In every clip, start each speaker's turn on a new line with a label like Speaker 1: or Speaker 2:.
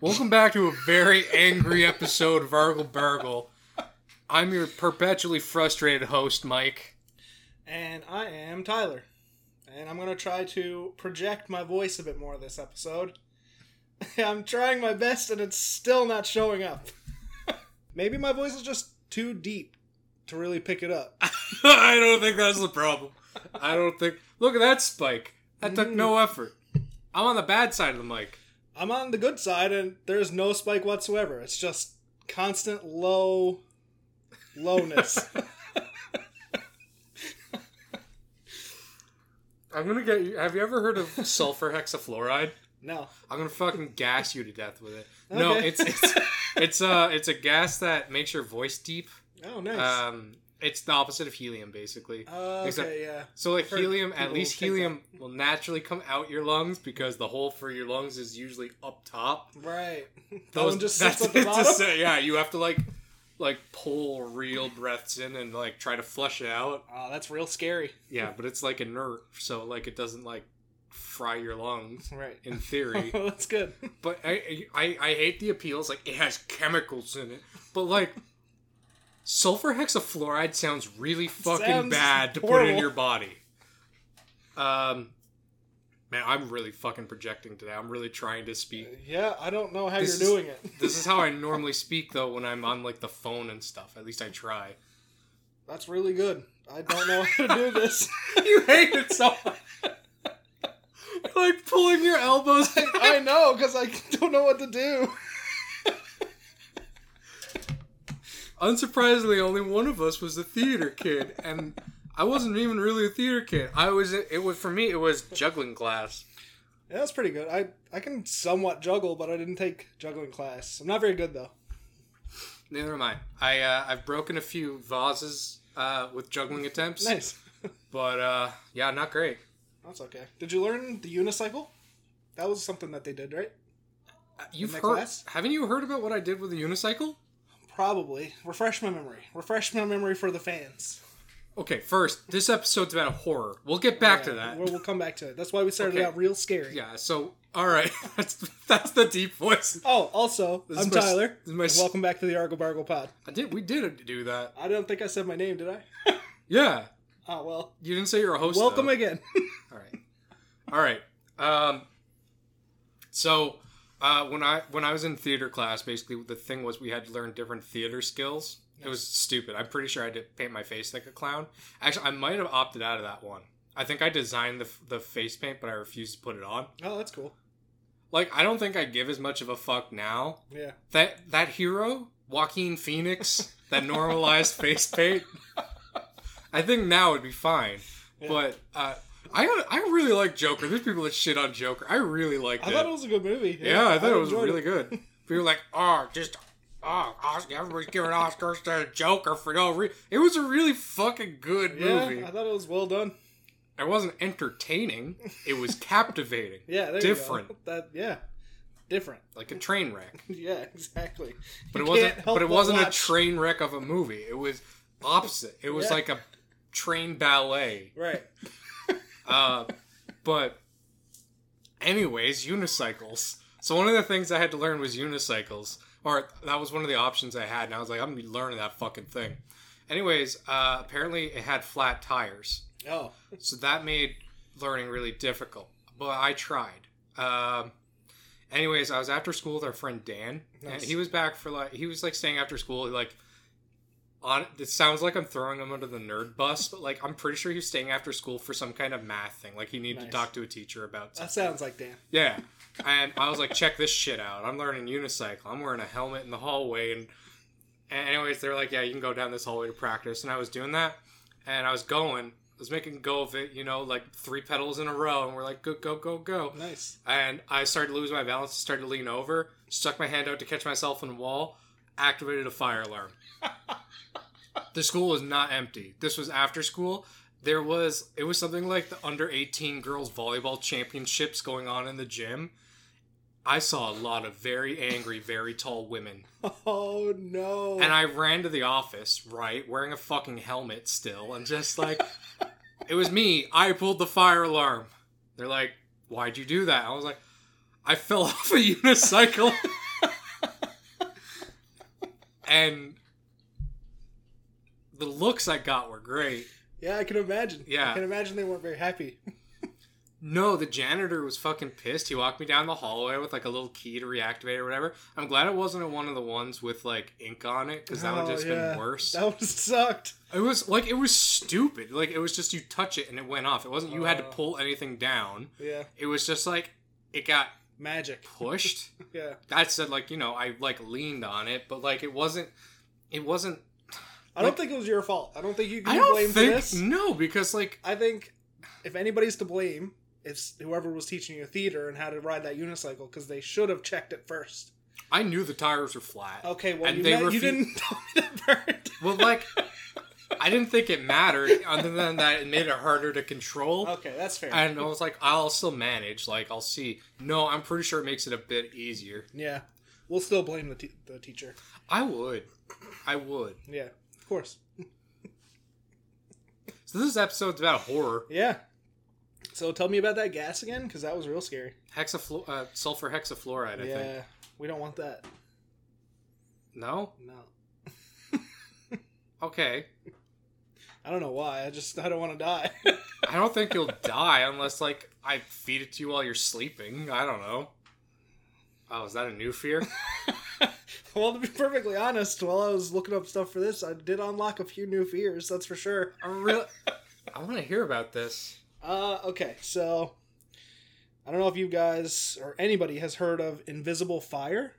Speaker 1: Welcome back to a very angry episode of Argle Bargle. I'm your perpetually frustrated host, Mike.
Speaker 2: And I am Tyler. And I'm going to try to project my voice a bit more this episode. I'm trying my best and it's still not showing up. Maybe my voice is just too deep to really pick it up.
Speaker 1: I don't think that's the problem. I don't think. Look at that spike. That took no effort. I'm on the bad side of the mic.
Speaker 2: I'm on the good side and there's no spike whatsoever. It's just constant low lowness.
Speaker 1: I'm gonna get you. Have you ever heard of sulfur hexafluoride?
Speaker 2: no.
Speaker 1: I'm gonna fucking gas you to death with it. No,
Speaker 2: Okay.
Speaker 1: it's it's it's uh it's a gas that makes your voice deep.
Speaker 2: Oh, nice.
Speaker 1: Um, it's the opposite of helium, basically.
Speaker 2: Uh,
Speaker 1: except-
Speaker 2: okay, yeah.
Speaker 1: So like
Speaker 2: Heard
Speaker 1: helium,
Speaker 2: people
Speaker 1: at least
Speaker 2: take
Speaker 1: helium will naturally come out your lungs because the hole for your lungs is usually up top.
Speaker 2: Right. that one just sits
Speaker 1: that's
Speaker 2: at the
Speaker 1: it to
Speaker 2: bottom.
Speaker 1: say, yeah, you have to like like pull real breaths in and like try to flush it out.
Speaker 2: Oh, that's real scary.
Speaker 1: Yeah, but it's like inert, so like it doesn't like fry your lungs
Speaker 2: Right.
Speaker 1: in theory.
Speaker 2: that's good.
Speaker 1: but I, I I hate the appeals like it has chemicals in it. But like sulfur hexafluoride sounds really fucking
Speaker 2: Sounds
Speaker 1: bad to put in
Speaker 2: horrible.
Speaker 1: your body. Um man, I'm really fucking projecting today. I'm really trying to speak.
Speaker 2: Yeah, I don't know how
Speaker 1: This
Speaker 2: you're
Speaker 1: is-
Speaker 2: doing it.
Speaker 1: This is how I normally speak though when I'm on like the phone and stuff. At least I try.
Speaker 2: That's really good. I don't know how to do this.
Speaker 1: You hate it so much. like pulling your elbows.
Speaker 2: I know, because I don't know what to do.
Speaker 1: unsurprisingly, only one of us was a theater kid, and I wasn't even really a theater kid. I was. It was for me. It was juggling class.
Speaker 2: Yeah, that's pretty good. I, I can somewhat juggle, but I didn't take juggling class. I'm not very good, though.
Speaker 1: Never mind. I uh, I've broken a few vases uh, with juggling attempts,
Speaker 2: Nice.
Speaker 1: but uh, yeah, not great.
Speaker 2: That's okay. Did you learn the unicycle? That was something that they did, right?
Speaker 1: Uh, You've
Speaker 2: that
Speaker 1: heard?
Speaker 2: class?
Speaker 1: Haven't you heard about what I did with the unicycle?
Speaker 2: Probably. Refresh my memory. Refresh my memory for the fans.
Speaker 1: Okay, first, this episode's about horror. We'll get back to that.
Speaker 2: We'll, we'll come back to it. That's why we started
Speaker 1: Okay.
Speaker 2: out real scary.
Speaker 1: Yeah. So, all right, that's that's the deep voice.
Speaker 2: Oh, also,
Speaker 1: is
Speaker 2: I'm
Speaker 1: my s-
Speaker 2: Tyler.
Speaker 1: this is my s-
Speaker 2: Welcome back to the Argo Bargo Pod.
Speaker 1: I did. We did do that.
Speaker 2: I don't think I said my name, did I?
Speaker 1: Yeah.
Speaker 2: Oh, well.
Speaker 1: You didn't say you're a host.
Speaker 2: Welcome
Speaker 1: though.
Speaker 2: again.
Speaker 1: All right. All right. Um, so uh, when I when I was in theater class, basically the thing was we had to learn different theater skills. It was stupid. I'm pretty sure I did paint my face like a clown. Actually, I might have opted out of that one. I think I designed the, the face paint, but I refused to put it on.
Speaker 2: oh, that's cool.
Speaker 1: Like, I don't think I give as much of a fuck now.
Speaker 2: Yeah.
Speaker 1: That that hero, Joaquin Phoenix, that normalized face paint, I think now would be fine. But uh, I I really like Joker. There's people that shit on Joker. I really like
Speaker 2: I
Speaker 1: it.
Speaker 2: thought it was a good movie.
Speaker 1: yeah, I thought it was
Speaker 2: enjoyed
Speaker 1: really good. People were like, oh, just oh, Oscar, everybody's giving Oscars to Joker for no reason. It was a really fucking good
Speaker 2: Yeah,
Speaker 1: movie.
Speaker 2: I thought it was well done.
Speaker 1: It wasn't entertaining. It was captivating.
Speaker 2: Yeah, there
Speaker 1: different,
Speaker 2: You go. That yeah, different.
Speaker 1: like a train wreck.
Speaker 2: Yeah, exactly.
Speaker 1: But
Speaker 2: You
Speaker 1: it wasn't.
Speaker 2: can't help
Speaker 1: But it wasn't a
Speaker 2: watch.
Speaker 1: train wreck of a movie. It was opposite. It was
Speaker 2: Yeah.
Speaker 1: like a train ballet.
Speaker 2: Right.
Speaker 1: Uh, but, anyways, unicycles. So one of the things I had to learn was unicycles, or that was one of the options I had, and I was like, I'm gonna be learning that fucking thing. Anyways, uh, apparently it had flat tires,
Speaker 2: Oh,
Speaker 1: so that made learning really difficult. But I tried. Um, anyways, I was after school with our friend Dan, and
Speaker 2: Nice.
Speaker 1: he was back for like he was like staying after school like. On it sounds like I'm throwing him under the nerd bus, but like I'm pretty sure he was staying after school for some kind of math thing. Like he needed to
Speaker 2: Nice.
Speaker 1: talk to a teacher about.
Speaker 2: that
Speaker 1: Something.
Speaker 2: sounds like Dan.
Speaker 1: Yeah, and I was like, check this shit out. I'm learning unicycle. I'm wearing a helmet in the hallway, and, and anyways, they're like, yeah, you can go down this hallway to practice. And I was doing that, and I was going. I was making go of it, you know, like three pedals in a row, and we're like, go, go, go, go
Speaker 2: Nice.
Speaker 1: and I started to lose my balance, started to lean over, stuck my hand out to catch myself on the wall, activated a fire alarm. the school was not empty. This was after school. There was it was something like the under 18 girls volleyball championships going on in the gym. I saw a lot of very angry, very tall women.
Speaker 2: Oh no.
Speaker 1: And I ran to the office, right, wearing a fucking helmet still, and just like, it was me. I pulled the fire alarm. They're like, why'd you do that? I was like, I fell off a unicycle and the looks I got were great.
Speaker 2: Yeah, I can imagine.
Speaker 1: Yeah.
Speaker 2: I can imagine they weren't very happy.
Speaker 1: No, the janitor was fucking pissed. He walked me down the hallway with like a little key to reactivate or whatever. I'm glad it wasn't at one of the ones with like ink on it because that would
Speaker 2: Oh,
Speaker 1: just
Speaker 2: yeah.
Speaker 1: been worse.
Speaker 2: That would have sucked.
Speaker 1: It was like it was stupid. Like it was just you touch it and it went off. It wasn't you had to
Speaker 2: Oh.
Speaker 1: pull anything down.
Speaker 2: Yeah.
Speaker 1: It was just like it got
Speaker 2: Magic.
Speaker 1: pushed.
Speaker 2: Yeah.
Speaker 1: that said, like you know, I like leaned on it, but like it wasn't. It wasn't.
Speaker 2: I don't think it was your fault. I don't think you can
Speaker 1: I
Speaker 2: be
Speaker 1: don't
Speaker 2: blamed
Speaker 1: think
Speaker 2: for this.
Speaker 1: no, because like
Speaker 2: I think if anybody's to blame, it's whoever was teaching you theater and how to ride that unicycle because they should have checked it first.
Speaker 1: I knew the tires were flat.
Speaker 2: Okay, well,
Speaker 1: And
Speaker 2: you,
Speaker 1: they
Speaker 2: met, you
Speaker 1: refu-
Speaker 2: didn't tell me that part.
Speaker 1: Well, like I didn't think it mattered. Other than that, it made it harder to control.
Speaker 2: Okay, that's fair.
Speaker 1: And I was like, I'll still manage. Like I'll see. No, I'm pretty sure it makes it a bit easier.
Speaker 2: yeah. We'll still blame the, te- the teacher.
Speaker 1: I would. I would.
Speaker 2: Yeah, of course.
Speaker 1: So this episode's about horror.
Speaker 2: Yeah. So tell me about that gas again because that was real scary.
Speaker 1: Hexaflu- uh, sulfur hexafluoride, I
Speaker 2: yeah.
Speaker 1: think.
Speaker 2: We don't want that.
Speaker 1: No?
Speaker 2: No.
Speaker 1: Okay.
Speaker 2: I don't know why. I just, I don't want to die.
Speaker 1: I don't think you'll die unless, like, I feed it to you while you're sleeping. I don't know. Oh, is that a new fear?
Speaker 2: well, to be perfectly honest, while I was looking up stuff for this, I did unlock a few new fears, that's for sure.
Speaker 1: I really. I want to hear about this.
Speaker 2: Uh, okay, so I don't know if you guys or anybody has heard of invisible fire,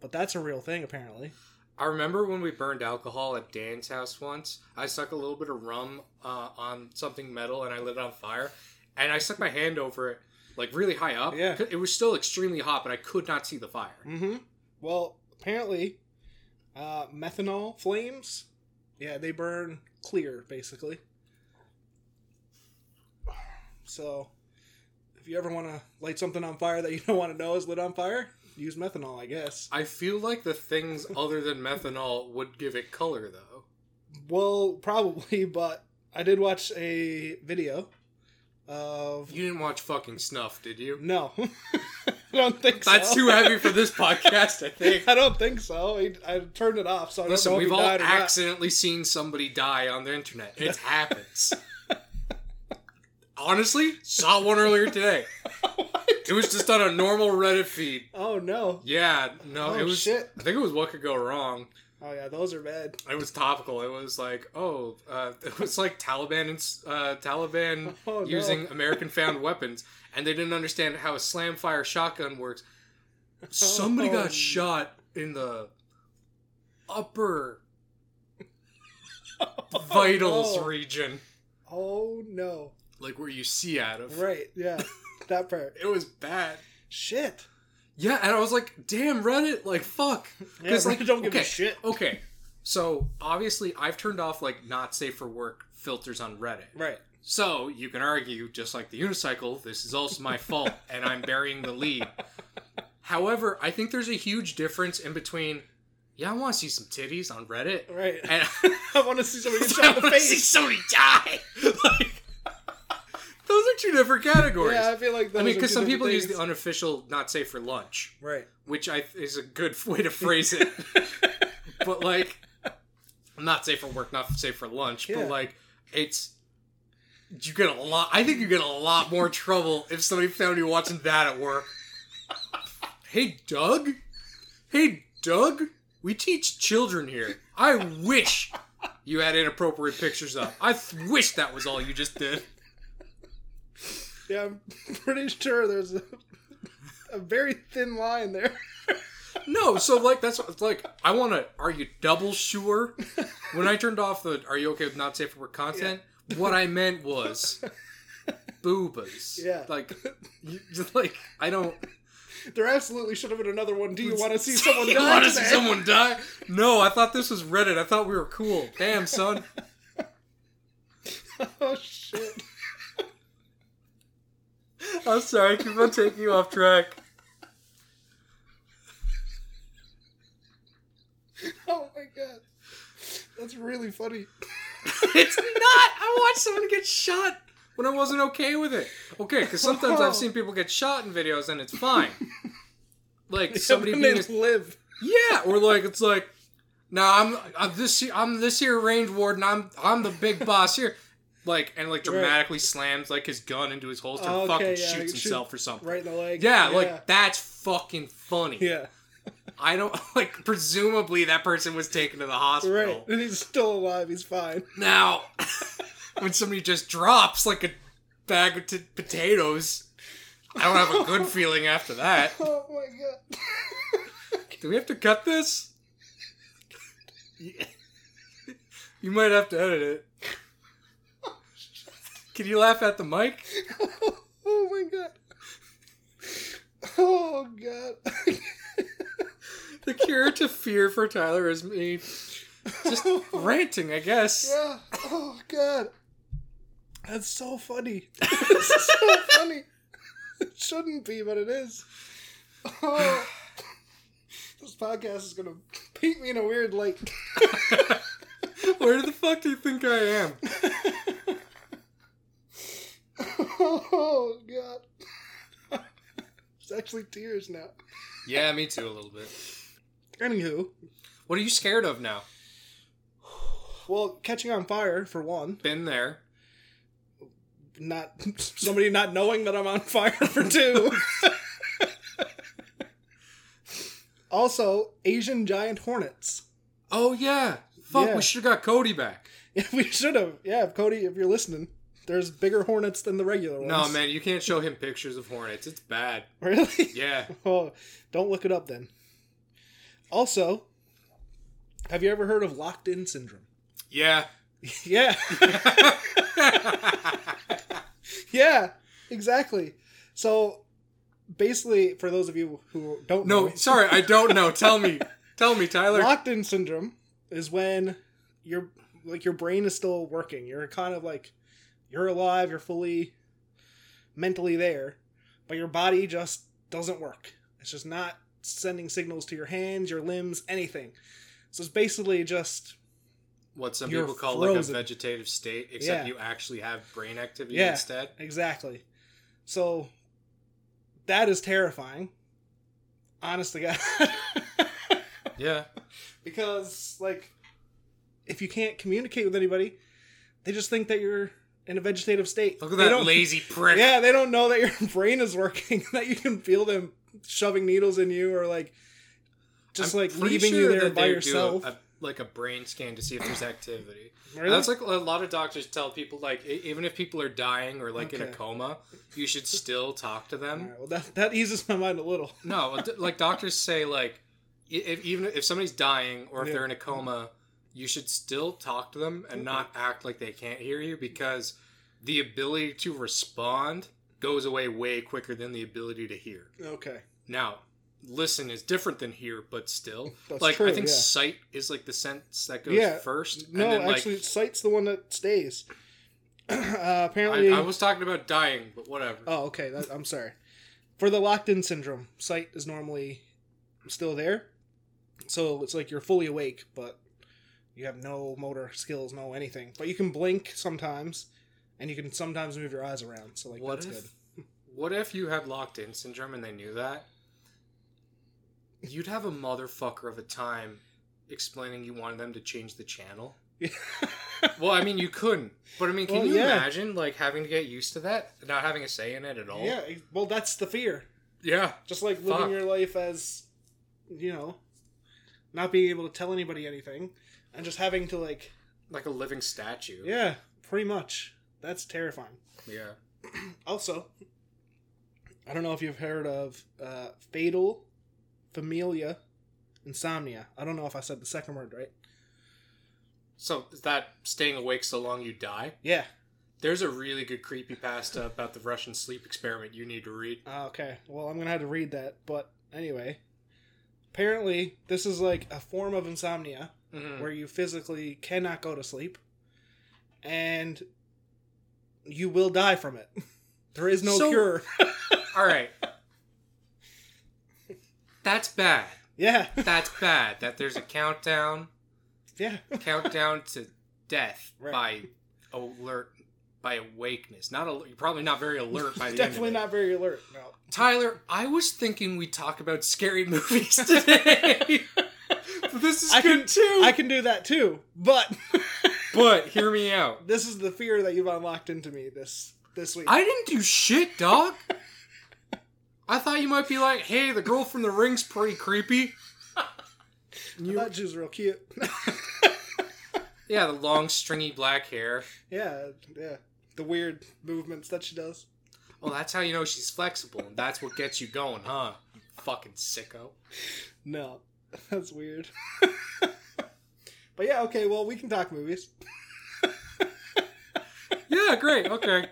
Speaker 2: but that's a real thing apparently.
Speaker 1: I remember when we burned alcohol at Dan's house once. I stuck a little bit of rum uh, on something metal and I lit it on fire. And I stuck my hand over it, like, really high up.
Speaker 2: Yeah.
Speaker 1: It was still extremely hot, but I could not see the fire.
Speaker 2: Mm-hmm. Well, apparently, uh, methanol flames, yeah, they burn clear basically. So, if you ever want to light something on fire that you don't want to know is lit on fire, use methanol, I guess.
Speaker 1: I feel like the things other than methanol would give it color, though.
Speaker 2: Well, probably, but I did watch a video of
Speaker 1: You didn't watch fucking Snuff, did you?
Speaker 2: No, I don't think so.
Speaker 1: That's too heavy for this podcast, I think.
Speaker 2: I don't think so. I, I turned it off, so I
Speaker 1: Listen,
Speaker 2: don't know if
Speaker 1: we've
Speaker 2: he
Speaker 1: all
Speaker 2: died or not.
Speaker 1: accidentally seen somebody die on the internet. It happens. Honestly, saw one earlier today. It was just on a normal Reddit feed.
Speaker 2: Oh no!
Speaker 1: Yeah, no,
Speaker 2: Oh,
Speaker 1: it was.
Speaker 2: shit.
Speaker 1: I think it was what could go wrong.
Speaker 2: Oh yeah, those are bad.
Speaker 1: It was topical. It was like, oh, uh, it was like Taliban and uh, Taliban
Speaker 2: Oh, no.
Speaker 1: using American found weapons, and they didn't understand how a slam fire shotgun works. Somebody
Speaker 2: Oh, no.
Speaker 1: got shot in the upper vitals
Speaker 2: no.
Speaker 1: region,
Speaker 2: Oh no!
Speaker 1: like where you see out of.
Speaker 2: Right? Yeah, that part.
Speaker 1: It was bad.
Speaker 2: Shit.
Speaker 1: Yeah, and I was like, damn, Reddit, like fuck,
Speaker 2: Yeah,
Speaker 1: 'Cause,
Speaker 2: Reddit don't give a shit.
Speaker 1: Okay, so obviously I've turned off like not safe for work filters on Reddit.
Speaker 2: Right.
Speaker 1: So you can argue, just like the unicycle, this is also my fault, and I'm burying the lead. However, I think there's a huge difference in between. Yeah, I want to see some titties on Reddit,
Speaker 2: Right.
Speaker 1: and
Speaker 2: I want to see somebody get
Speaker 1: I
Speaker 2: shot in the
Speaker 1: want to see
Speaker 2: face.
Speaker 1: somebody die. like, those are two different categories.
Speaker 2: Yeah, I feel like. Those
Speaker 1: I mean,
Speaker 2: because
Speaker 1: because some people use the unofficial "not safe for lunch,"
Speaker 2: Right.
Speaker 1: which I is a good way to phrase it. but like, I'm not safe for work, not safe for lunch.
Speaker 2: Yeah.
Speaker 1: But like, it's you get a lot. I think you get a lot more trouble if somebody found you watching that at work. hey, Doug. Hey, Doug. We teach children here. I wish you had inappropriate pictures up. I th- wish that was all you just did.
Speaker 2: Yeah, I'm pretty sure there's a, a very thin line there.
Speaker 1: No, so like that's what- it's like I want to. Are you double sure? When I turned off the "Are you okay with not safe for work" content, what I meant was boobas.
Speaker 2: Yeah.
Speaker 1: like you, just like I don't.
Speaker 2: There absolutely should have been another one. Do you want to see someone
Speaker 1: You
Speaker 2: die
Speaker 1: wanna
Speaker 2: today?
Speaker 1: see someone die? No, I thought this was Reddit. I thought we were cool. Damn, son.
Speaker 2: Oh shit.
Speaker 1: I'm sorry. I keep on taking you off track.
Speaker 2: Oh my god. That's really funny.
Speaker 1: It's not. I watched someone get shot when I wasn't okay with it. Oh. Okay, because sometimes I've seen people get shot in videos and it's fine. Like somebody
Speaker 2: When
Speaker 1: being
Speaker 2: they
Speaker 1: a
Speaker 2: live.
Speaker 1: Yeah, or like it's like No, I'm, I'm this year, I'm this year range warden. I'm I'm the big boss here. Like and like dramatically slams like his gun into his holster, and
Speaker 2: Okay,
Speaker 1: fucking
Speaker 2: yeah,
Speaker 1: shoots
Speaker 2: shoot-
Speaker 1: himself or something.
Speaker 2: right in the leg.
Speaker 1: Yeah, like that's fucking funny.
Speaker 2: yeah,
Speaker 1: I don't like. Presumably, that person was taken to the hospital.
Speaker 2: right. And he's still alive. He's fine.
Speaker 1: Now, when somebody just drops like a bag of t- potatoes, I don't have a good feeling after that.
Speaker 2: Oh my god.
Speaker 1: Do we have to cut this? You might have to edit it. Can you laugh at the mic?
Speaker 2: oh my god. Oh god.
Speaker 1: The cure to fear for Tyler is me just ranting, I guess.
Speaker 2: yeah. Oh god. That's so funny. It's so funny. It shouldn't be, but it is. Oh. This podcast is gonna paint me in a weird light.
Speaker 1: Where the fuck do you think I am?
Speaker 2: oh god. It's actually tears now.
Speaker 1: Yeah, me too, a little bit.
Speaker 2: Anywho,
Speaker 1: What are you scared of now?
Speaker 2: well, catching on fire for one.
Speaker 1: Been there.
Speaker 2: Not somebody not knowing that I'm on fire for two. also, Asian giant hornets.
Speaker 1: Oh yeah. Fuck,
Speaker 2: Yeah.
Speaker 1: we should have got Cody back.
Speaker 2: Yeah, we should have. Yeah, Cody, if you're listening, there's bigger hornets than the regular ones.
Speaker 1: No man, you can't show him pictures of hornets. It's bad.
Speaker 2: Really?
Speaker 1: Yeah.
Speaker 2: Oh, don't look it up then. Also, have you ever heard of locked in syndrome?
Speaker 1: Yeah.
Speaker 2: yeah. Yeah, exactly. So basically, for those of you who don't
Speaker 1: no,
Speaker 2: know,
Speaker 1: sorry, I don't know. Tell me. Tell me, Tyler.
Speaker 2: locked in syndrome is when your like your brain is still working. You're kind of like you're alive, you're fully mentally there, but your body just doesn't work. It's just not sending signals to your hands, your limbs, anything. So it's basically just
Speaker 1: What some
Speaker 2: You're
Speaker 1: people call like a
Speaker 2: frozen.
Speaker 1: vegetative state, except
Speaker 2: Yeah.
Speaker 1: you actually have brain activity
Speaker 2: Yeah.
Speaker 1: instead.
Speaker 2: Exactly. So that is terrifying. Honest to God.
Speaker 1: Yeah.
Speaker 2: because, like, if you can't communicate with anybody, they just think that you're in a vegetative state.
Speaker 1: Look at
Speaker 2: They
Speaker 1: that
Speaker 2: don't-
Speaker 1: lazy prick.
Speaker 2: Yeah, they don't know that your brain is working, that you can feel them shoving needles in you or, like, just
Speaker 1: I'm
Speaker 2: like
Speaker 1: pretty
Speaker 2: leaving
Speaker 1: sure
Speaker 2: you there
Speaker 1: that
Speaker 2: by
Speaker 1: they do
Speaker 2: yourself.
Speaker 1: A, a- like a brain scan to see if there's activity.
Speaker 2: Really?
Speaker 1: That's like a lot of doctors tell people like e- even if people are dying or like in a
Speaker 2: Okay.
Speaker 1: coma, you should still talk to them.
Speaker 2: All right, well, that, that eases my mind a little.
Speaker 1: No, d- like doctors say, like i- if even if somebody's dying or if
Speaker 2: Yeah.
Speaker 1: they're in a coma, you should still talk to them and not act like they can't hear you because the ability to respond goes away way quicker than the ability to hear.
Speaker 2: Okay.
Speaker 1: Now, listen is different than hear, but still,
Speaker 2: That's
Speaker 1: like
Speaker 2: true,
Speaker 1: I think
Speaker 2: yeah.
Speaker 1: sight is like the sense that goes
Speaker 2: Yeah.
Speaker 1: first.
Speaker 2: No,
Speaker 1: and then,
Speaker 2: actually, sight's the one that stays. uh,
Speaker 1: like,
Speaker 2: apparently,
Speaker 1: I, I was talking about dying, but whatever.
Speaker 2: oh, okay. That, I'm sorry. For the locked-in syndrome, sight is normally still there, so it's like you're fully awake, but you have no motor skills, no anything. But you can blink sometimes, and you can sometimes move your eyes around. So like
Speaker 1: what
Speaker 2: that's
Speaker 1: if,
Speaker 2: good.
Speaker 1: What if you had locked in syndrome and they knew that? You'd have a motherfucker of a time explaining you wanted them to change the channel. Well, I mean, you couldn't. But I mean, can
Speaker 2: Well,
Speaker 1: you
Speaker 2: yeah.
Speaker 1: imagine like having to get used to that, not having a say in it at all?
Speaker 2: yeah. it- Well, that's the fear.
Speaker 1: Yeah.
Speaker 2: Just like living
Speaker 1: Fuck.
Speaker 2: your life as, you know, not being able to tell anybody anything, and just having to like
Speaker 1: Like a living statue.
Speaker 2: Yeah, pretty much. That's terrifying.
Speaker 1: Yeah.
Speaker 2: Also, I don't know if you've heard of uh, fatal familia insomnia. I don't know if I said the second word right.
Speaker 1: So is that staying awake so long you die?
Speaker 2: Yeah.
Speaker 1: There's a really good creepy pasta about the Russian sleep experiment you need to read.
Speaker 2: Ah, okay. Well, I'm gonna have to read that. But anyway, apparently this is like a form of insomnia
Speaker 1: Mhm.
Speaker 2: where you physically cannot go to sleep, and you will die from it. There is no
Speaker 1: So-
Speaker 2: cure.
Speaker 1: All right. That's bad.
Speaker 2: yeah.
Speaker 1: That's bad. That there's a countdown.
Speaker 2: Yeah.
Speaker 1: countdown to death
Speaker 2: Right.
Speaker 1: by alert by awakeness. Not al- you're probably not very alert by the
Speaker 2: Definitely
Speaker 1: end of it.
Speaker 2: not very alert. No.
Speaker 1: Tyler, I was thinking we talk about scary movies today, this is
Speaker 2: I
Speaker 1: good
Speaker 2: can-
Speaker 1: too.
Speaker 2: I can do that too, but
Speaker 1: but hear me out.
Speaker 2: this is the fear that you've unlocked into me this this week.
Speaker 1: I didn't do shit, dog. I thought you might be like, hey, the girl from the ring's pretty creepy.
Speaker 2: I thought she was real cute.
Speaker 1: Yeah, the long, stringy black hair.
Speaker 2: yeah, yeah. The weird movements that she does.
Speaker 1: Well, that's how you know she's flexible, and that's what gets you going, huh? Fucking sicko.
Speaker 2: No, that's weird. but yeah, okay. Well, we can talk movies.
Speaker 1: Yeah, great. Okay.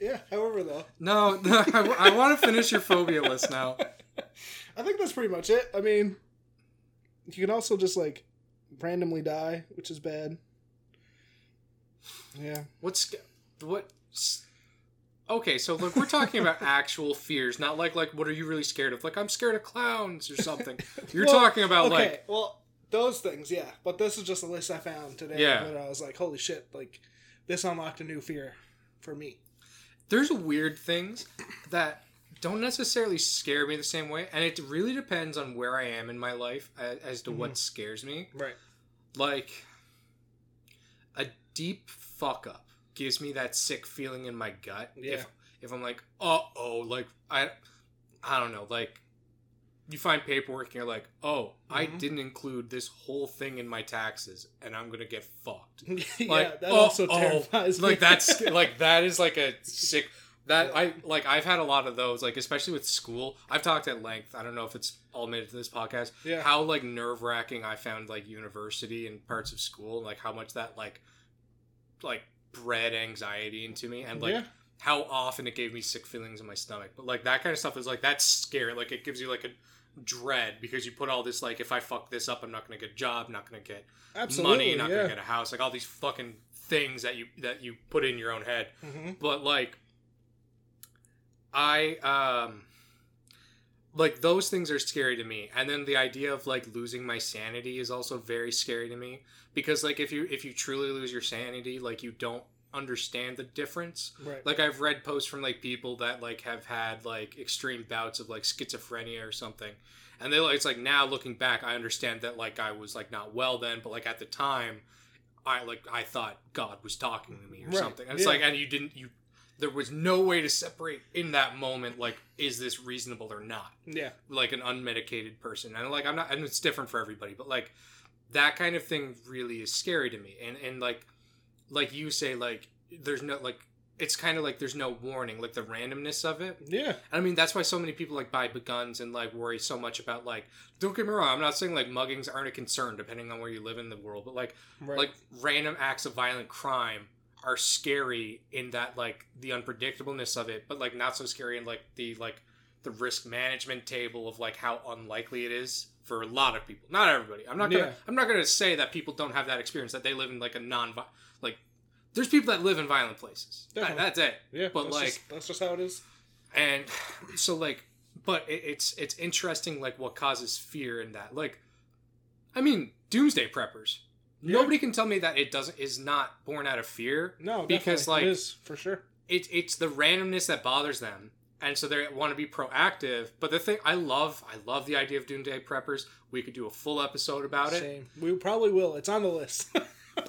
Speaker 2: Yeah. However, though,
Speaker 1: No, no I, want to finish your phobia list now.
Speaker 2: I think that's pretty much it. I mean, you can also just like randomly die, which is bad. Yeah.
Speaker 1: What's what? Okay, so look, we're talking about actual fears, not like like what are you really scared of? Like I'm scared of clowns or something. You're
Speaker 2: Well,
Speaker 1: talking about
Speaker 2: okay.
Speaker 1: like
Speaker 2: well, those things, yeah. But this is just a list I found today.
Speaker 1: Yeah.
Speaker 2: That I was like, holy shit! Like, this unlocked a new fear for me.
Speaker 1: there's weird things that don't necessarily scare me the same way, and it really depends on where I am in my life as, as to what scares me.
Speaker 2: Right.
Speaker 1: Like a deep fuck up gives me that sick feeling in my gut.
Speaker 2: Yeah.
Speaker 1: If, if I'm like, uh oh, like I, I don't know, like you find paperwork and you're like, oh, I
Speaker 2: Mhm.
Speaker 1: didn't include this whole thing in my taxes, and I'm gonna get fucked.
Speaker 2: yeah,
Speaker 1: Like,
Speaker 2: that
Speaker 1: oh,
Speaker 2: also
Speaker 1: oh,
Speaker 2: terrifies me.
Speaker 1: like that's like that is like a sick that I like I've had a lot of those like especially with school I've talked at length I don't know if it's all made it to this podcast
Speaker 2: yeah.
Speaker 1: how like nerve wracking I found like university and parts of school and like how much that like like bred anxiety into me and like
Speaker 2: yeah.
Speaker 1: how often it gave me sick feelings in my stomach but like that kind of stuff is like that's scary like it gives you like a dread because you put all this like if I fuck this up I'm not gonna get a job not gonna get
Speaker 2: Absolutely.
Speaker 1: money, you're not
Speaker 2: yeah.
Speaker 1: gonna get a house, like all these fucking things that you that you put in your own head.
Speaker 2: hmm
Speaker 1: But like, I um, like those things are scary to me. And then the idea of like losing my sanity is also very scary to me because like if you if you truly lose your sanity, like you don't understand the difference.
Speaker 2: Right.
Speaker 1: Like I've read posts from like people that like have had like extreme bouts of like schizophrenia or something. And they like it's like now looking back, I understand that like I was like not well then, but like at the time I like I thought God was talking to me or
Speaker 2: Right,
Speaker 1: something. And it's
Speaker 2: yeah.
Speaker 1: like and you didn't you there was no way to separate in that moment like is this reasonable or not
Speaker 2: yeah.
Speaker 1: like an unmedicated person and like i'm not and it's different for everybody but like that kind of thing really is scary to me and and like like you say like there's no like it's kind of like there's no warning like the randomness of it
Speaker 2: Yeah.
Speaker 1: I mean, that's why so many people like buy guns and like worry so much about like. Don't get me wrong. I'm not saying like muggings aren't a concern depending on where you live in the world, but like
Speaker 2: Right.
Speaker 1: like random acts of violent crime are scary in that like the unpredictableness of it, but like not so scary in like the like the risk management table of like how unlikely it is for a lot of people. Not everybody. I'm not gonna
Speaker 2: Yeah.
Speaker 1: I'm not gonna say that people don't have that experience that they live in like a non like. There's people that live in violent places. That-
Speaker 2: Definitely.
Speaker 1: that's it
Speaker 2: yeah.
Speaker 1: but
Speaker 2: that's
Speaker 1: like-
Speaker 2: just, that's just how it is.
Speaker 1: and so like but it, it's it's interesting like what causes fear in that like i mean doomsday preppers
Speaker 2: Yeah.
Speaker 1: nobody can tell me that it doesn't is not born out of fear
Speaker 2: No,
Speaker 1: because,
Speaker 2: definitely.
Speaker 1: like-
Speaker 2: it is for sure.
Speaker 1: it, it's the randomness that bothers them and so they want to be proactive but the thing i love i love the idea of doomsday preppers we could do a full episode about it
Speaker 2: Same. We probably will. It's on the list.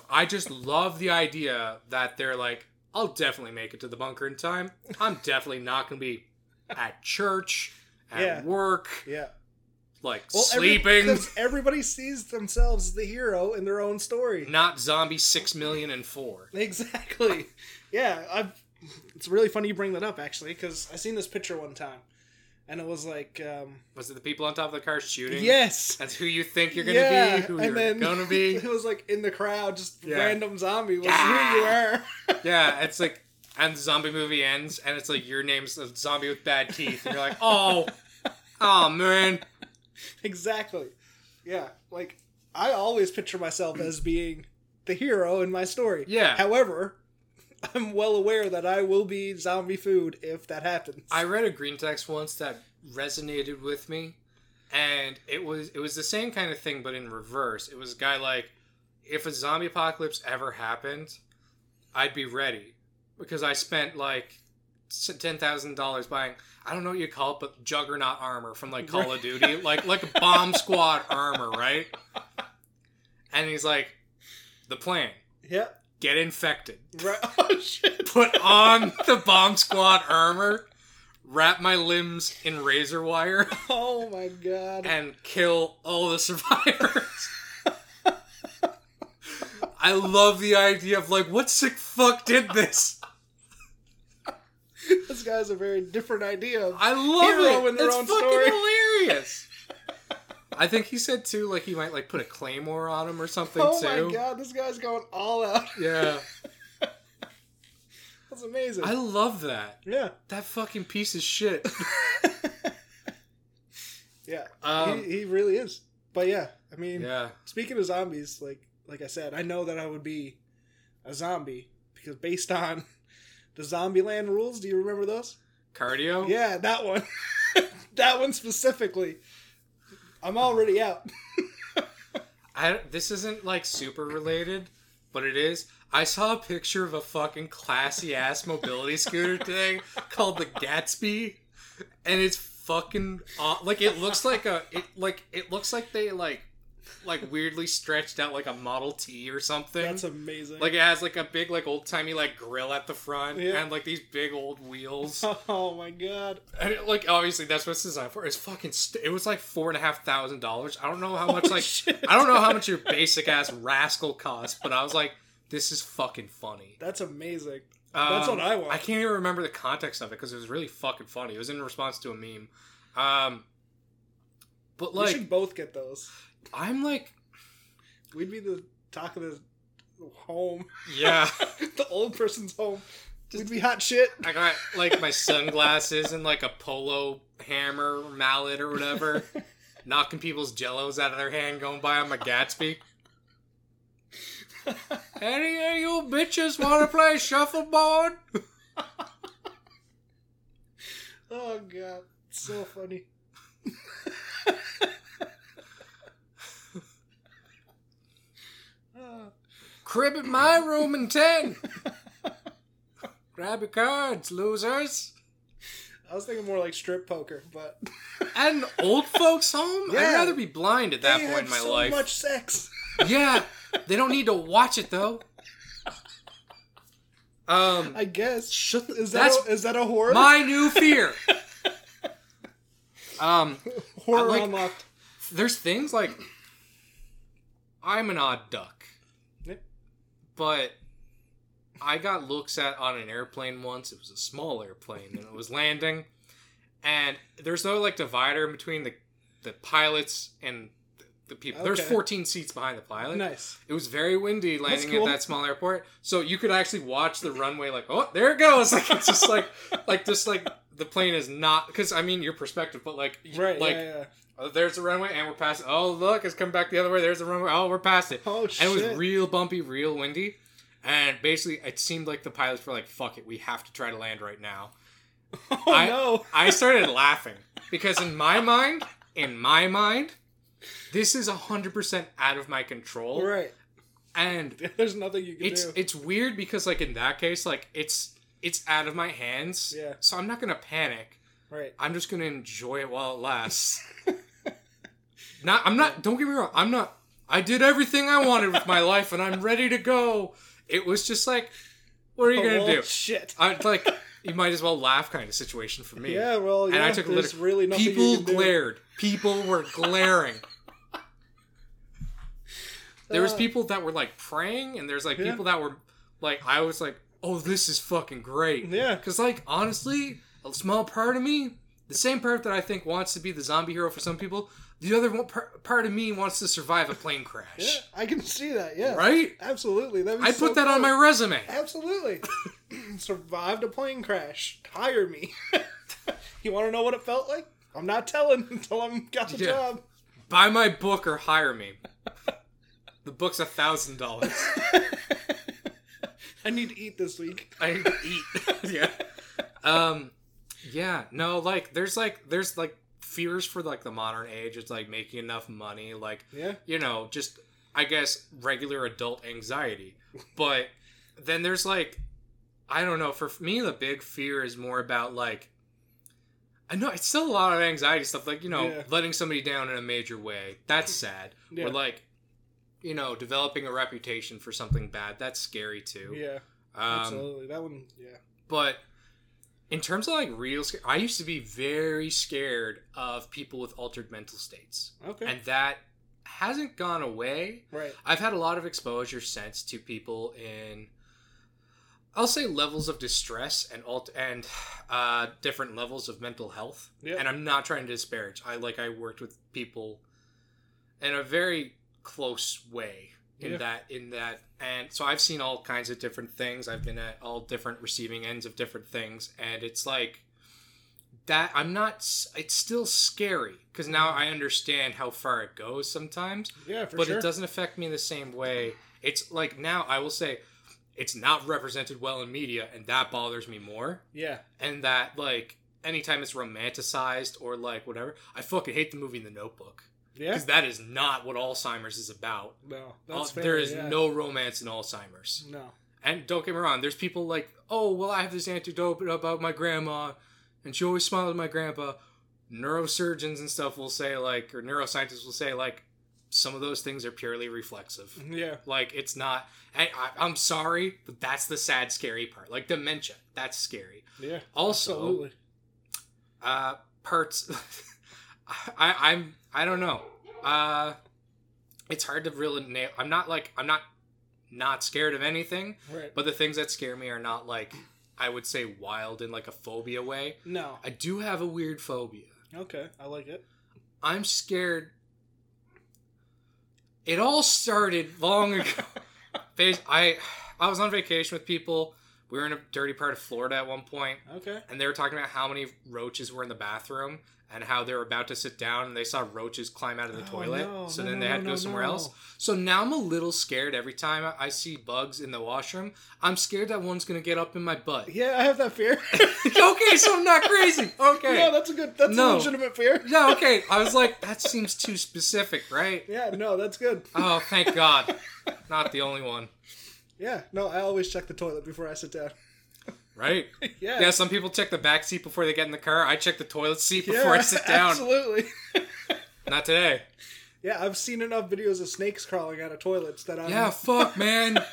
Speaker 1: i just love the idea that they're like i'll definitely make it to the bunker in time i'm definitely not going to be at church at
Speaker 2: Yeah.
Speaker 1: work
Speaker 2: yeah.
Speaker 1: like
Speaker 2: every-
Speaker 1: sleeping,
Speaker 2: 'cause everybody sees themselves as the hero in their own story.
Speaker 1: not zombie six million and four.
Speaker 2: Exactly. Yeah, I've. It's really funny you bring that up actually, because I seen this picture one time, and it was like, um,
Speaker 1: Was it the people on top of the car shooting?
Speaker 2: yes,
Speaker 1: That's who you think you're gonna
Speaker 2: yeah,
Speaker 1: be, who
Speaker 2: and
Speaker 1: you're
Speaker 2: then
Speaker 1: gonna be.
Speaker 2: It was like in the crowd, just
Speaker 1: Yeah.
Speaker 2: random zombie was
Speaker 1: Yeah.
Speaker 2: who you were.
Speaker 1: yeah, it's like and the zombie movie ends and it's like your name's a zombie with bad teeth, and you're like, Oh Oh man.
Speaker 2: exactly. Yeah, like I always picture myself as being the hero in my story.
Speaker 1: Yeah.
Speaker 2: However, I'm well aware that I will be zombie food if that happens.
Speaker 1: I read a green text once that resonated with me, and it was it was the same kind of thing, but in reverse. It was a guy like, if a zombie apocalypse ever happened, I'd be ready because I spent like ten thousand dollars buying I don't know what you call it, but juggernaut armor from like Call of Duty, like like bomb squad armor, right? And he's like, the plan:
Speaker 2: Yep.
Speaker 1: get infected,
Speaker 2: Right. Oh shit.
Speaker 1: put on the bomb squad armor, wrap my limbs in razor wire,
Speaker 2: Oh my god.
Speaker 1: and kill all the survivors. I love the idea of like, what sick fuck did this?
Speaker 2: this guy's a very different idea. of-
Speaker 1: I love
Speaker 2: Hero
Speaker 1: it.
Speaker 2: in their
Speaker 1: it's
Speaker 2: own
Speaker 1: fucking
Speaker 2: story.
Speaker 1: hilarious. I think he said too, like he might like put a claymore on him or something
Speaker 2: Oh
Speaker 1: too.
Speaker 2: my god, this guy's going all out.
Speaker 1: Yeah,
Speaker 2: That's amazing.
Speaker 1: I love that.
Speaker 2: yeah.
Speaker 1: That fucking piece of shit.
Speaker 2: Yeah.
Speaker 1: Um,
Speaker 2: he, he really is. But yeah, I mean,
Speaker 1: yeah,
Speaker 2: speaking of zombies, like like I said, I know that I would be a zombie because based on the Zombieland rules, do you remember those?
Speaker 1: cardio.
Speaker 2: Yeah, that one. that one specifically. I'm already out.
Speaker 1: I, this isn't like super related, but it is. I saw a picture of a fucking classy ass mobility scooter today called the Gatsby, and it's fucking aw- like it looks like a it like it looks like they like like weirdly stretched out like a Model T or something.
Speaker 2: That's amazing.
Speaker 1: like it has like a big like old timey like grill at the front
Speaker 2: Yeah.
Speaker 1: and like these big old wheels.
Speaker 2: oh my god.
Speaker 1: And it, like obviously that's what it's designed for. It's fucking. St- it was like four and a half thousand dollars. I don't know how much
Speaker 2: Holy
Speaker 1: like
Speaker 2: shit.
Speaker 1: I don't know how much your basic ass rascal costs, but I was like, this is fucking funny.
Speaker 2: That's amazing.
Speaker 1: Um,
Speaker 2: That's what I want.
Speaker 1: I can't even remember the context of it because it was really fucking funny. It was in response to a meme. Um, but
Speaker 2: we
Speaker 1: like
Speaker 2: should both get those.
Speaker 1: I'm like
Speaker 2: We'd be the talk of the home,
Speaker 1: yeah.
Speaker 2: the old person's home. We'd be hot shit.
Speaker 1: I got like my sunglasses and like a polo hammer or mallet or whatever, knocking people's jellos out of their hand, going by on my Gatsby. Any of you bitches want to play shuffleboard?
Speaker 2: Oh god, so funny. Ah,
Speaker 1: Crib at my room in 10. Grab your cards, losers.
Speaker 2: I was thinking more like strip poker, but
Speaker 1: At an old folks' home? I'd
Speaker 2: Yeah.
Speaker 1: rather be blind at that
Speaker 2: they
Speaker 1: point
Speaker 2: have
Speaker 1: in my
Speaker 2: so
Speaker 1: life.
Speaker 2: much sex.
Speaker 1: Yeah, they don't need to watch it though. Um,
Speaker 2: I guess.
Speaker 1: Shut the-
Speaker 2: is
Speaker 1: that's
Speaker 2: that a, is that a horror?
Speaker 1: my new fear. Um,
Speaker 2: horror
Speaker 1: like-
Speaker 2: unlocked.
Speaker 1: there's things like I'm an odd duck,
Speaker 2: Yeah.
Speaker 1: but I got looks at on an airplane once. It was a small airplane and it was landing, and there's no like divider in between the the pilots and the- the people. There's
Speaker 2: Okay.
Speaker 1: 14 seats behind the pilot.
Speaker 2: Nice.
Speaker 1: It was very windy landing
Speaker 2: cool.
Speaker 1: at that small airport, so you could actually watch the runway. Like, oh, there it goes! Like it's just like like just like the plane is not because I mean your perspective, but like y-
Speaker 2: Right.
Speaker 1: like
Speaker 2: yeah, yeah.
Speaker 1: Oh, there's the runway, and we're past it. Oh, look, it's coming back the other way. There's the runway. Oh, we're past it.
Speaker 2: Oh shit.
Speaker 1: And it was real bumpy, real windy. And basically, it seemed like the pilots were like, fuck it, we have to try to land right now.
Speaker 2: oh
Speaker 1: I-
Speaker 2: no.
Speaker 1: I started laughing because, in my mind, in my mind, this is 100% out of my control.
Speaker 2: Right.
Speaker 1: And
Speaker 2: There's nothing you can
Speaker 1: it's
Speaker 2: do.
Speaker 1: it's weird because like in that case like it's it's out of my hands
Speaker 2: Yeah.
Speaker 1: so i'm not gonna panic
Speaker 2: right.
Speaker 1: I'm just gonna enjoy it while it lasts. not I'm not don't get me wrong, I'm not I did everything I wanted with my life and I'm ready to go. It was just like what are you
Speaker 2: Oh,
Speaker 1: gonna do?
Speaker 2: Shit.
Speaker 1: I like you might as well laugh kind of situation for me.
Speaker 2: Yeah. Well.
Speaker 1: And
Speaker 2: yeah,
Speaker 1: I took a
Speaker 2: there's
Speaker 1: little
Speaker 2: really nothing you
Speaker 1: people
Speaker 2: can do.
Speaker 1: glared. People were glaring. There was
Speaker 2: Uh.
Speaker 1: people that were like praying and there's like
Speaker 2: Yeah.
Speaker 1: people that were like I was like, "Oh, this is fucking great."
Speaker 2: Yeah.
Speaker 1: Because, like, honestly, a small part of me, the same part that I think wants to be the zombie hero for some people, the other one, par- part of me wants to survive a plane crash.
Speaker 2: Yeah, I can see that. Yeah,
Speaker 1: Right?
Speaker 2: Absolutely. That
Speaker 1: I put that on my resume.
Speaker 2: Absolutely. Survived a plane crash. Hire me. you want to know what it felt like? I'm not telling until I'm got the
Speaker 1: Yeah.
Speaker 2: job.
Speaker 1: Buy my book or hire me. the book's a thousand dollars.
Speaker 2: I need to eat this week.
Speaker 1: I need to eat. yeah. Um. Yeah. No. Like, there's like, there's like fears for like the modern age. It's like making enough money. Like,
Speaker 2: Yeah.
Speaker 1: you know, just I guess regular adult anxiety. But then there's like I don't know. For me, the big fear is more about like, I know it's still a lot of anxiety stuff. Like you know,
Speaker 2: Yeah.
Speaker 1: letting somebody down in a major way. That's sad.
Speaker 2: Yeah.
Speaker 1: Or like, you know, developing a reputation for something bad. That's scary too.
Speaker 2: Yeah,
Speaker 1: Um,
Speaker 2: absolutely. That one, yeah.
Speaker 1: but in terms of like real, sca- I used to be very scared of people with altered mental states,
Speaker 2: Okay.
Speaker 1: and that hasn't gone away.
Speaker 2: right.
Speaker 1: I've had a lot of exposure since to people in, I'll say levels of distress and alt and uh, different levels of mental health.
Speaker 2: Yeah.
Speaker 1: And I'm not trying to disparage. I like I worked with people in a very close way in
Speaker 2: Yeah.
Speaker 1: that in that and so I've seen all kinds of different things. I've been at all different receiving ends of different things and it's like that I'm not s- it's still scary cuz now
Speaker 2: Mm-hmm.
Speaker 1: I understand how far it goes sometimes
Speaker 2: Yeah, for
Speaker 1: but
Speaker 2: sure.
Speaker 1: it doesn't affect me in the same way. It's like now I will say it's not represented well in media, and that bothers me more.
Speaker 2: yeah.
Speaker 1: And that like anytime it's romanticized or like whatever, I fucking hate the movie The Notebook
Speaker 2: Yeah.
Speaker 1: because that is not what Alzheimer's is about.
Speaker 2: No. That's
Speaker 1: Uh,
Speaker 2: fair.
Speaker 1: there is
Speaker 2: yeah.
Speaker 1: no romance in Alzheimer's.
Speaker 2: No.
Speaker 1: And don't get me wrong, there's people like, oh well, I have this antidote about my grandma, and she always smiled at my grandpa. Neurosurgeons and stuff will say like, or neuroscientists will say like, some of those things are purely reflexive.
Speaker 2: Yeah.
Speaker 1: Like it's not. I, I, I'm sorry, but that's the sad, scary part. Like dementia, that's scary.
Speaker 2: Yeah.
Speaker 1: Also,
Speaker 2: Absolutely.
Speaker 1: uh, parts. I, I'm. I don't know. Uh, it's hard to really nail. I'm not like. I'm not not scared of anything.
Speaker 2: Right.
Speaker 1: But the things that scare me are not like I would say wild in like a phobia way.
Speaker 2: No.
Speaker 1: I do have a weird phobia.
Speaker 2: Okay. I like it.
Speaker 1: I'm scared. It all started long ago. Bas- I I was on vacation with people. We were in a dirty part of Florida at one point,
Speaker 2: Okay.
Speaker 1: and they were talking about how many roaches were in the bathroom and how they were about to sit down and they saw roaches climb out of the
Speaker 2: Oh,
Speaker 1: toilet.
Speaker 2: no,
Speaker 1: so
Speaker 2: no,
Speaker 1: then
Speaker 2: no,
Speaker 1: they had to
Speaker 2: no,
Speaker 1: go
Speaker 2: no,
Speaker 1: somewhere
Speaker 2: no.
Speaker 1: else. So now I'm a little scared every time I- I see bugs in the washroom. I'm scared that one's gonna get up in my butt.
Speaker 2: Yeah, I have that fear.
Speaker 1: okay, so I'm not crazy. Okay.
Speaker 2: No, that's a good. That's
Speaker 1: No.
Speaker 2: a legitimate fear.
Speaker 1: yeah, okay. I was like, that seems too specific, right?
Speaker 2: Yeah. No, that's good.
Speaker 1: Oh, thank God. Not the only one.
Speaker 2: Yeah. No, I always check the toilet before I sit down.
Speaker 1: Right?
Speaker 2: Yeah.
Speaker 1: Yeah, some people check the back seat before they get in the car. I check the toilet seat before I sit down.
Speaker 2: Absolutely.
Speaker 1: Not today.
Speaker 2: Yeah, I've seen enough videos of snakes crawling out of toilets that I'm
Speaker 1: Yeah, fuck, man.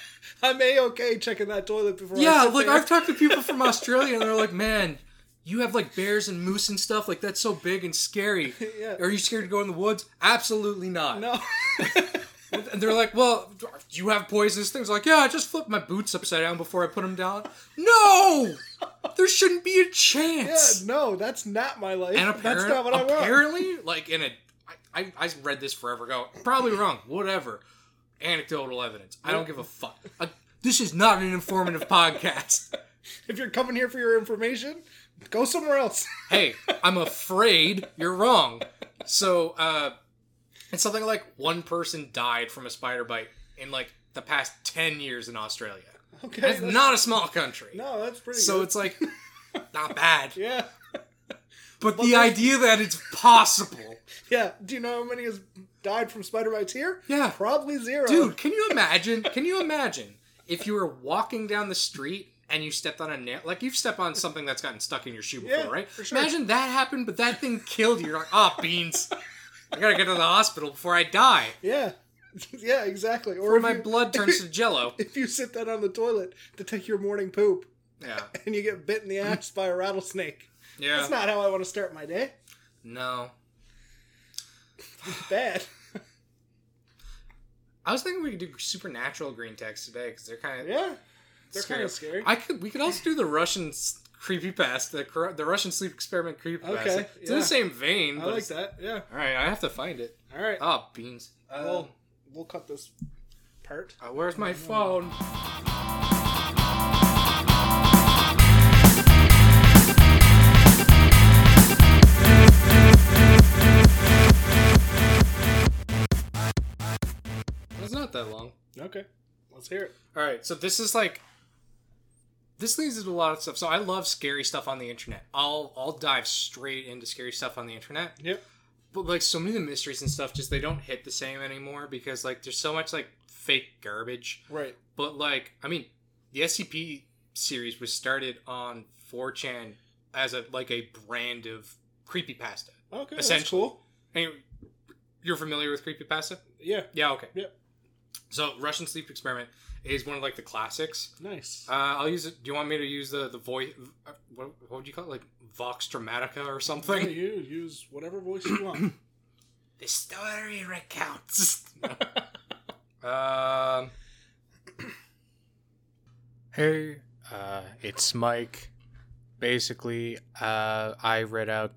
Speaker 2: I'm a okay checking that toilet before. I
Speaker 1: yeah,
Speaker 2: sit
Speaker 1: like
Speaker 2: there.
Speaker 1: I've talked to people from Australia and they're like, man, you have like bears and moose and stuff. Like, that's so big and scary.
Speaker 2: Yeah.
Speaker 1: Are you scared to go in the woods? Absolutely not.
Speaker 2: no.
Speaker 1: And they're like, well, do you have poisonous things? Like, yeah, I just flipped my boots upside down before I put them down. No! There shouldn't be a
Speaker 2: yeah,
Speaker 1: chance.
Speaker 2: no, that's not my life.
Speaker 1: and apparent,
Speaker 2: that's not what I want.
Speaker 1: apparently, like in a, I, I, I read this forever ago. Probably wrong. Whatever. Anecdotal evidence. I don't give a fuck. I, this is not an informative podcast.
Speaker 2: If you're coming here for your information, go somewhere else.
Speaker 1: Hey, I'm afraid you're wrong. So, uh, it's something like one person died from a spider bite in like the past ten years in Australia.
Speaker 2: okay.
Speaker 1: It's
Speaker 2: that's-
Speaker 1: not a small country.
Speaker 2: No, that's pretty.
Speaker 1: so
Speaker 2: good.
Speaker 1: it's like not bad.
Speaker 2: yeah,
Speaker 1: But
Speaker 2: Well,
Speaker 1: the
Speaker 2: there's-
Speaker 1: idea that it's possible.
Speaker 2: yeah. Do you know how many has died from spider bites here?
Speaker 1: Yeah.
Speaker 2: Probably zero.
Speaker 1: Dude, can you imagine? Can you imagine if you were walking down the street and you stepped on a nail? Like you've stepped on something that's gotten stuck in your shoe before,
Speaker 2: Yeah,
Speaker 1: right?
Speaker 2: for sure.
Speaker 1: Imagine that happened, but that thing killed you. You're like, oh, beans. I gotta get to the hospital before I die.
Speaker 2: Yeah, yeah, exactly. Or
Speaker 1: Or
Speaker 2: if
Speaker 1: my
Speaker 2: you-
Speaker 1: blood turns to jello.
Speaker 2: If you sit that on the toilet to take your morning poop
Speaker 1: Yeah.
Speaker 2: and you get bit in the ass by a rattlesnake,
Speaker 1: Mm. Yeah.
Speaker 2: that's not how I want to start my day.
Speaker 1: no.
Speaker 2: Bad.
Speaker 1: I was thinking we could do supernatural green text today because they're kind of
Speaker 2: Yeah. They're kind of scary.
Speaker 1: I could. We could also do the Russian creepy past the cor- the Russian sleep experiment creepy past.
Speaker 2: Okay,
Speaker 1: it's in
Speaker 2: yeah.
Speaker 1: the same vein.
Speaker 2: I
Speaker 1: But
Speaker 2: like
Speaker 1: it's-
Speaker 2: that. Yeah.
Speaker 1: All right, I have to find it.
Speaker 2: All right.
Speaker 1: Oh, beans.
Speaker 2: we'll, we'll cut this part.
Speaker 1: Uh, where's my phone? It's not that long.
Speaker 2: Okay. Let's hear it.
Speaker 1: All right, so this is like this leads to a lot of stuff. So I love scary stuff on the internet. I'll I'll dive straight into scary stuff on the internet.
Speaker 2: Yep.
Speaker 1: But like so many of the mysteries and stuff, just they don't hit the same anymore because like there's so much like fake garbage.
Speaker 2: Right.
Speaker 1: But like I mean, the SCP series was started on 4chan as a like a brand of creepypasta.
Speaker 2: Okay, that's
Speaker 1: Essentially.
Speaker 2: cool.
Speaker 1: And you're familiar with creepypasta?
Speaker 2: Yeah,
Speaker 1: Yeah, okay.
Speaker 2: Yep.
Speaker 1: So Russian sleep experiment is one of like the classics.
Speaker 2: nice.
Speaker 1: Uh, I'll use it. Do you want me to use the the voice? uh, What, what would you call it? Like Vox Dramatica or
Speaker 2: Yeah,
Speaker 1: something?
Speaker 2: you use whatever voice you want.
Speaker 1: the story recounts. um. Hey, uh, it's Mike. Basically, uh, I read out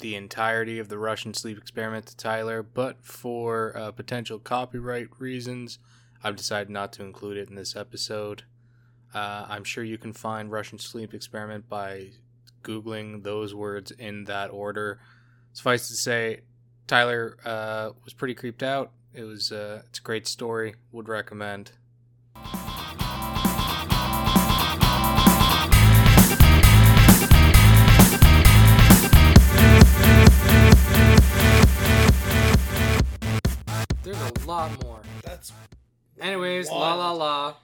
Speaker 1: the entirety of the Russian sleep experiment to Tyler, but for uh, potential copyright reasons, I've decided not to include it in this episode. Uh, I'm sure you can find Russian sleep experiment by Googling those words in that order. Suffice to say, Tyler uh, was pretty creeped out. It was uh, it's a great story. Would recommend. There's a lot more.
Speaker 2: That's
Speaker 1: Anyways, la
Speaker 2: Wild.
Speaker 1: la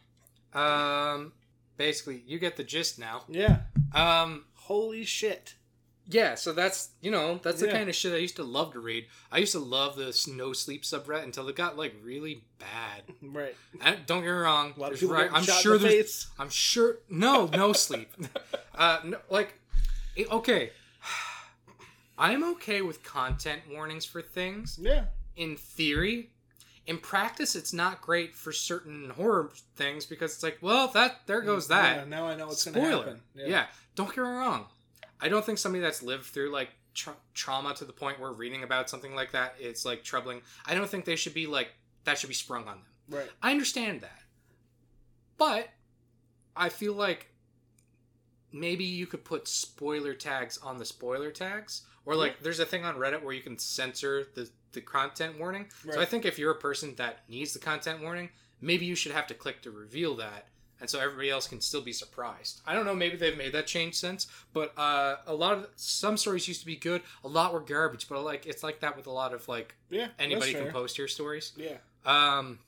Speaker 1: la. Um, basically, you get the gist now.
Speaker 2: yeah.
Speaker 1: Um,
Speaker 2: Holy shit.
Speaker 1: yeah, so that's you know that's the
Speaker 2: Yeah.
Speaker 1: kind of shit I used to love to read. I used to love the no sleep subreddit until it got like really bad.
Speaker 2: Right.
Speaker 1: I, don't get me wrong.
Speaker 2: A lot of
Speaker 1: there's
Speaker 2: people.
Speaker 1: right-
Speaker 2: getting
Speaker 1: I'm
Speaker 2: shot in
Speaker 1: sure
Speaker 2: the
Speaker 1: there's.
Speaker 2: face.
Speaker 1: I'm sure. No, no sleep. Uh, no, like, it- okay. I'm okay with content warnings for things
Speaker 2: Yeah.
Speaker 1: in theory. In practice, it's not great for certain horror things because it's like, well, that there goes that.
Speaker 2: Yeah, now I know what's going to
Speaker 1: Spoiler.
Speaker 2: happen.
Speaker 1: Yeah. Don't get me wrong. I don't think somebody that's lived through like tra- trauma to the point where reading about something like that it's like troubling. I don't think they should be like that should be sprung on them.
Speaker 2: Right.
Speaker 1: I understand that. But I feel like maybe you could put spoiler tags on the spoiler tags or like there's a thing on Reddit where you can censor the the content warning.
Speaker 2: Right.
Speaker 1: So I think if you're a person that needs the content warning, maybe you should have to click to reveal that and so everybody else can still be surprised. I don't know, maybe they've made that change since, but uh, a lot of some stories used to be good, a lot were garbage, but like it's like that with a lot of like
Speaker 2: Yeah. that's
Speaker 1: anybody can
Speaker 2: fair.
Speaker 1: post your stories.
Speaker 2: Yeah.
Speaker 1: Um,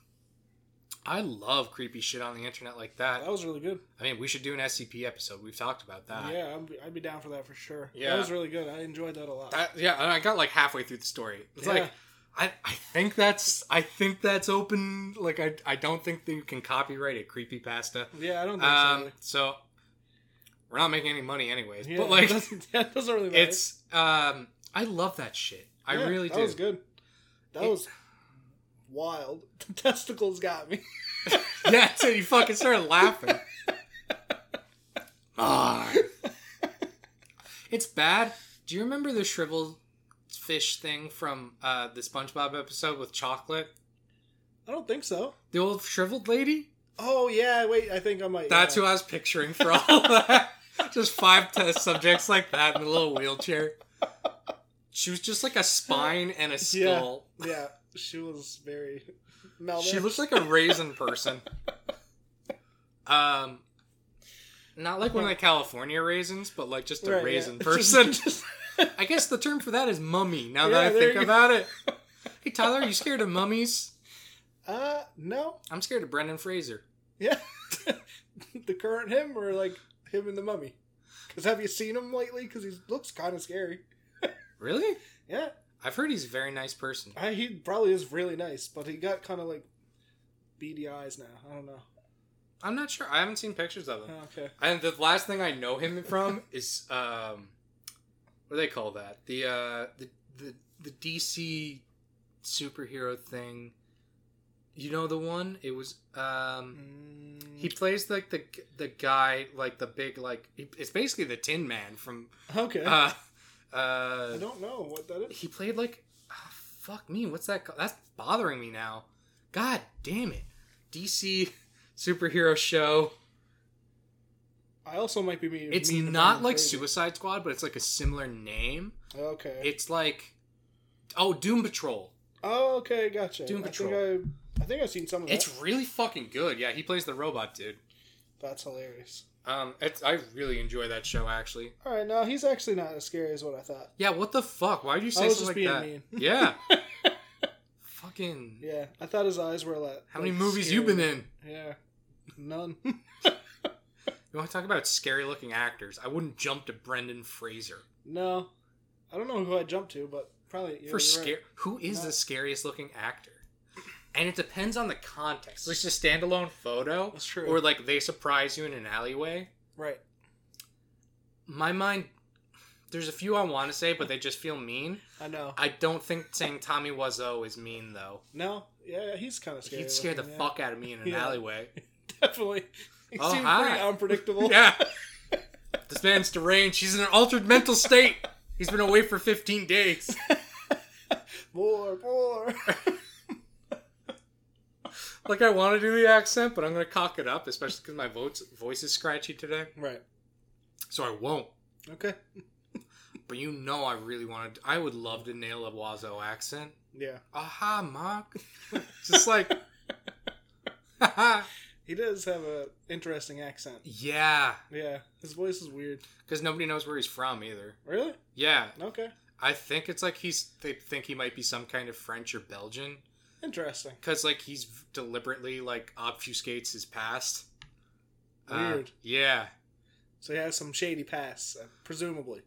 Speaker 1: I love creepy shit on the internet like that.
Speaker 2: That was really good.
Speaker 1: I mean, we should do an SCP episode. We've talked about that.
Speaker 2: yeah, I'd be, I'd be down for that for sure.
Speaker 1: Uh, Yeah.
Speaker 2: That was really good. I enjoyed that a lot.
Speaker 1: That- yeah, and I got like halfway through the story. It's
Speaker 2: Yeah.
Speaker 1: like I, I think that's I think that's open. Like I, I don't think that you can copyright a creepy pasta.
Speaker 2: yeah, I don't think so.
Speaker 1: Um,
Speaker 2: really.
Speaker 1: so we're not making any money anyways.
Speaker 2: Yeah,
Speaker 1: but like,
Speaker 2: that doesn't, that doesn't really matter.
Speaker 1: it's um, I love that shit. I
Speaker 2: Yeah,
Speaker 1: really
Speaker 2: that
Speaker 1: do.
Speaker 2: That was good. That
Speaker 1: It-
Speaker 2: was wild. The testicles got me.
Speaker 1: yeah, so you fucking started laughing. Ah. It's bad. Do you remember the shriveled fish thing from uh, the SpongeBob episode with chocolate?
Speaker 2: I don't think so.
Speaker 1: The old shriveled lady?
Speaker 2: Oh yeah, wait. I think I might.
Speaker 1: That's
Speaker 2: yeah.
Speaker 1: who I was picturing for all that. Just five test subjects like that in a little wheelchair. She was just like a spine and a
Speaker 2: Yeah.
Speaker 1: skull.
Speaker 2: Yeah, she was very. Malnourished.
Speaker 1: She looks like a raisin person. Um, not like one of the California raisins, but like just a
Speaker 2: Right, yeah.
Speaker 1: raisin
Speaker 2: Just-
Speaker 1: person.
Speaker 2: just-
Speaker 1: I guess the term for that is mummy. Now
Speaker 2: Yeah,
Speaker 1: that I
Speaker 2: there
Speaker 1: think
Speaker 2: you go.
Speaker 1: about it. Hey Tyler, are you scared of mummies?
Speaker 2: uh, no.
Speaker 1: I'm scared of Brendan Fraser.
Speaker 2: Yeah. the current him or like him and the mummy? Because have you seen him lately? Because he looks kind of scary.
Speaker 1: Really?
Speaker 2: Yeah,
Speaker 1: I've heard he's a very nice person.
Speaker 2: I, he probably is really nice, but he got kind of like beady eyes now. I don't know. Uh,
Speaker 1: I'm not sure. I haven't seen pictures of him.
Speaker 2: Okay.
Speaker 1: And the last thing I know him from is um, what do they call that? The uh, the the the DC superhero thing. You know the one? It was um, he
Speaker 2: Mm,
Speaker 1: plays like the the guy like the big like it's basically the Tin Man from
Speaker 2: okay.
Speaker 1: uh
Speaker 2: I
Speaker 1: uh
Speaker 2: don't know what that is.
Speaker 1: he played like ah, fuck me what's that ca- that's bothering me now god damn it dc superhero show
Speaker 2: I also might be mean.
Speaker 1: it's
Speaker 2: mean if
Speaker 1: not
Speaker 2: I'm
Speaker 1: like
Speaker 2: crazy.
Speaker 1: suicide squad but it's like a similar name
Speaker 2: Okay.
Speaker 1: it's like oh doom patrol
Speaker 2: oh, okay. Gotcha.
Speaker 1: Doom
Speaker 2: I
Speaker 1: Patrol.
Speaker 2: Think I, I think I've seen some of that.
Speaker 1: it's really fucking good yeah he plays the robot dude
Speaker 2: That's hilarious.
Speaker 1: um it's, i really enjoy that show actually
Speaker 2: All right, no, he's actually not as scary as what I thought.
Speaker 1: yeah what the fuck why would you say
Speaker 2: I was
Speaker 1: something
Speaker 2: just
Speaker 1: like
Speaker 2: being
Speaker 1: that
Speaker 2: mean.
Speaker 1: yeah fucking
Speaker 2: Yeah, I thought his eyes were a lot.
Speaker 1: how many movies you been in
Speaker 2: Yeah, none.
Speaker 1: You want to talk about scary looking actors? I wouldn't jump to Brendan Fraser
Speaker 2: No, I don't know who I jumped to, but probably you're-
Speaker 1: for
Speaker 2: you're
Speaker 1: scare.
Speaker 2: right.
Speaker 1: Who is
Speaker 2: No.
Speaker 1: the scariest looking actor? And it depends on the context. Like just a standalone photo,
Speaker 2: That's true.
Speaker 1: or like they surprise you in an alleyway.
Speaker 2: Right.
Speaker 1: My mind, there's a few I want to say, but they just feel mean.
Speaker 2: I know.
Speaker 1: I don't think saying Tommy Wiseau is mean though.
Speaker 2: No. Yeah, he's kind of scary.
Speaker 1: He'd scare the
Speaker 2: looking, yeah.
Speaker 1: fuck out of me in an
Speaker 2: Yeah.
Speaker 1: alleyway.
Speaker 2: Definitely. He
Speaker 1: Oh,
Speaker 2: seemed
Speaker 1: hi.
Speaker 2: pretty unpredictable.
Speaker 1: Yeah. this man's deranged. He's in an altered mental state. He's been away for 15 days.
Speaker 2: More, more.
Speaker 1: Like, I want to do the accent, but I'm going to cock it up, especially because my votes, voice is scratchy today.
Speaker 2: right.
Speaker 1: So I won't.
Speaker 2: Okay.
Speaker 1: But you know, I really want to. I would love to nail a Wazo accent.
Speaker 2: Yeah.
Speaker 1: Aha, Mark. Just like. Haha.
Speaker 2: He does have a interesting accent.
Speaker 1: yeah.
Speaker 2: Yeah. His voice is weird.
Speaker 1: Because nobody knows where he's from either.
Speaker 2: Really?
Speaker 1: Yeah.
Speaker 2: Okay.
Speaker 1: I think it's like he's. They think he might be some kind of French or Belgian.
Speaker 2: Interesting.
Speaker 1: because like he's deliberately like obfuscates his past. Uh,
Speaker 2: Weird.
Speaker 1: yeah,
Speaker 2: So he has some shady past, uh, presumably.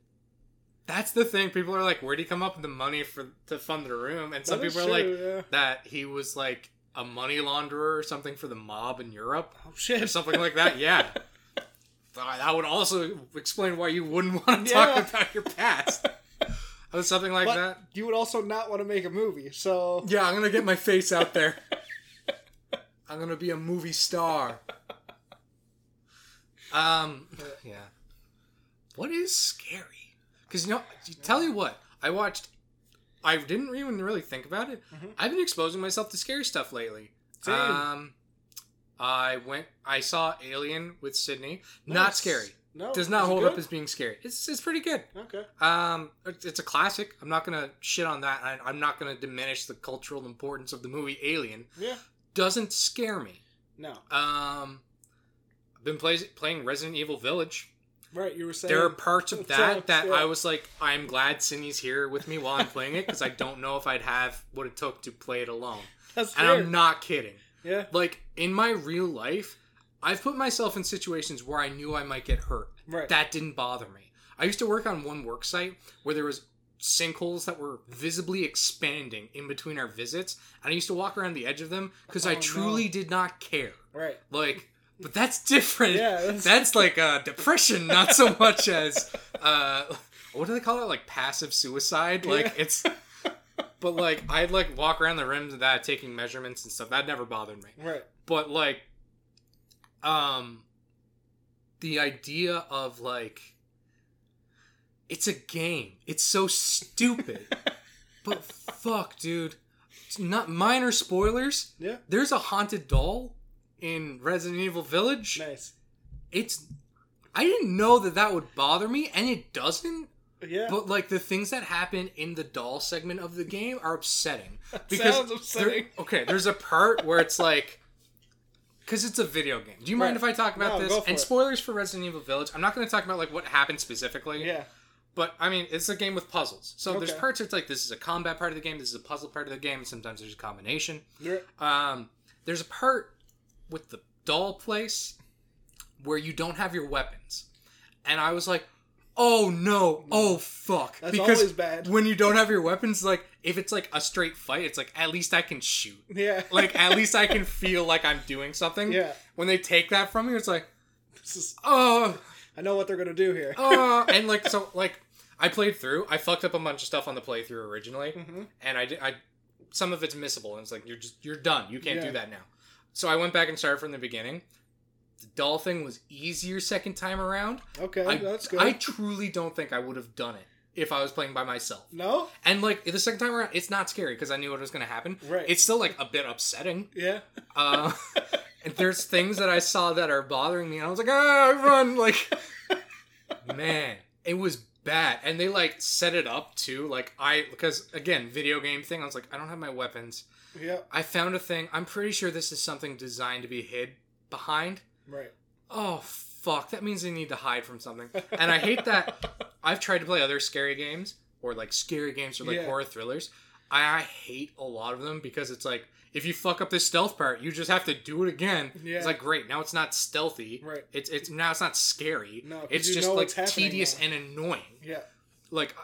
Speaker 1: that's the thing. People are like, where would he come up with the money for to fund the room? And some
Speaker 2: That is
Speaker 1: people are like
Speaker 2: true, yeah.
Speaker 1: that he was like a money launderer or something for the mob in Europe
Speaker 2: oh shit.
Speaker 1: or something like that. Yeah. Uh, That would also explain why you wouldn't want to
Speaker 2: Yeah.
Speaker 1: talk about your past. Or something like
Speaker 2: But
Speaker 1: that.
Speaker 2: you would also not want to make a movie, so
Speaker 1: Yeah, I'm gonna get my face out there. I'm gonna be a movie star. Um, yeah. What is scary? Because you know, you- tell you what, I watched. I didn't even really think about it.
Speaker 2: Mhm.
Speaker 1: I've been exposing myself to scary stuff lately.
Speaker 2: Same.
Speaker 1: Um, I went. I saw Alien with Sydney. Not
Speaker 2: Nice.
Speaker 1: scary.
Speaker 2: No,
Speaker 1: Does not
Speaker 2: is it
Speaker 1: hold
Speaker 2: good?
Speaker 1: up as being scary. It's it's pretty good.
Speaker 2: okay.
Speaker 1: Um, it's it's a classic. I'm not gonna shit on that. I, I'm not gonna diminish the cultural importance of the movie Alien.
Speaker 2: Yeah.
Speaker 1: Doesn't scare me.
Speaker 2: No,
Speaker 1: Um, I've been plays, playing Resident Evil Village.
Speaker 2: right. You were saying
Speaker 1: There are parts of that
Speaker 2: Sucks,
Speaker 1: that
Speaker 2: yeah.
Speaker 1: I was like, I'm glad Cindy's here with me while I'm playing it because I don't know if I'd have what it took to play it alone.
Speaker 2: That's
Speaker 1: And
Speaker 2: fair.
Speaker 1: I'm not kidding.
Speaker 2: yeah,
Speaker 1: Like in my real life, I've put myself in situations where I knew I might get hurt
Speaker 2: right.
Speaker 1: that didn't bother me. I used to work on one work site where there was sinkholes that were visibly expanding in between our visits, and I used to walk around the edge of them because I
Speaker 2: Oh, no.
Speaker 1: truly did not care.
Speaker 2: right.
Speaker 1: Like, but that's different.
Speaker 2: Yeah,
Speaker 1: that's,
Speaker 2: that's-
Speaker 1: like uh, depression, not so much as uh, what do they call it? Like passive suicide. Like
Speaker 2: Yeah.
Speaker 1: it's. But like I'd like walk around the rims of that, taking measurements and stuff. That never bothered me
Speaker 2: Right.
Speaker 1: but like um the idea of like it's a game it's so stupid but fuck dude it's not minor spoilers
Speaker 2: Yeah.
Speaker 1: there's a haunted doll in resident evil village
Speaker 2: Nice.
Speaker 1: it's i didn't know that that would bother me and it doesn't
Speaker 2: Yeah.
Speaker 1: but like the things that happen in the doll segment of the game are upsetting.
Speaker 2: sounds upsetting.
Speaker 1: there- okay, there's a part where it's like, because it's a video game. Do you mind if I
Speaker 2: Right.
Speaker 1: talk about
Speaker 2: No,
Speaker 1: this?
Speaker 2: go for
Speaker 1: and
Speaker 2: it.
Speaker 1: spoilers for Resident Evil Village. I'm not going to talk about like what happened specifically.
Speaker 2: yeah.
Speaker 1: But I mean, it's a game with puzzles. So there's
Speaker 2: Okay.
Speaker 1: parts where it's like this is a combat part of the game, this is a puzzle part of the game. and Sometimes there's a combination.
Speaker 2: You're,
Speaker 1: Um, there's a part with the doll place where you don't have your weapons, and I was like, "Oh no! Oh fuck!"
Speaker 2: That's always bad.
Speaker 1: When you don't have your weapons, like if it's like a straight fight, it's like at least I can shoot.
Speaker 2: yeah.
Speaker 1: Like at least I can feel like I'm doing something.
Speaker 2: Yeah.
Speaker 1: When they take that from you, it's like,
Speaker 2: this is,
Speaker 1: oh,
Speaker 2: I know what they're gonna do here.
Speaker 1: oh, and like so, like I played through. I fucked up a bunch of stuff on the playthrough originally
Speaker 2: hmm
Speaker 1: and I, di- I some of it's missable and it's like you're just you're done you can't
Speaker 2: Yeah.
Speaker 1: do that now so i went back and started from the beginning the doll thing was easier second time around
Speaker 2: Okay,
Speaker 1: I,
Speaker 2: Oh, that's good.
Speaker 1: I truly don't think i would have done it if i was playing by myself
Speaker 2: no.
Speaker 1: and like the second time around it's not scary because i knew what was going to happen
Speaker 2: Right.
Speaker 1: it's still like a bit upsetting
Speaker 2: Yeah.
Speaker 1: uh, and there's things that i saw that are bothering me and i was like ah run like man it was bad and they like set it up too like i because again video game thing i was like i don't have my weapons
Speaker 2: Yeah.
Speaker 1: i found a thing i'm pretty sure this is something designed to be hid behind
Speaker 2: Right.
Speaker 1: oh fuck that means they need to hide from something and i hate that i've tried to play other scary games or like scary games or like
Speaker 2: Yeah.
Speaker 1: horror thrillers I, I hate a lot of them because it's like if you fuck up this stealth part, you just have to do it again.
Speaker 2: Yeah.
Speaker 1: It's like great. Now it's not stealthy.
Speaker 2: Right.
Speaker 1: It's it's now it's not scary.
Speaker 2: No, 'cause
Speaker 1: It's
Speaker 2: you
Speaker 1: just
Speaker 2: know
Speaker 1: like
Speaker 2: what's happening
Speaker 1: tedious
Speaker 2: now.
Speaker 1: and annoying.
Speaker 2: Yeah.
Speaker 1: Like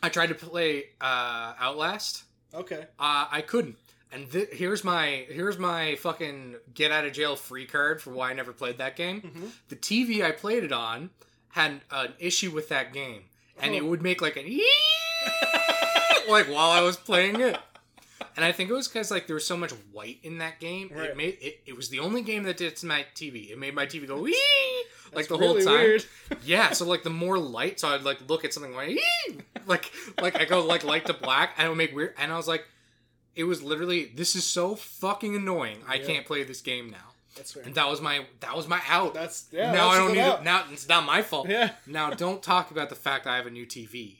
Speaker 1: I tried to play uh Outlast.
Speaker 2: Okay.
Speaker 1: Uh, I couldn't. And th- here's my here's my fucking get out of jail free card for why I never played that game.
Speaker 2: Mhm.
Speaker 1: The TV I played it on had an issue with that game, and it
Speaker 2: Oh.
Speaker 1: would make like an like while I was playing it. And I think it was because like there was so much white in that game. It
Speaker 2: Right.
Speaker 1: made it, it was the only game that did it to my TV. It made my TV go "Ee!" like
Speaker 2: That's
Speaker 1: the whole
Speaker 2: really
Speaker 1: time.
Speaker 2: Weird.
Speaker 1: Yeah, so like the more light, so I'd like look at something like, "Ee!" like like I go like light to black, and it would make weird. And I was like, it was literally this is so fucking annoying. I
Speaker 2: Yeah.
Speaker 1: can't play this game now.
Speaker 2: That's fair.
Speaker 1: And that was my that was my out.
Speaker 2: That's yeah.
Speaker 1: now
Speaker 2: that's
Speaker 1: I don't
Speaker 2: good
Speaker 1: need
Speaker 2: out.
Speaker 1: it. Now it's not my fault.
Speaker 2: Yeah.
Speaker 1: Now don't talk about the fact I have a new TV.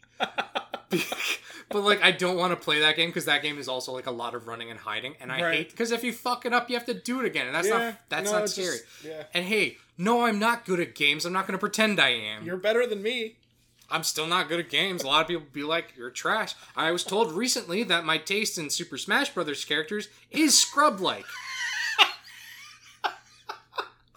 Speaker 1: but like I don't want to play that game because that game is also like a lot of running and hiding, and I
Speaker 2: Right.
Speaker 1: hate because if you fuck it up, you have to do it again, and that's
Speaker 2: Yeah,
Speaker 1: not that's
Speaker 2: no,
Speaker 1: not
Speaker 2: it's
Speaker 1: scary.
Speaker 2: just- yeah.
Speaker 1: And hey, no, I'm not good at games. I'm not going to pretend I am.
Speaker 2: You're better than me.
Speaker 1: I'm still not good at games. A lot of people be like, "You're trash." I was told recently that my taste in Super Smash Brothers characters is scrub-like.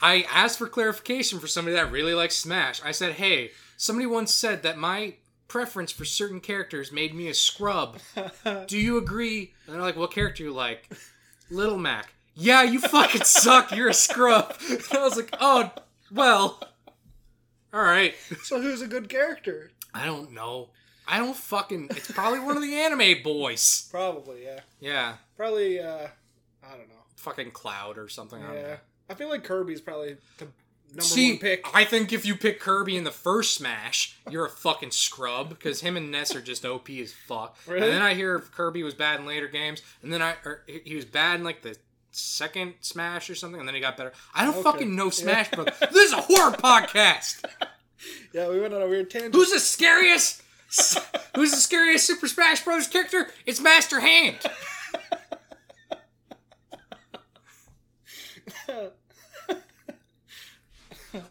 Speaker 1: I asked for clarification for somebody that really likes Smash. I said, "Hey, somebody once said that my preference for certain characters made me a scrub. Do you agree?" And they're like, "What character you like?" Little Mac. Yeah, you fucking suck. You're a scrub. I was like, "Oh, well." All right.
Speaker 2: So who's a good character?
Speaker 1: I don't know. I don't fucking. It's probably one of the anime boys.
Speaker 2: Probably yeah.
Speaker 1: Yeah,
Speaker 2: Probably uh, I don't know.
Speaker 1: fucking Cloud or something. I don't
Speaker 2: Yeah.
Speaker 1: know.
Speaker 2: I feel like Kirby's probably the number
Speaker 1: See,
Speaker 2: one pick.
Speaker 1: I think if you pick Kirby in the first Smash, you're a fucking scrub because him and Ness are just OP as fuck.
Speaker 2: Really?
Speaker 1: And then I hear Kirby was bad in later games, and then I or he he was bad in like the second Smash or something, and then he got better. I don't
Speaker 2: Okay.
Speaker 1: fucking know
Speaker 2: Yeah.
Speaker 1: Smash bro. This is a horror podcast.
Speaker 2: Yeah, we went on a weird tangent.
Speaker 1: Who's the scariest? Who's the scariest Super Smash Bros. character? It's Master Hand.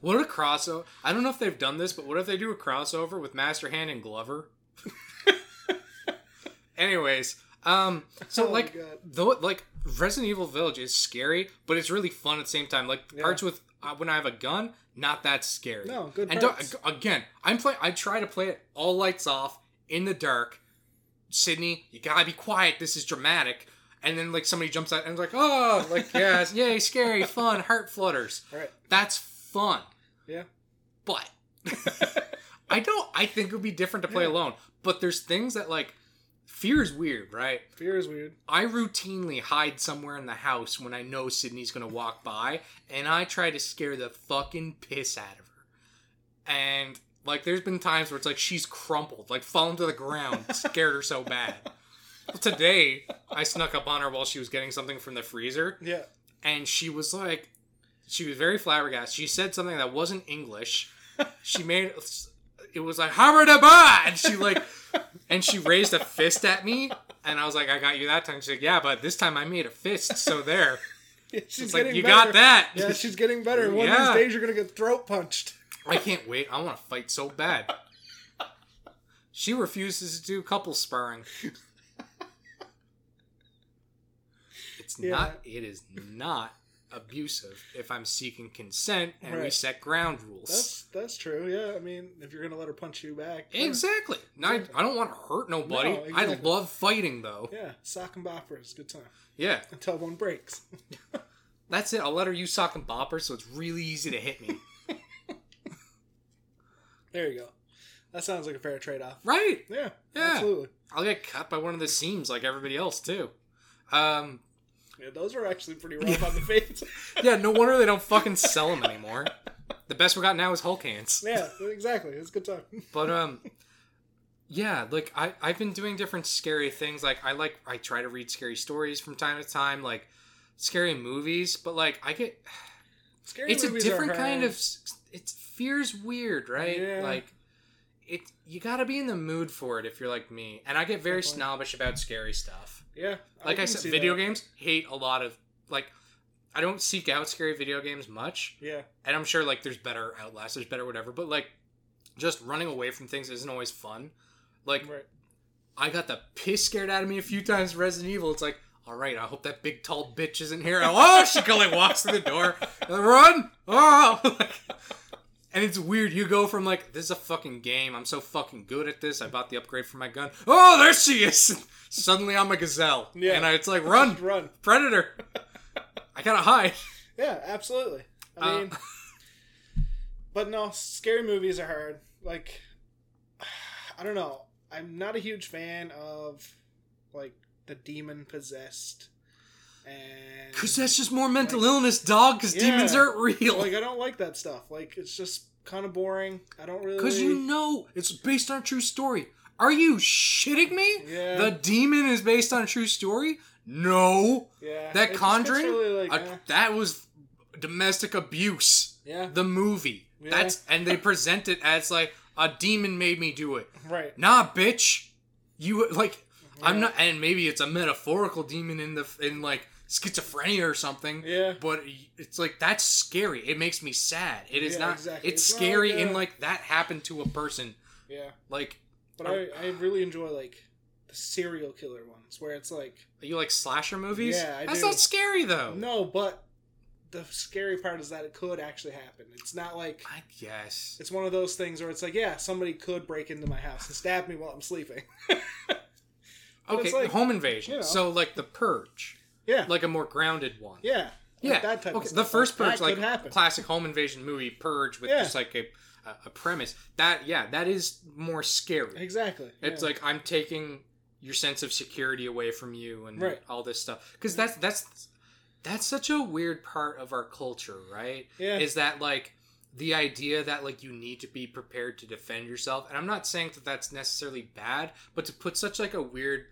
Speaker 1: What a crossover! I don't know if they've done this, but what if they do a crossover with Master Hand and Glover? Anyways, um, so
Speaker 2: Oh,
Speaker 1: like
Speaker 2: God.
Speaker 1: though like Resident Evil Village is scary, but it's really fun at the same time. Like
Speaker 2: Yeah.
Speaker 1: parts with uh, when I have a gun, not that scary.
Speaker 2: No, good
Speaker 1: And don't-
Speaker 2: parts.
Speaker 1: again, I'm play. I try to play it all lights off in the dark. Sydney, you gotta be quiet. This is dramatic. And then like somebody jumps out and it's like, oh, like yes, yay, scary, fun, heart flutters.
Speaker 2: All right.
Speaker 1: That's fun
Speaker 2: Yeah.
Speaker 1: but I don't. I think it would be different to play
Speaker 2: Yeah.
Speaker 1: alone. But there's things that like fear is weird, right?
Speaker 2: Fear is weird.
Speaker 1: I routinely hide somewhere in the house when I know Sydney's gonna walk by, and I try to scare the fucking piss out of her. And like, there's been times where it's like she's crumpled, like fallen to the ground, scared her so bad. Well, today, I snuck up on her while she was getting something from the freezer,
Speaker 2: Yeah.
Speaker 1: and she was like she was very flabbergasted she said something that wasn't english she made it was like hammer da ba and she like and she raised a fist at me and i was like i got you that time she's like yeah but this time i made a fist so there
Speaker 2: Yeah, she's
Speaker 1: it's like
Speaker 2: getting
Speaker 1: you
Speaker 2: better.
Speaker 1: got that
Speaker 2: Yeah, she's getting better. One
Speaker 1: Yeah.
Speaker 2: of these days, you're gonna get throat punched.
Speaker 1: i can't wait i want to fight so bad she refuses to do couple sparring it's
Speaker 2: Yeah.
Speaker 1: not it is not abusive if i'm seeking consent and we
Speaker 2: Right.
Speaker 1: set ground rules
Speaker 2: That's that's true. Yeah, I mean, if you're gonna let her punch you back,
Speaker 1: Exactly. No, I, I don't want to hurt nobody.
Speaker 2: No, exactly.
Speaker 1: I love fighting though.
Speaker 2: yeah, sock and boppers, good time
Speaker 1: Yeah.
Speaker 2: until one breaks.
Speaker 1: That's it. I'll let her use sock and bopper so it's really easy to hit me.
Speaker 2: There you go. That sounds like a fair trade-off.
Speaker 1: right.
Speaker 2: Yeah,
Speaker 1: Yeah.
Speaker 2: absolutely.
Speaker 1: I'll get cut by one of the seams like everybody else too. Um
Speaker 2: Yeah, those are actually pretty rough on the face.
Speaker 1: yeah, no wonder they don't fucking sell them anymore. The best we got now is Hulk hands.
Speaker 2: yeah, exactly. It's a good time.
Speaker 1: But um yeah, like I I've been doing different scary things. Like I like I try to read scary stories from time to time, like scary movies, but like I get
Speaker 2: Scary
Speaker 1: it's a
Speaker 2: movies are
Speaker 1: different
Speaker 2: hard.
Speaker 1: kind of s- it's fear's weird right
Speaker 2: Yeah.
Speaker 1: like it you gotta be in the mood for it if you're like me and i get very
Speaker 2: Definitely.
Speaker 1: snobbish about scary stuff
Speaker 2: yeah.
Speaker 1: like i,
Speaker 2: can see
Speaker 1: said video
Speaker 2: that.
Speaker 1: games hate a lot of like i don't seek out scary video games much
Speaker 2: Yeah,
Speaker 1: and i'm sure like there's better outlast there's better whatever but like just running away from things isn't always fun like
Speaker 2: right.
Speaker 1: I got the piss scared out of me a few times. in Resident Evil. It's like, all right, I hope that big tall bitch isn't here. And, oh, she go like walks through the door. and Run! Oh, like, and it's weird. You go from like this is a fucking game. I'm so fucking good at this. I bought the upgrade for my gun. Oh, there she is. Suddenly I'm a gazelle.
Speaker 2: Yeah.
Speaker 1: And I, it's like run,
Speaker 2: Run.
Speaker 1: predator. I gotta hide.
Speaker 2: Yeah, absolutely. I
Speaker 1: Uh,
Speaker 2: mean, but no, scary movies are hard. Like, I don't know. I'm not a huge fan of like the demon possessed, and
Speaker 1: Cause that's just more mental illness, dog. Cause demons
Speaker 2: Yeah.
Speaker 1: aren't real.
Speaker 2: like I don't like that stuff. Like it's just kind of boring. I don't really.
Speaker 1: Because you know it's based on a true story. Are you shitting me?
Speaker 2: Yeah.
Speaker 1: The demon is based on a true story? No.
Speaker 2: yeah,
Speaker 1: That
Speaker 2: it just gets
Speaker 1: Conjuring?
Speaker 2: really, like,
Speaker 1: Uh,
Speaker 2: eh.
Speaker 1: that was domestic abuse.
Speaker 2: yeah,
Speaker 1: The movie.
Speaker 2: Yeah.
Speaker 1: That's and they present it as like a demon made me do it.
Speaker 2: right.
Speaker 1: Nah, bitch. You like I'm
Speaker 2: Yeah.
Speaker 1: not and maybe it's a metaphorical demon in the in like schizophrenia or something.
Speaker 2: Yeah.
Speaker 1: But it's like that's scary. It makes me sad. It is
Speaker 2: Yeah,
Speaker 1: not
Speaker 2: exactly.
Speaker 1: it's,
Speaker 2: It's not
Speaker 1: scary
Speaker 2: like uh,
Speaker 1: in
Speaker 2: a-
Speaker 1: like that happened to a person.
Speaker 2: Yeah,
Speaker 1: Like
Speaker 2: but I I really enjoy like the serial killer ones where it's like
Speaker 1: you like slasher movies?
Speaker 2: Yeah, I
Speaker 1: That's
Speaker 2: do.
Speaker 1: not scary though.
Speaker 2: no, but the scary part is that it could actually happen. It's not like
Speaker 1: I guess.
Speaker 2: It's one of those things where it's like, yeah, somebody could break into my house and stab me while I'm sleeping. But
Speaker 1: Okay,
Speaker 2: it's like,
Speaker 1: home invasion.
Speaker 2: you know.
Speaker 1: So like the purge,
Speaker 2: Yeah,
Speaker 1: like a more grounded one.
Speaker 2: yeah, Like
Speaker 1: Yeah.
Speaker 2: that type.
Speaker 1: okay.
Speaker 2: of stuff.
Speaker 1: the first
Speaker 2: That
Speaker 1: purge, like
Speaker 2: could happen.
Speaker 1: classic home invasion movie purge with
Speaker 2: Yeah.
Speaker 1: just like a a premise. That yeah, that is more scary.
Speaker 2: exactly.
Speaker 1: It's like I'm taking your sense of security away from you and
Speaker 2: Right.
Speaker 1: all this stuff. Because that's that's that's such a weird part of our culture, right?
Speaker 2: Yeah.
Speaker 1: Is that like the idea that like you need to be prepared to defend yourself? And I'm not saying that that's necessarily bad, but to put such like a weird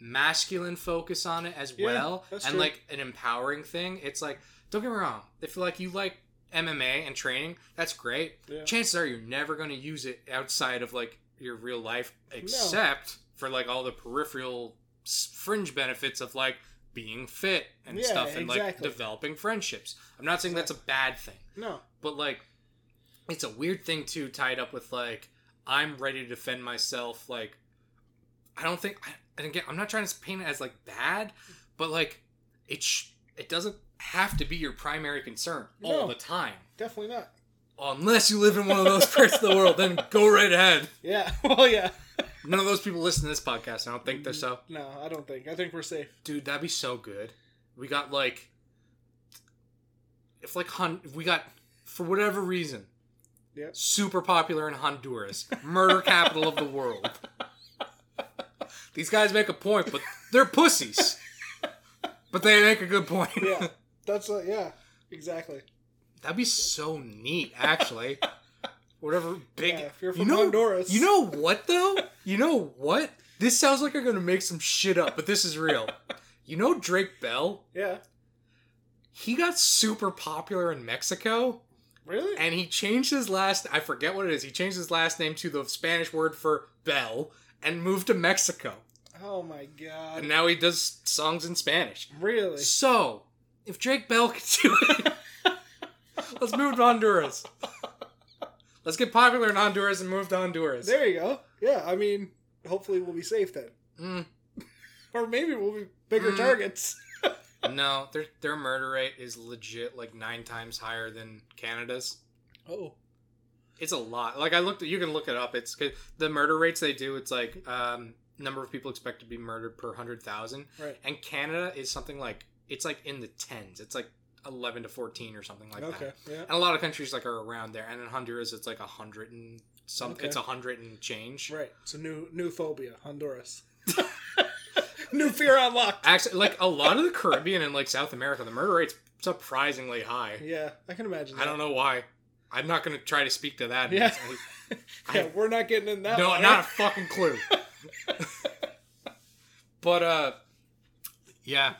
Speaker 1: masculine focus on it as
Speaker 2: Yeah,
Speaker 1: well and
Speaker 2: that's true.
Speaker 1: like an empowering thing. It's like don't get me wrong, if like you like MMA and training, that's great
Speaker 2: yeah.
Speaker 1: chances are you're never going to use it outside of like your real life except for like all the peripheral s- fringe benefits of like being fit and
Speaker 2: Yeah,
Speaker 1: stuff and like
Speaker 2: exactly.
Speaker 1: developing friendships i'm not saying that's a bad thing
Speaker 2: no,
Speaker 1: but like it's a weird thing too tied up with like i'm ready to defend myself like i don't think I, and again i'm not trying to paint it as like bad but like it sh- it doesn't have to be your primary concern all
Speaker 2: No.
Speaker 1: the time
Speaker 2: definitely not.
Speaker 1: unless you live in one of those parts of the world, then go right ahead.
Speaker 2: Yeah, well, yeah.
Speaker 1: None of those people listen to this podcast. I don't think they're so.
Speaker 2: No, I don't think. I think we're safe.
Speaker 1: Dude, that'd be so good. We got like, if like Hon, if we got for whatever reason,
Speaker 2: Yeah.
Speaker 1: super popular in Honduras, murder capital of the world. These guys make a point, but they're pussies. But they make a good point.
Speaker 2: Yeah, that's uh, yeah, exactly.
Speaker 1: That'd be so neat, actually. Whatever big.
Speaker 2: Yeah, if you're
Speaker 1: you
Speaker 2: from
Speaker 1: know,
Speaker 2: Honduras.
Speaker 1: You know what though? You know what? This sounds like I'm gonna make some shit up, but this is real. You know Drake Bell?
Speaker 2: Yeah,
Speaker 1: He got super popular in Mexico,
Speaker 2: really?
Speaker 1: and he changed his last. I forget what it is. He changed his last name to the Spanish word for bell, and moved to Mexico.
Speaker 2: oh my god,
Speaker 1: And now he does songs in Spanish.
Speaker 2: really?
Speaker 1: So, if Drake Bell can do it, let's move to Honduras. Let's get popular in Honduras and move to Honduras.
Speaker 2: There you go. Yeah, I mean, hopefully we'll be safe then,
Speaker 1: Mm,
Speaker 2: or maybe we'll be bigger
Speaker 1: Mm.
Speaker 2: targets.
Speaker 1: no, their their murder rate is legit like nine times higher than Canada's.
Speaker 2: Oh,
Speaker 1: It's a lot. Like I looked, you can look it up. It's 'cause the murder rates they do. It's like um, number of people expect to be murdered per hundred thousand,
Speaker 2: right.
Speaker 1: and Canada is something like it's like in the tens. It's like eleven to fourteen or something like that.
Speaker 2: okay. Yeah.
Speaker 1: And a lot of countries like are around there, and in Honduras it's like a hundred and some.
Speaker 2: Okay.
Speaker 1: It's a hundred and change.
Speaker 2: Right. So new new phobia, Honduras. new fear unlocked.
Speaker 1: Actually, like a lot of the Caribbean and like South America, the murder rate's surprisingly high.
Speaker 2: Yeah, I can imagine. That.
Speaker 1: I don't know why. I'm not going to try to speak to that.
Speaker 2: Yeah.
Speaker 1: I-
Speaker 2: Yeah, we're not getting in that.
Speaker 1: no,
Speaker 2: water.
Speaker 1: not a fucking clue. but uh, yeah,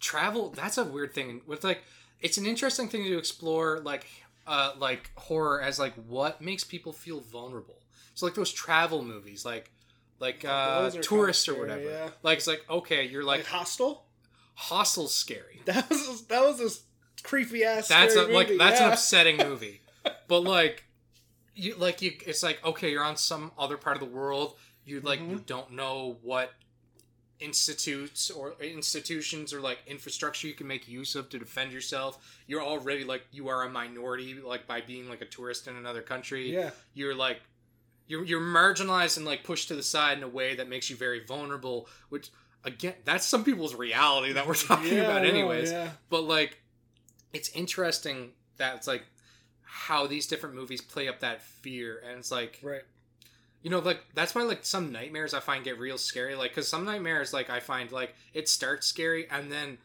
Speaker 1: travel. That's a weird thing. With like, it's an interesting thing to explore. Like, uh, like horror as like what makes people feel vulnerable. So like those travel movies, like like uh,
Speaker 2: Those are
Speaker 1: tourists or
Speaker 2: kinda
Speaker 1: whatever.
Speaker 2: scary, yeah.
Speaker 1: Like it's like okay, you're
Speaker 2: Like,
Speaker 1: like
Speaker 2: hostile.
Speaker 1: hostels scary.
Speaker 2: That was that was this creepy ass.
Speaker 1: that's a,
Speaker 2: scary
Speaker 1: like
Speaker 2: movie,
Speaker 1: that's an
Speaker 2: yeah.
Speaker 1: upsetting movie but like you like you it's like okay you're on some other part of the world You like
Speaker 2: Mhm.
Speaker 1: you don't know what institutes or institutions or like infrastructure you can make use of to defend yourself. You're already like you are a minority like by being like a tourist in another country.
Speaker 2: Yeah.
Speaker 1: You're like you're you're marginalized and like pushed to the side in a way that makes you very vulnerable, which again, that's some people's reality that we're talking
Speaker 2: yeah,
Speaker 1: about
Speaker 2: I know,
Speaker 1: anyways
Speaker 2: Yeah.
Speaker 1: but like it's interesting that it's like how these different movies play up that fear and it's like
Speaker 2: Right.
Speaker 1: you know like that's why like some nightmares i find get real scary like because some nightmares like i find like it starts scary and then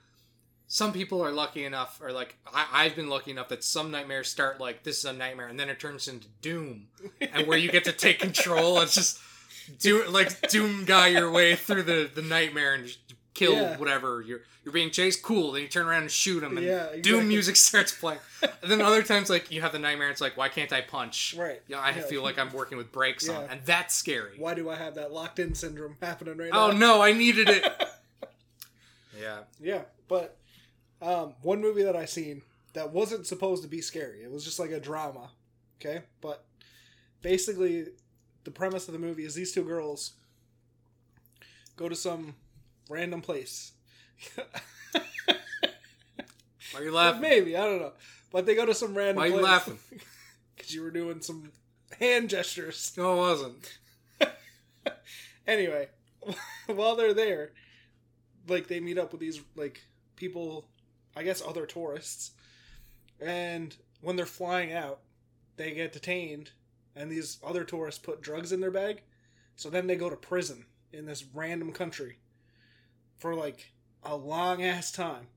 Speaker 1: some people are lucky enough or like I, i've been lucky enough that some nightmares start like this is a nightmare and then it turns into doom and where you get to take control and just do like doom guy your way through the the nightmare and just kill
Speaker 2: Yeah.
Speaker 1: whatever you're you're being chased cool then you turn around and shoot him and
Speaker 2: Yeah, exactly.
Speaker 1: doom music starts playing and then other times like you have the nightmare it's like why can't i punch
Speaker 2: Right.
Speaker 1: yeah, I
Speaker 2: Yeah.
Speaker 1: feel like I'm working with brakes on,
Speaker 2: Yeah.
Speaker 1: and that's scary.
Speaker 2: Why do I have that locked in syndrome happening right
Speaker 1: Oh
Speaker 2: now?
Speaker 1: no, I needed it. yeah,
Speaker 2: Yeah, but um, one movie that I seen that wasn't supposed to be scary. It was just like a drama. Okay, but basically, the premise of the movie is these two girls go to some random place.
Speaker 1: why are you laughing?
Speaker 2: Maybe I don't know, but they go to some random.
Speaker 1: Why are you
Speaker 2: place.
Speaker 1: laughing?
Speaker 2: Because you were doing some hand gestures.
Speaker 1: No, it wasn't.
Speaker 2: anyway, while they're there, like they meet up with these like people, I guess other tourists, and when they're flying out, they get detained, and these other tourists put drugs in their bag, so then they go to prison in this random country for like a long ass time.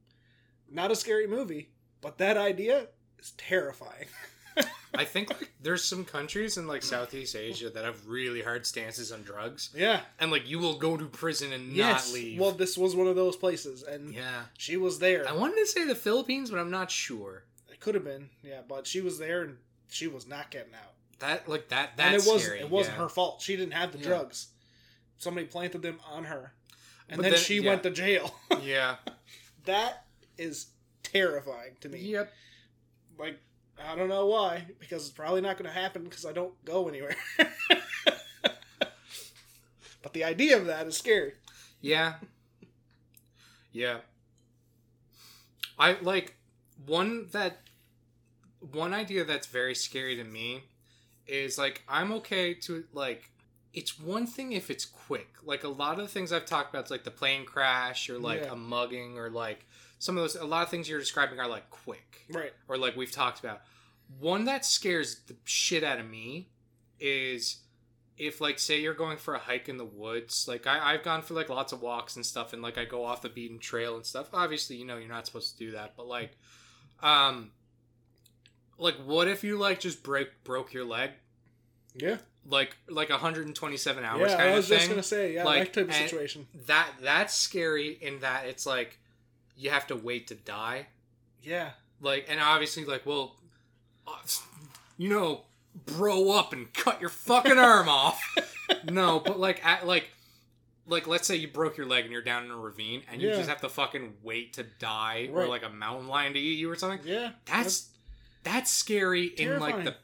Speaker 2: Not a scary movie, but that idea is terrifying.
Speaker 1: I think like there's some countries in like Southeast Asia that have really hard stances on drugs,
Speaker 2: Yeah.
Speaker 1: and like you will go to prison and
Speaker 2: yes.
Speaker 1: not leave.
Speaker 2: Well, this was one of those places, and
Speaker 1: yeah,
Speaker 2: she was there.
Speaker 1: I wanted to say the Philippines, but I'm not sure.
Speaker 2: It could have been, yeah, but she was there and she was not getting out.
Speaker 1: That like that
Speaker 2: and
Speaker 1: that's
Speaker 2: it wasn't
Speaker 1: scary.
Speaker 2: it wasn't
Speaker 1: yeah.
Speaker 2: her fault. She didn't have the
Speaker 1: Yeah.
Speaker 2: drugs. Somebody planted them on her. And
Speaker 1: But
Speaker 2: then,
Speaker 1: then-
Speaker 2: she
Speaker 1: yeah.
Speaker 2: went to jail.
Speaker 1: Yeah.
Speaker 2: that is terrifying to me.
Speaker 1: Yep.
Speaker 2: Like I don't know why because it's probably not going to happen because I don't go anywhere. but the idea of that is scary.
Speaker 1: Yeah. Yeah. I like one that one idea that's very scary to me is like I'm okay to like it's one thing if it's quick. Like a lot of the things I've talked about, it's like the plane crash or like
Speaker 2: Yeah.
Speaker 1: a mugging or like some of those a lot of things you're describing are like quick
Speaker 2: Right.
Speaker 1: or like we've talked about. One that scares the shit out of me is if like say you're going for a hike in the woods. Like I, I've gone for like lots of walks and stuff and like I go off the beaten trail and stuff. Obviously, you know you're not supposed to do that, but like um like what if you like just break broke your leg?
Speaker 2: Yeah.
Speaker 1: Like like 127 hours
Speaker 2: yeah,
Speaker 1: kind
Speaker 2: I
Speaker 1: of
Speaker 2: was
Speaker 1: thing
Speaker 2: just going to say, yeah,
Speaker 1: Like,
Speaker 2: that type of
Speaker 1: and-
Speaker 2: situation.
Speaker 1: that that's scary in that it's like you have to wait to die
Speaker 2: Yeah.
Speaker 1: like and obviously like well uh, you know bro up and cut your fucking arm off no but like at like like let's say you broke your leg and you're down in a ravine and you
Speaker 2: Yeah.
Speaker 1: just have to fucking wait to die or
Speaker 2: Right.
Speaker 1: like a mountain lion to eat you or something
Speaker 2: Yeah.
Speaker 1: that's that's scary in like the
Speaker 2: Terrifying.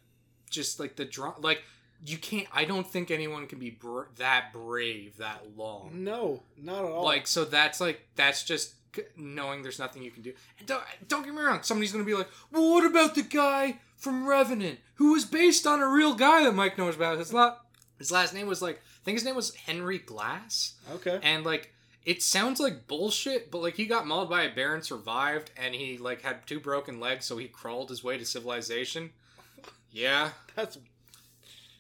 Speaker 1: just like the drum like you can't i don't think anyone can be br- that brave that long
Speaker 2: No, not at all.
Speaker 1: like so that's like that's just c- knowing there's nothing you can do. And don't, don't get me wrong, somebody's gonna be like, well, what about the guy from Revenant who was based on a real guy that Mike knows about? His lot, his last name was like I think his name was Henry Glass,
Speaker 2: okay.
Speaker 1: and like it sounds like bullshit, but like he got mauled by a bear and survived, and he like had two broken legs, so he crawled his way to civilization. Yeah.
Speaker 2: That's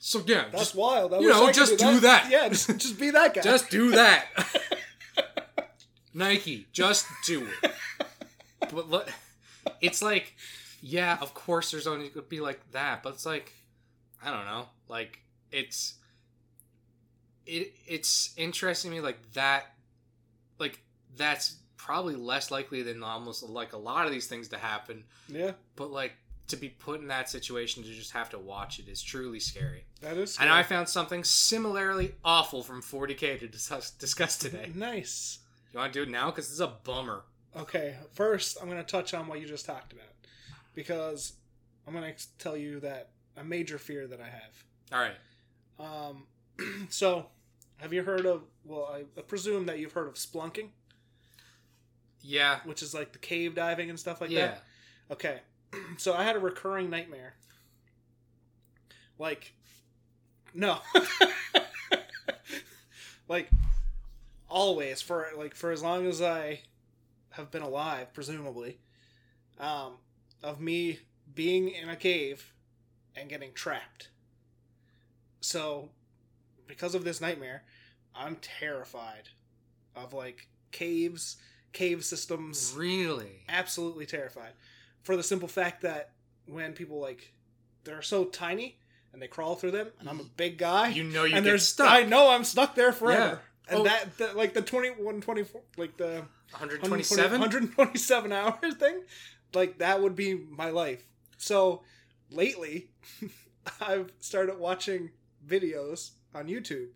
Speaker 1: So yeah,
Speaker 2: That's
Speaker 1: just,
Speaker 2: wild. I
Speaker 1: you
Speaker 2: wish
Speaker 1: know,
Speaker 2: I could
Speaker 1: just do that.
Speaker 2: Yeah, just, just be that guy.
Speaker 1: Just do that. Nike, just do it. But look, it's like, yeah, of course there's only going to be like that, but it's like, I don't know. Like, it's, it, it's interesting to me, like, that, like, that's probably less likely than almost like a lot of these things to happen,
Speaker 2: yeah,
Speaker 1: but like, to be put in that situation to just have to watch it is truly scary.
Speaker 2: that is.
Speaker 1: And I found something similarly awful from 40K to discuss, discuss today.
Speaker 2: nice.
Speaker 1: You want to do it now? Because this is a bummer.
Speaker 2: Okay, first I'm going to touch on what you just talked about because I'm going to tell you that a major fear that I have.
Speaker 1: All right.
Speaker 2: Um, so Have you heard of? Well, I presume that you've heard of splunking,
Speaker 1: Yeah.
Speaker 2: which is like the cave diving and stuff like
Speaker 1: yeah.
Speaker 2: that. Okay. So I had a recurring nightmare. Like no. like always for like for as long as I have been alive, presumably, um, of me being in a cave and getting trapped. So because of this nightmare, I'm terrified of like caves, cave systems
Speaker 1: Really?
Speaker 2: absolutely terrified for the simple fact that when people like they're so tiny and they crawl through them and i'm a big guy
Speaker 1: Mm. You know you get
Speaker 2: and there's
Speaker 1: stuck.
Speaker 2: i know i'm stuck there forever and
Speaker 1: Oh.
Speaker 2: that, that like the 2124 like the
Speaker 1: 127?
Speaker 2: 127 hours thing like that would be my life so lately i've started watching videos on youtube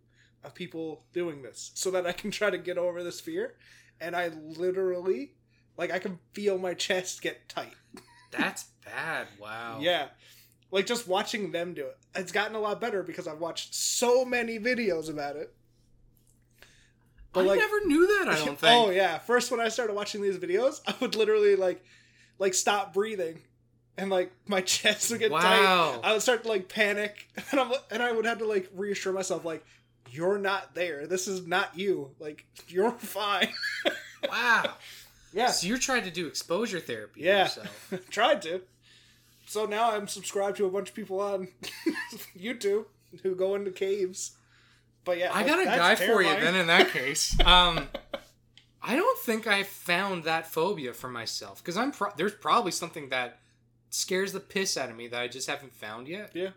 Speaker 2: of people doing this so that i can try to get over this fear and i literally like i can feel my chest get tight
Speaker 1: That's bad. Wow.
Speaker 2: yeah like just watching them do it it's gotten a lot better because i've watched so many videos about it
Speaker 1: I
Speaker 2: But, like-
Speaker 1: never knew that, I don't think.
Speaker 2: Oh yeah. First when I started watching these videos, I would literally like like stop breathing and like my chest would get tight.
Speaker 1: Wow.
Speaker 2: I would start to like panic and I'm and I would have to like reassure myself like you're not there. This is not you. Like you're fine.
Speaker 1: Wow.
Speaker 2: Yeah.
Speaker 1: So you're trying to do exposure therapy
Speaker 2: Yeah.
Speaker 1: to yourself.
Speaker 2: Tried to. So now I'm subscribed to a bunch of people on YouTube who go into caves. But yeah,
Speaker 1: I
Speaker 2: like,
Speaker 1: got a
Speaker 2: that's
Speaker 1: guy for you
Speaker 2: terrifying.
Speaker 1: then in that case. Um I don't think I found that phobia for myself because I'm pro- there's probably something that scares the piss out of me that I just haven't found yet.
Speaker 2: Yeah.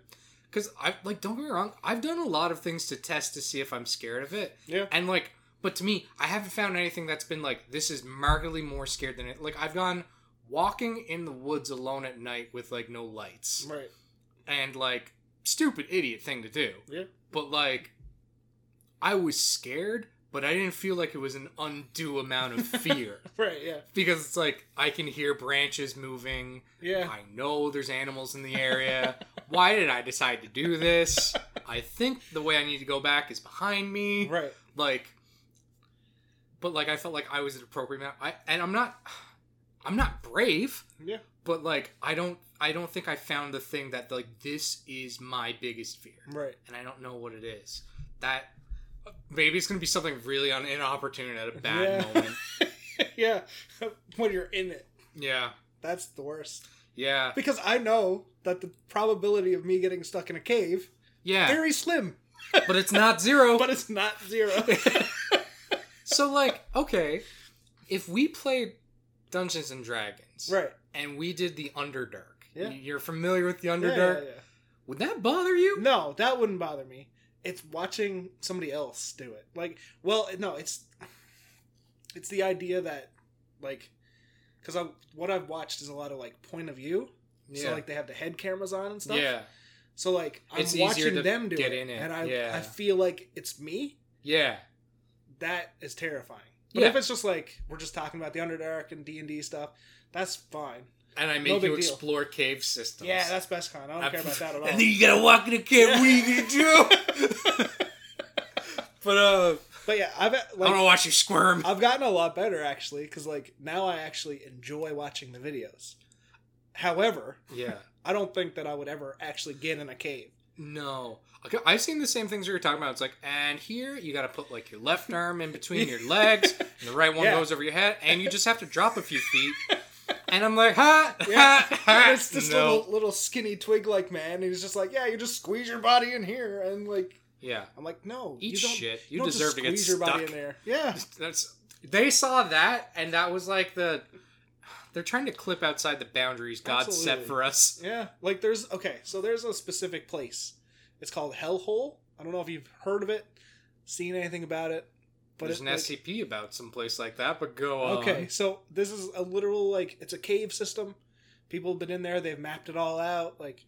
Speaker 1: Cuz I like don't get me wrong, I've done a lot of things to test to see if I'm scared of it.
Speaker 2: Yeah.
Speaker 1: And like, but to me, I haven't found anything that's been like this is markedly more scared than it. Like I've gone walking in the woods alone at night with like no lights
Speaker 2: Right.
Speaker 1: and like stupid idiot thing to do.
Speaker 2: Yeah.
Speaker 1: But like, I was scared, but I didn't feel like it was an undue amount of fear
Speaker 2: Right, yeah.
Speaker 1: because it's like I can hear branches moving.
Speaker 2: Yeah.
Speaker 1: I know there's animals in the area. Why did I decide to do this? I think the way I need to go back is behind me
Speaker 2: Right.
Speaker 1: like but like i felt like i was an appropriate amount i and i'm not i'm not brave
Speaker 2: Yeah.
Speaker 1: but like i don't i don't think i found the thing that like this is my biggest fear
Speaker 2: Right.
Speaker 1: and i don't know what it is that maybe it's gonna be something really un- inopportune at a bad
Speaker 2: Yeah.
Speaker 1: moment
Speaker 2: yeah. When you're in it.
Speaker 1: yeah
Speaker 2: That's the worst.
Speaker 1: yeah
Speaker 2: Because I know that the probability of me getting stuck in a cave
Speaker 1: yeah
Speaker 2: very slim,
Speaker 1: but it's not zero
Speaker 2: but it's not zero.
Speaker 1: so like okay if we played dungeons and dragons
Speaker 2: right.
Speaker 1: and we did the underdark
Speaker 2: Yeah.
Speaker 1: you're familiar with the
Speaker 2: Yeah,
Speaker 1: underdark
Speaker 2: yeah, yeah.
Speaker 1: Would that bother you?
Speaker 2: No, that wouldn't bother me. It's watching somebody else do it. Like, well, no, it's it's the idea that like cuz I what I've watched is a lot of like point of view. So like they have the head cameras on and stuff.
Speaker 1: yeah,
Speaker 2: So like I'm
Speaker 1: It's easier
Speaker 2: watching
Speaker 1: to
Speaker 2: them do
Speaker 1: get
Speaker 2: it,
Speaker 1: in it,
Speaker 2: and I
Speaker 1: yeah.
Speaker 2: I feel like it's me.
Speaker 1: yeah,
Speaker 2: that is terrifying. But
Speaker 1: Yeah.
Speaker 2: if it's just like we're just talking about the Underdark and D and D stuff, that's fine.
Speaker 1: and I
Speaker 2: No
Speaker 1: make
Speaker 2: big
Speaker 1: you
Speaker 2: deal.
Speaker 1: explore cave systems.
Speaker 2: Yeah, that's best con. I don't care about that at all.
Speaker 1: And then you gotta walk in a cave. What are you gonna do? but uh,
Speaker 2: But yeah, I've
Speaker 1: I want to
Speaker 2: like
Speaker 1: watch you squirm.
Speaker 2: I've gotten a lot better actually because like now I actually enjoy watching the videos. However,
Speaker 1: yeah,
Speaker 2: I don't think that I would ever actually get in a cave.
Speaker 1: no. Okay, I've seen the same things you were talking about. It's like, and here you gotta put like your left arm in between your legs, and the right one
Speaker 2: Yeah.
Speaker 1: goes over your head, and you just have to drop a few feet. And I'm like, ha,
Speaker 2: Yeah,
Speaker 1: ha, ha.
Speaker 2: it's this
Speaker 1: no.
Speaker 2: little little skinny twig like man, and he's just like, yeah, you just squeeze your body in here, and like
Speaker 1: yeah,
Speaker 2: I'm like, no,
Speaker 1: eat
Speaker 2: you don't.
Speaker 1: shit.
Speaker 2: You,
Speaker 1: You,
Speaker 2: don't
Speaker 1: deserve to
Speaker 2: just
Speaker 1: get
Speaker 2: squeeze your
Speaker 1: stuck.
Speaker 2: body in there. Yeah,
Speaker 1: that's they saw that and that was like the they're trying to clip outside the boundaries god set
Speaker 2: Absolutely.
Speaker 1: for us
Speaker 2: Yeah, like there's okay, so there's a specific place. It's called Hellhole. I don't know if you've heard of it, seen anything about it, but
Speaker 1: there's
Speaker 2: it's
Speaker 1: an
Speaker 2: like,
Speaker 1: scp about someplace like that but go on
Speaker 2: okay. So this is a literal like it's a cave system. People have been in there. They've mapped it all out. Like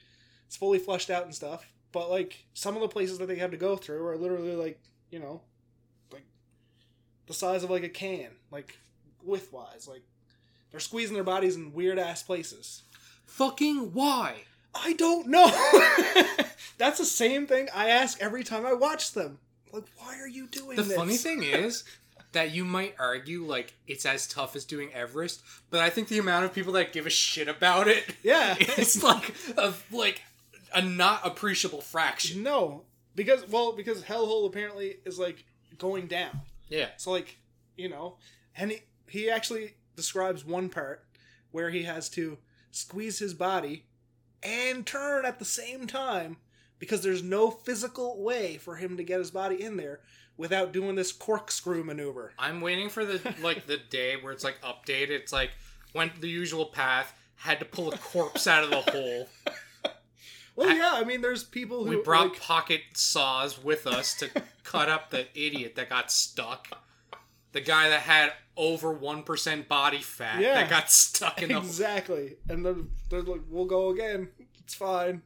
Speaker 2: it's fully flushed out and stuff. But like some of the places that they have to go through are literally like you know, like the size of like a can, like width wise. Like they're squeezing their bodies in weird ass places.
Speaker 1: fucking why
Speaker 2: I don't know. That's the same thing I ask every time I watch them. Like, why are you doing
Speaker 1: The
Speaker 2: this?
Speaker 1: funny thing is that you might argue like it's as tough as doing Everest, but I think the amount of people that give a shit about it
Speaker 2: Yeah.
Speaker 1: it's like a like a not appreciable fraction.
Speaker 2: no. Because, well, because Hellhole apparently is like going down.
Speaker 1: Yeah.
Speaker 2: So like, you know, and he, he actually describes one part where he has to squeeze his body and turn at the same time because there's no physical way for him to get his body in there without doing this corkscrew maneuver.
Speaker 1: I'm waiting for the like the day where it's like updated. It's like went the usual path, had to pull a corpse out of the hole.
Speaker 2: Well,
Speaker 1: I-
Speaker 2: yeah, I mean, there's people who
Speaker 1: We brought
Speaker 2: like,
Speaker 1: pocket saws with us to cut up the idiot that got stuck. The guy that had over one percent body fat
Speaker 2: Yeah.
Speaker 1: that got stuck in the hole.
Speaker 2: exactly, and then they're like, "We'll go again. It's fine."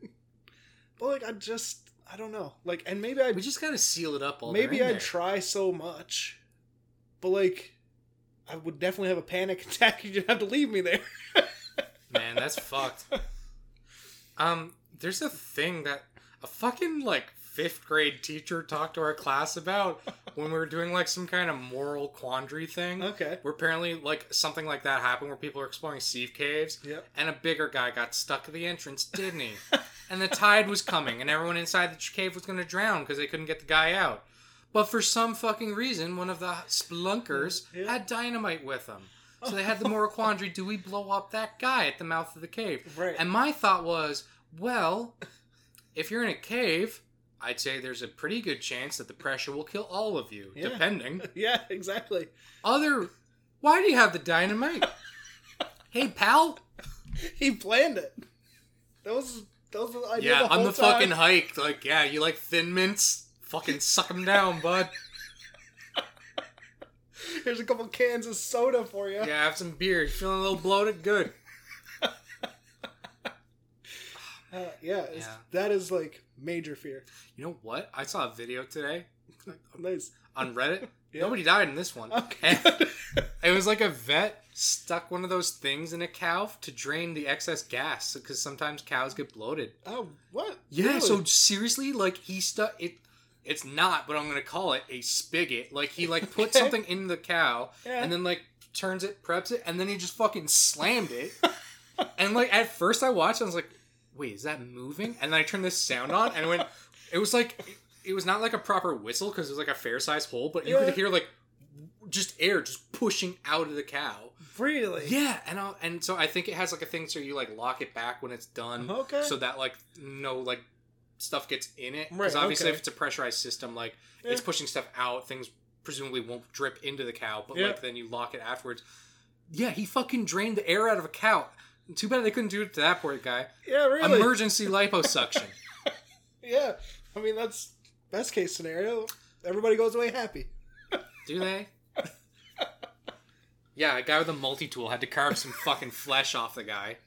Speaker 2: But like, I just, I don't know. Like, and maybe I
Speaker 1: We just gotta seal it up. All
Speaker 2: maybe I'd
Speaker 1: there.
Speaker 2: try so much, but like, I would definitely have a panic attack. You'd have to leave me there.
Speaker 1: Man, that's fucked. Um, there's a thing that a fucking like fifth grade teacher talked to our class about when we were doing like some kind of moral quandary thing.
Speaker 2: Okay.
Speaker 1: Where apparently like something like that happened where people were exploring sea caves
Speaker 2: Yep.
Speaker 1: and a bigger guy got stuck at the entrance, didn't he? and the tide was coming and everyone inside the cave was going to drown because they couldn't get the guy out. But for some fucking reason, one of the spelunkers
Speaker 2: Mm, Yeah.
Speaker 1: had dynamite with him. So they had the moral quandary do we blow up that guy at the mouth of the cave?
Speaker 2: Right.
Speaker 1: And my thought was, well, if you're in a cave, I'd say there's a pretty good chance that the pressure will kill all of you,
Speaker 2: Yeah.
Speaker 1: depending.
Speaker 2: yeah. Exactly.
Speaker 1: Other, why do you have the dynamite? hey, pal.
Speaker 2: He planned it. That was that was the idea.
Speaker 1: Yeah,
Speaker 2: the
Speaker 1: on
Speaker 2: whole
Speaker 1: the
Speaker 2: time.
Speaker 1: fucking hike. Like, yeah, you like thin mints? Fucking suck them down, bud.
Speaker 2: Here's a couple cans of soda for you.
Speaker 1: Yeah, have some beer. You feeling a little bloated? Good.
Speaker 2: Uh, yeah, it's-
Speaker 1: Yeah.
Speaker 2: That is like major fear.
Speaker 1: You know what? I saw a video today
Speaker 2: Nice.
Speaker 1: on Reddit.
Speaker 2: Yeah.
Speaker 1: Nobody died in this one.
Speaker 2: Okay.
Speaker 1: And it was like a vet stuck one of those things in a cow to drain the excess gas because sometimes cows get bloated.
Speaker 2: oh, what?
Speaker 1: Yeah,
Speaker 2: Really?
Speaker 1: so seriously, like he stuck it. It's not, but I'm gonna call it a spigot. Like he like put
Speaker 2: Okay.
Speaker 1: something in the cow
Speaker 2: Yeah.
Speaker 1: and then like turns it, preps it, and then he just fucking slammed it. and like at first I watched, I was like, "Wait, is that moving?" And then I turned this sound on, and it went. It was like it, was not like a proper whistle because it was like a fair sized hole, but you
Speaker 2: Yeah.
Speaker 1: could hear like just air just pushing out of the cow.
Speaker 2: really?
Speaker 1: Yeah, and I'll, and so I think it has like a thing so you like lock it back when it's done,
Speaker 2: Okay.
Speaker 1: so that like no like stuff gets in it. Because
Speaker 2: Right,
Speaker 1: obviously,
Speaker 2: okay.
Speaker 1: if it's a pressurized system, like it's
Speaker 2: Yeah.
Speaker 1: pushing stuff out, things presumably won't drip into the cow, but
Speaker 2: Yeah.
Speaker 1: like then you lock it afterwards. Yeah, he fucking drained the air out of a cow. Too bad they couldn't do it to that poor guy.
Speaker 2: yeah, really.
Speaker 1: Emergency liposuction.
Speaker 2: yeah. I mean, that's best case scenario. Everybody goes away happy.
Speaker 1: Do they? yeah, a guy with a multi tool had to carve some fucking flesh off the guy.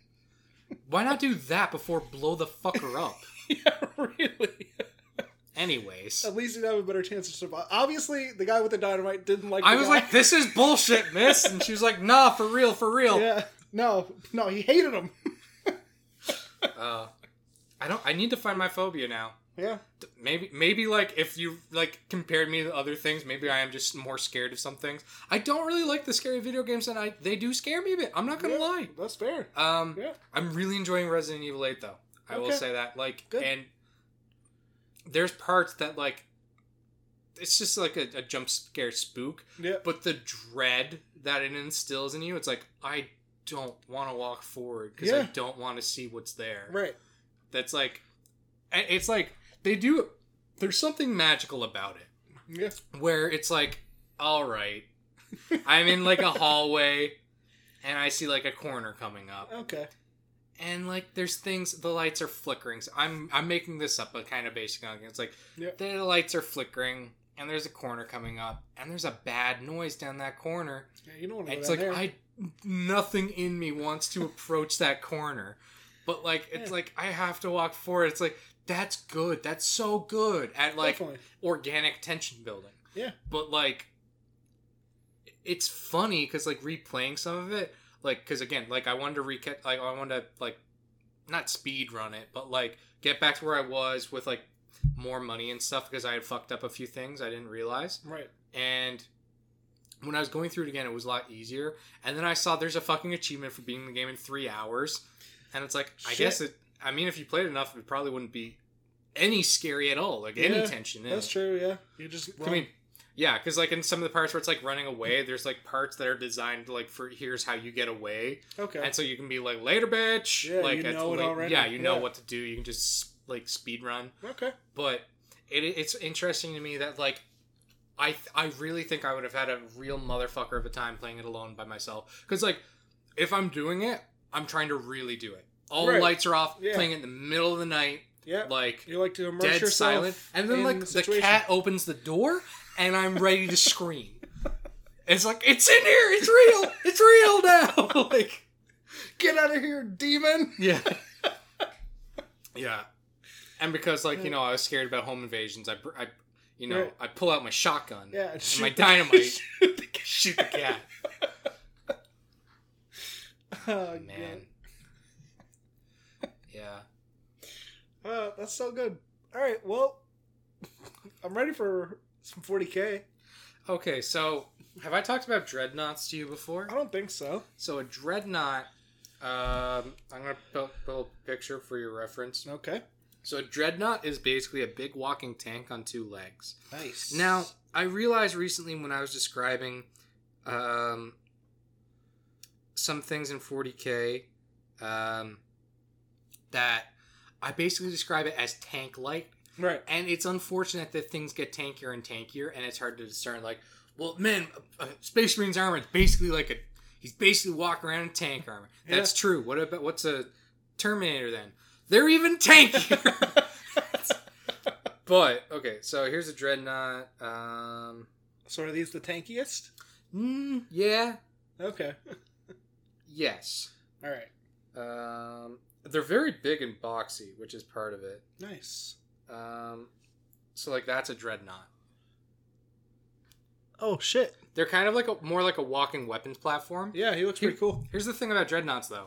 Speaker 1: Why not do that before blow the fucker up?
Speaker 2: yeah, really.
Speaker 1: Anyways,
Speaker 2: At least you'd have a better chance to survive. Obviously, the guy with the dynamite didn't like.
Speaker 1: I
Speaker 2: the
Speaker 1: was
Speaker 2: guy.
Speaker 1: like, "This is bullshit, miss," and she was like, "Nah, for real, for real."
Speaker 2: yeah, no, no, he hated him.
Speaker 1: Uh, I don't. I need to find my phobia now.
Speaker 2: Yeah,
Speaker 1: D- Maybe, maybe like if you like compared me to other things, maybe I am just more scared of some things. I don't really like the scary video games, and I they do scare me a bit. I'm not gonna
Speaker 2: Yeah,
Speaker 1: lie.
Speaker 2: that's fair.
Speaker 1: Um,
Speaker 2: Yeah.
Speaker 1: I'm really enjoying Resident Evil 8 though. I will
Speaker 2: Okay.
Speaker 1: say that. Like,
Speaker 2: Good.
Speaker 1: and there's parts that like it's just like a, a jump scare spook,
Speaker 2: Yeah,
Speaker 1: but the dread that it instills in you, it's like I don't want to walk forward because I
Speaker 2: Yeah.
Speaker 1: don't want to see what's there.
Speaker 2: right.
Speaker 1: That's like, and it's like they do. There's something magical about it
Speaker 2: Yeah,
Speaker 1: where it's like, all right, I'm in like a hallway, and I see like a corner coming up
Speaker 2: okay.
Speaker 1: and like there's things the lights are flickering so i'm i'm making this up but kind of basing on it. it's like
Speaker 2: Yeah.
Speaker 1: the lights are flickering and there's a corner coming up and there's a bad noise down that corner
Speaker 2: Yeah, you don't want
Speaker 1: and
Speaker 2: to.
Speaker 1: it's like
Speaker 2: there.
Speaker 1: i nothing in me wants to approach that corner but like it's
Speaker 2: Yeah.
Speaker 1: like i have to walk forward it's like that's good that's so good at like
Speaker 2: Definitely.
Speaker 1: organic tension building
Speaker 2: Yeah.
Speaker 1: but like it's funny because like replaying some of it like because again like i wanted to recap like i wanted to like not speed run it but like get back to where i was with like more money and stuff because I had fucked up a few things I didn't realize.
Speaker 2: Right.
Speaker 1: And when I was going through it again, it was a lot easier. And then I saw there's a fucking achievement for beating the game in three hours, and it's like I
Speaker 2: Shit.
Speaker 1: guess it. I mean, if you played enough, it probably wouldn't be any scary at all, like any
Speaker 2: Yeah,
Speaker 1: tension. in
Speaker 2: That's
Speaker 1: it.
Speaker 2: true, yeah. You just
Speaker 1: I
Speaker 2: run.
Speaker 1: mean, yeah, because like in some of the parts where it's like running away, there's like parts that are designed like for here's how you get away,
Speaker 2: okay.
Speaker 1: and so you can be like later, bitch.
Speaker 2: Yeah,
Speaker 1: like
Speaker 2: you
Speaker 1: it's
Speaker 2: know it
Speaker 1: like-
Speaker 2: already.
Speaker 1: Yeah, you know
Speaker 2: Yeah.
Speaker 1: what to do. You can just like speed run
Speaker 2: Okay.
Speaker 1: but it, it's interesting to me that like I th- I really think I would have had a real motherfucker of a time playing it alone by myself because like if I'm doing it, I'm trying to really do it. All
Speaker 2: Right.
Speaker 1: lights are off,
Speaker 2: Yeah.
Speaker 1: playing it in the middle of the night,
Speaker 2: Yeah.
Speaker 1: like
Speaker 2: You like to immerse
Speaker 1: dead
Speaker 2: yourself.
Speaker 1: silent, and then
Speaker 2: in
Speaker 1: like
Speaker 2: the,
Speaker 1: the,
Speaker 2: situation.
Speaker 1: cat opens the door, and I'm ready to scream. It's like it's in here, it's real, it's real now. like
Speaker 2: Get out of here, demon.
Speaker 1: yeah. yeah. And because, like, you know, I was scared about home invasions, I, br- I you know,
Speaker 2: Right.
Speaker 1: I pull out my shotgun
Speaker 2: Yeah.
Speaker 1: and
Speaker 2: shoot
Speaker 1: my
Speaker 2: the-
Speaker 1: dynamite,
Speaker 2: shoot the cat.
Speaker 1: shoot the cat.
Speaker 2: Oh,
Speaker 1: Man. Yeah.
Speaker 2: God. Oh, that's so good. All right, well, I'm ready for some 40K.
Speaker 1: Okay, so have I talked about dreadnoughts to you before?
Speaker 2: I don't think so.
Speaker 1: So a dreadnought, um, I'm going to put put a picture for your reference.
Speaker 2: Okay.
Speaker 1: So a dreadnought is basically a big walking tank on two legs.
Speaker 2: Nice.
Speaker 1: Now, I realized recently when I was describing um, some things in 40K um, that I basically describe it as tank light.
Speaker 2: Right.
Speaker 1: And it's unfortunate that things get tankier and tankier, and it's hard to discern. Like, well, man, uh, Space Marine's armor is basically like a. He's basically walking around in tank armor. That's true. What about what's a Terminator then? They're even tankier. but okay, so here's a dreadnought. Um,
Speaker 2: So are these the tankiest?
Speaker 1: Mm, yeah.
Speaker 2: Okay.
Speaker 1: Yes.
Speaker 2: All right.
Speaker 1: Um, they're very big and boxy, which is part of it.
Speaker 2: Nice.
Speaker 1: Um, so like that's a dreadnought.
Speaker 2: Oh shit.
Speaker 1: They're kind of like a more like a walking weapons platform.
Speaker 2: Yeah, he looks pretty cool.
Speaker 1: Here's the thing about dreadnoughts though.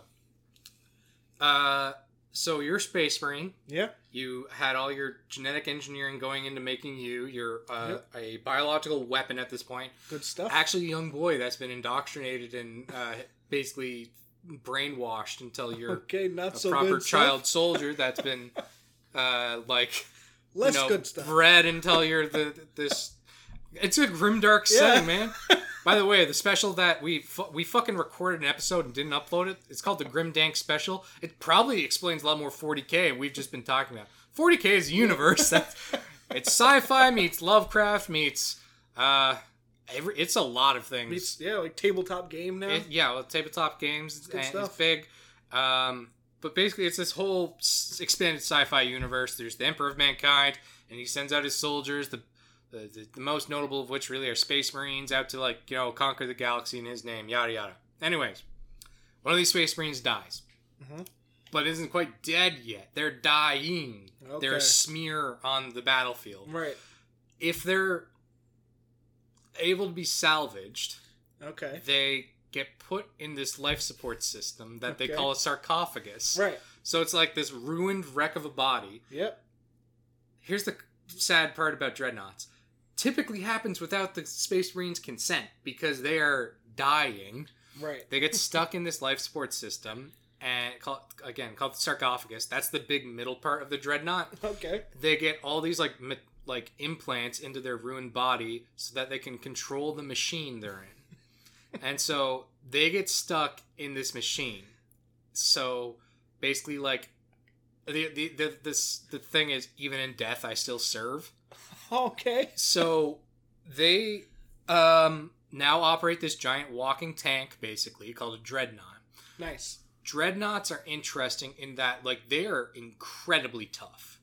Speaker 1: Uh, so you're a space marine.
Speaker 2: Yeah.
Speaker 1: You had all your genetic engineering going into making you. You're uh, a biological weapon at this point.
Speaker 2: Good stuff.
Speaker 1: Actually, a young boy that's been indoctrinated and uh, basically brainwashed until you're
Speaker 2: okay, not
Speaker 1: a
Speaker 2: so
Speaker 1: proper
Speaker 2: good. stuff.
Speaker 1: child soldier that's been uh, like
Speaker 2: Less
Speaker 1: you know,
Speaker 2: good stuff.
Speaker 1: bred until you're the this. It's a grimdark setting, man. By the way, the special that we fu- we fucking recorded an episode and didn't upload it. It's called the Grim Dank Special. It probably explains a lot more 40k. and We've just been talking about 40k is a universe. That's, it's sci-fi meets Lovecraft meets uh, every, it's a lot of things.
Speaker 2: It's- yeah, like tabletop game now.
Speaker 1: It- yeah, well, tabletop games
Speaker 2: good
Speaker 1: and it's
Speaker 2: stuff.
Speaker 1: big. Um, but basically, it's this whole s- expanded sci-fi universe. There's the Emperor of Mankind, and he sends out his soldiers, the the, the, the most notable of which really are Space Marines, out to like you know conquer the galaxy in his name. Yada yada. Anyways, one of these Space Marines dies,
Speaker 2: Mhm.
Speaker 1: but isn't quite dead yet. They're dying. They're
Speaker 2: Okay.
Speaker 1: a smear on the battlefield.
Speaker 2: right.
Speaker 1: If they're able to be salvaged,
Speaker 2: Okay.
Speaker 1: they get put in this life support system that they
Speaker 2: Okay.
Speaker 1: call a sarcophagus.
Speaker 2: Right.
Speaker 1: So it's like this ruined wreck of a body.
Speaker 2: Yep.
Speaker 1: Here's the sad part about dreadnoughts. Typically happens without the space marines' consent because they are dying.
Speaker 2: Right.
Speaker 1: They get stuck in this life support system and call, again called the sarcophagus. That's the big middle part of the dreadnought
Speaker 2: Okay.
Speaker 1: they get all these like ma- like implants into their ruined body so that they can control the machine they're in and so they get stuck in this machine so basically like the, the, the this the thing is even in death i still serve
Speaker 2: Okay.
Speaker 1: so they um now operate this giant walking tank basically called a dreadnought
Speaker 2: Nice.
Speaker 1: dreadnoughts are interesting in that like they're incredibly tough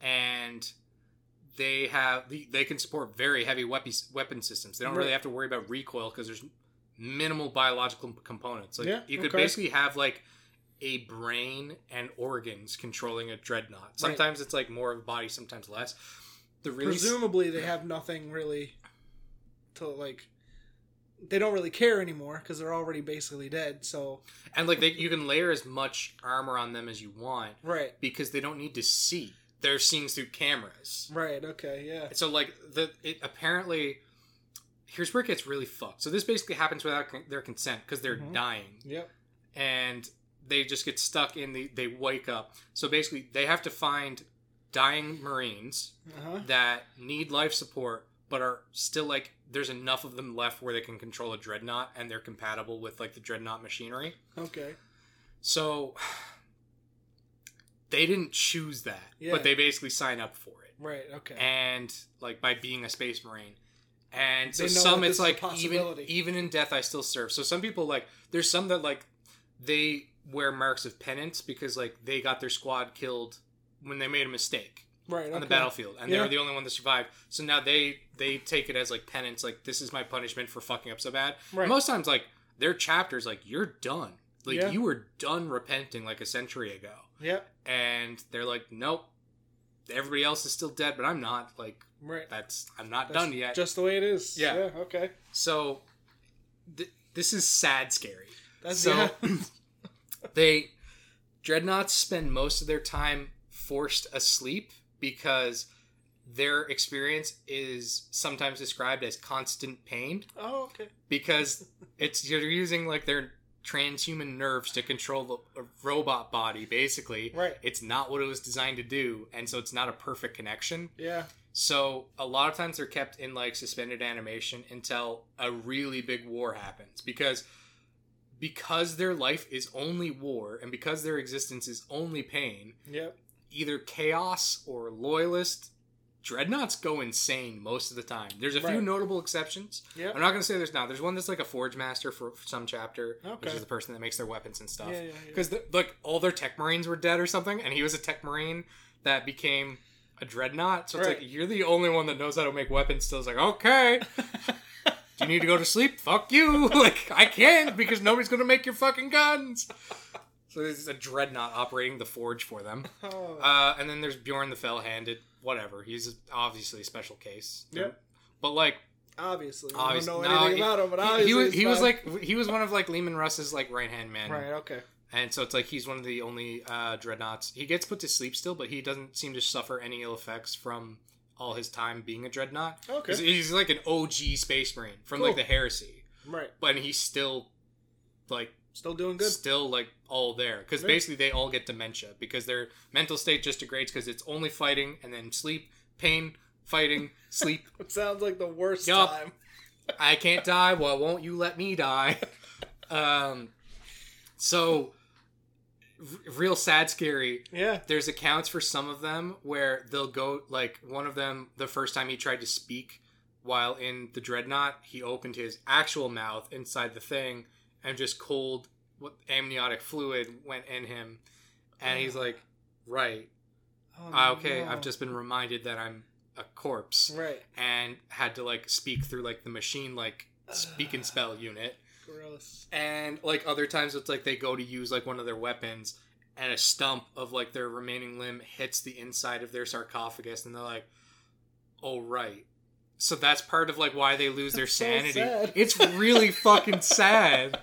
Speaker 1: and they have they- they can support very heavy weapon weapon systems they don't really
Speaker 2: Right.
Speaker 1: have to worry about recoil because there's minimal biological components like
Speaker 2: Yeah,
Speaker 1: you could
Speaker 2: okay.
Speaker 1: basically have like a brain and organs controlling a dreadnought sometimes it's like more of a body sometimes less the really
Speaker 2: Presumably they have nothing really to like. They don't really care anymore because they're already basically dead. So
Speaker 1: and like they, you can layer as much armor on them as you want
Speaker 2: right.
Speaker 1: because they don't need to see they're seeing through cameras.
Speaker 2: Right. Okay. Yeah.
Speaker 1: So like the it apparently here's where it gets really fucked. So this basically happens without con- their consent because they're
Speaker 2: Mhm.
Speaker 1: dying
Speaker 2: Yep.
Speaker 1: and they just get stuck in the they wake up. So basically they have to find dying marines
Speaker 2: Uh huh.
Speaker 1: that need life support but are still like there's enough of them left where they can control a dreadnought and they're compatible with like the dreadnought machinery.
Speaker 2: Okay.
Speaker 1: So they didn't choose that,
Speaker 2: Yeah.
Speaker 1: but they basically sign up for it.
Speaker 2: Right. Okay.
Speaker 1: And like by being a space marine. And so
Speaker 2: They know
Speaker 1: some
Speaker 2: that
Speaker 1: it's
Speaker 2: this is a
Speaker 1: like even
Speaker 2: possibility.
Speaker 1: even in death I still serve. So some people like there's some that like they wear marks of penance because like they got their squad killed when they made a mistake
Speaker 2: right. Okay.
Speaker 1: on the battlefield and they
Speaker 2: Yeah.
Speaker 1: were the only one that survived. So now they they take it as like penance like this is my punishment for fucking up so bad.
Speaker 2: Right.
Speaker 1: Most times, like their chapters, like you're done. Like
Speaker 2: Yeah.
Speaker 1: you were done repenting like a century ago,
Speaker 2: Yep.
Speaker 1: and they're like, nope. Everybody else is still dead, but I'm not. Like
Speaker 2: Right.
Speaker 1: that's I'm not
Speaker 2: That's
Speaker 1: done yet.
Speaker 2: Just the way it is.
Speaker 1: Yeah.
Speaker 2: okay.
Speaker 1: so th- this is sad, scary.
Speaker 2: That's
Speaker 1: So-
Speaker 2: yeah.
Speaker 1: They dreadnoughts spend most of their time forced asleep because their experience is sometimes described as constant pain.
Speaker 2: Oh, okay.
Speaker 1: because it's you're using like their transhuman nerves to control the a robot body basically
Speaker 2: Right.
Speaker 1: it's not what it was designed to do and so it's not a perfect connection
Speaker 2: Yeah.
Speaker 1: so a lot of times they're kept in like suspended animation until a really big war happens because because their life is only war and because their existence is only pain
Speaker 2: Yep.
Speaker 1: either chaos or loyalist dreadnoughts go insane most of the time there's a few
Speaker 2: Right.
Speaker 1: notable exceptions
Speaker 2: Yep.
Speaker 1: I'm not gonna say there's not. There's one that's like a forge master for for some chapter, which
Speaker 2: Okay.
Speaker 1: is the person that makes their weapons and stuff.
Speaker 2: Yeah, yeah, yeah.
Speaker 1: Because like all their tech marines were dead or something, and he was a tech marine that became a dreadnought. So it's
Speaker 2: Right.
Speaker 1: like you're the only one that knows how to make weapons. Still, it's like okay, do you need to go to sleep? Fuck you! Like I can't because nobody's gonna make your fucking guns. So this is a dreadnought operating the forge for them.
Speaker 2: Oh,
Speaker 1: Uh, and then there's Bjorn the Fell-handed. Whatever. He's obviously a special case.
Speaker 2: Yep.
Speaker 1: But like
Speaker 2: obviously. I don't
Speaker 1: obviously,
Speaker 2: know
Speaker 1: no,
Speaker 2: anything
Speaker 1: he-
Speaker 2: about him, but
Speaker 1: he,
Speaker 2: obviously.
Speaker 1: he was
Speaker 2: it's
Speaker 1: he was
Speaker 2: fine.
Speaker 1: like he was one of like Lehman Russ's like right hand men,
Speaker 2: Right, okay.
Speaker 1: and so it's like he's one of the only uh, dreadnoughts. He gets put to sleep still, but he doesn't seem to suffer any ill effects from all his time being a dreadnought. 'Cause
Speaker 2: Okay.
Speaker 1: He's, like an OG space marine from like
Speaker 2: Cool.
Speaker 1: the Heresy,
Speaker 2: Right.
Speaker 1: but he's still like
Speaker 2: Still doing good.
Speaker 1: still like all there because
Speaker 2: Yeah.
Speaker 1: basically they all get dementia because their mental state just degrades because it's only fighting and then sleep, pain, fighting, sleep.
Speaker 2: It sounds like the worst
Speaker 1: Yup.
Speaker 2: time.
Speaker 1: I can't die. Why won't you let me die? Um, so r- real sad, scary.
Speaker 2: Yeah.
Speaker 1: There's accounts for some of them where they'll go like one of them. The first time he tried to speak while in the dreadnought, he opened his actual mouth inside the thing, and just cold what amniotic fluid went in him, and he's like, "Right,
Speaker 2: Oh,
Speaker 1: ah, okay,
Speaker 2: no.
Speaker 1: I've just been reminded that I'm a corpse."
Speaker 2: Right.
Speaker 1: and had to like speak through like the machine like speak and spell unit
Speaker 2: Gross.
Speaker 1: and like other times it's like they go to use like one of their weapons and a stump of like their remaining limb hits the inside of their sarcophagus and they're like oh right so that's part of like why they lose their
Speaker 2: That's so
Speaker 1: sanity
Speaker 2: sad.
Speaker 1: it's really fucking sad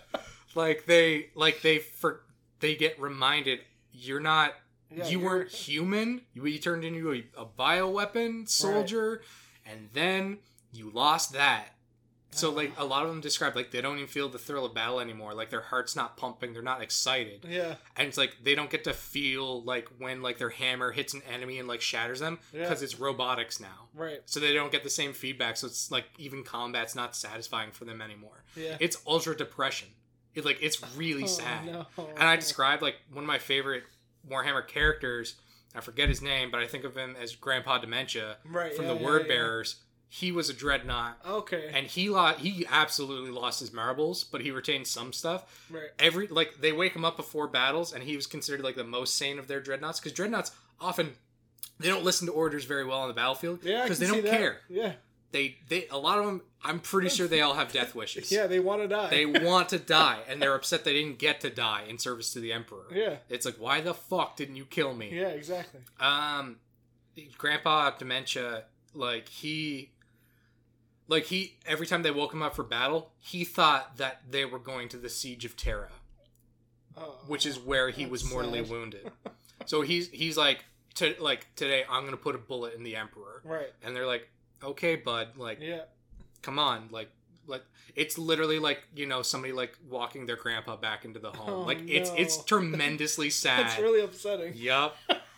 Speaker 1: like they like they for they get reminded you're not
Speaker 2: Yeah,
Speaker 1: you
Speaker 2: you're-
Speaker 1: weren't human. You, you turned into a, a bioweapon soldier, and then you lost that. So,
Speaker 2: Oh.
Speaker 1: like, a lot of them describe, like, they don't even feel the thrill of battle anymore. Like, their heart's not pumping, they're not excited.
Speaker 2: Yeah.
Speaker 1: And it's like, they don't get to feel, like, when, like, their hammer hits an enemy and, like, shatters them,
Speaker 2: Yeah.
Speaker 1: because it's robotics now.
Speaker 2: Right.
Speaker 1: So they don't get the same feedback. So it's like, even combat's not satisfying for them anymore.
Speaker 2: Yeah.
Speaker 1: It's ultra depression. It, like, it's really
Speaker 2: Oh,
Speaker 1: sad.
Speaker 2: no.
Speaker 1: And I described like one of my favorite Warhammer characters. I forget his name, but I think of him as Grandpa Dementia
Speaker 2: right,
Speaker 1: from
Speaker 2: yeah,
Speaker 1: the
Speaker 2: yeah,
Speaker 1: Word
Speaker 2: yeah.
Speaker 1: Bearers. He was a dreadnought,
Speaker 2: Okay.
Speaker 1: and he lo- he absolutely lost his marbles, but he retained some stuff.
Speaker 2: right.
Speaker 1: Every like they wake him up before battles, and he was considered like the most sane of their dreadnoughts because dreadnoughts often they don't listen to orders very well on the battlefield
Speaker 2: Yeah. I
Speaker 1: because
Speaker 2: can
Speaker 1: they don't
Speaker 2: see that.
Speaker 1: care.
Speaker 2: Yeah.
Speaker 1: They they a lot of them. I'm pretty sure they all have death wishes.
Speaker 2: Yeah. They want to die.
Speaker 1: They want to die, and they're upset they didn't get to die in service to the Emperor.
Speaker 2: Yeah.
Speaker 1: It's like, why the fuck didn't you kill me?
Speaker 2: Yeah. Exactly.
Speaker 1: Um, Grandpa Dementia, like he, like he, every time they woke him up for battle, he thought that they were going to the siege of Terra,
Speaker 2: Oh.
Speaker 1: which is where he was
Speaker 2: That's
Speaker 1: mortally
Speaker 2: sad.
Speaker 1: wounded. So he's he's like to like today I'm gonna put a bullet in the emperor,
Speaker 2: Right.
Speaker 1: and they're like, okay, bud, like
Speaker 2: Yeah.
Speaker 1: come on, like. Like, it's literally like you know somebody like walking their grandpa back into the home.
Speaker 2: Oh,
Speaker 1: like it's it's
Speaker 2: no.
Speaker 1: tremendously sad.
Speaker 2: That's really upsetting.
Speaker 1: Yep.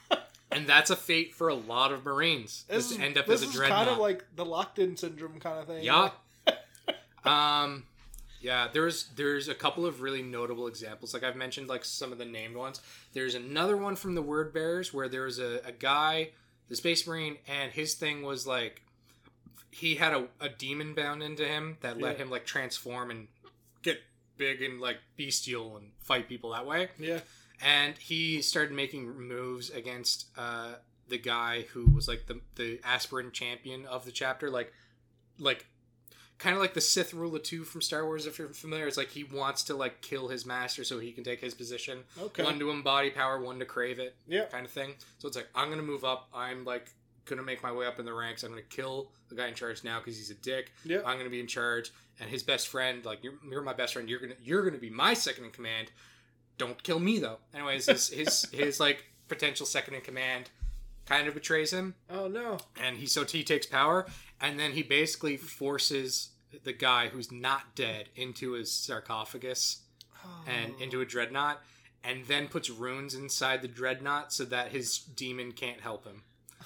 Speaker 1: and that's a fate for a lot of Marines. This
Speaker 2: is-
Speaker 1: end up
Speaker 2: this
Speaker 1: as a
Speaker 2: is
Speaker 1: dreadnought.
Speaker 2: kind of like the locked in syndrome kind of thing.
Speaker 1: Yup. um, yeah. There's there's a couple of really notable examples. Like I've mentioned, like some of the named ones. There's another one from the Word Bearers where there was a, a guy, the Space Marine, and his thing was like he had a, a demon bound into him that let
Speaker 2: Yeah.
Speaker 1: him like transform and get big and like bestial and fight people that way
Speaker 2: Yeah.
Speaker 1: and he started making moves against uh, the guy who was like the the aspirin champion of the chapter, like like kind of like the Sith ruler two from Star Wars, if you're familiar. It's like he wants to like kill his master so he can take his position.
Speaker 2: Okay.
Speaker 1: One to embody power, one to crave it,
Speaker 2: Yep.
Speaker 1: kind of thing. So it's like I'm gonna move up. I'm like gonna make my way up in the ranks. I'm gonna kill the guy in charge now because he's a dick.
Speaker 2: Yep.
Speaker 1: I'm gonna be in charge, and his best friend, like you're, you're my best friend, you're gonna you're gonna be my second in command. Don't kill me though. Anyways, his his his like potential second in command kind of betrays him,
Speaker 2: Oh no.
Speaker 1: and he so he takes power, and then he basically forces the guy who's not dead into his sarcophagus
Speaker 2: Oh.
Speaker 1: and into a dreadnought, and then puts runes inside the dreadnought so that his demon can't help him.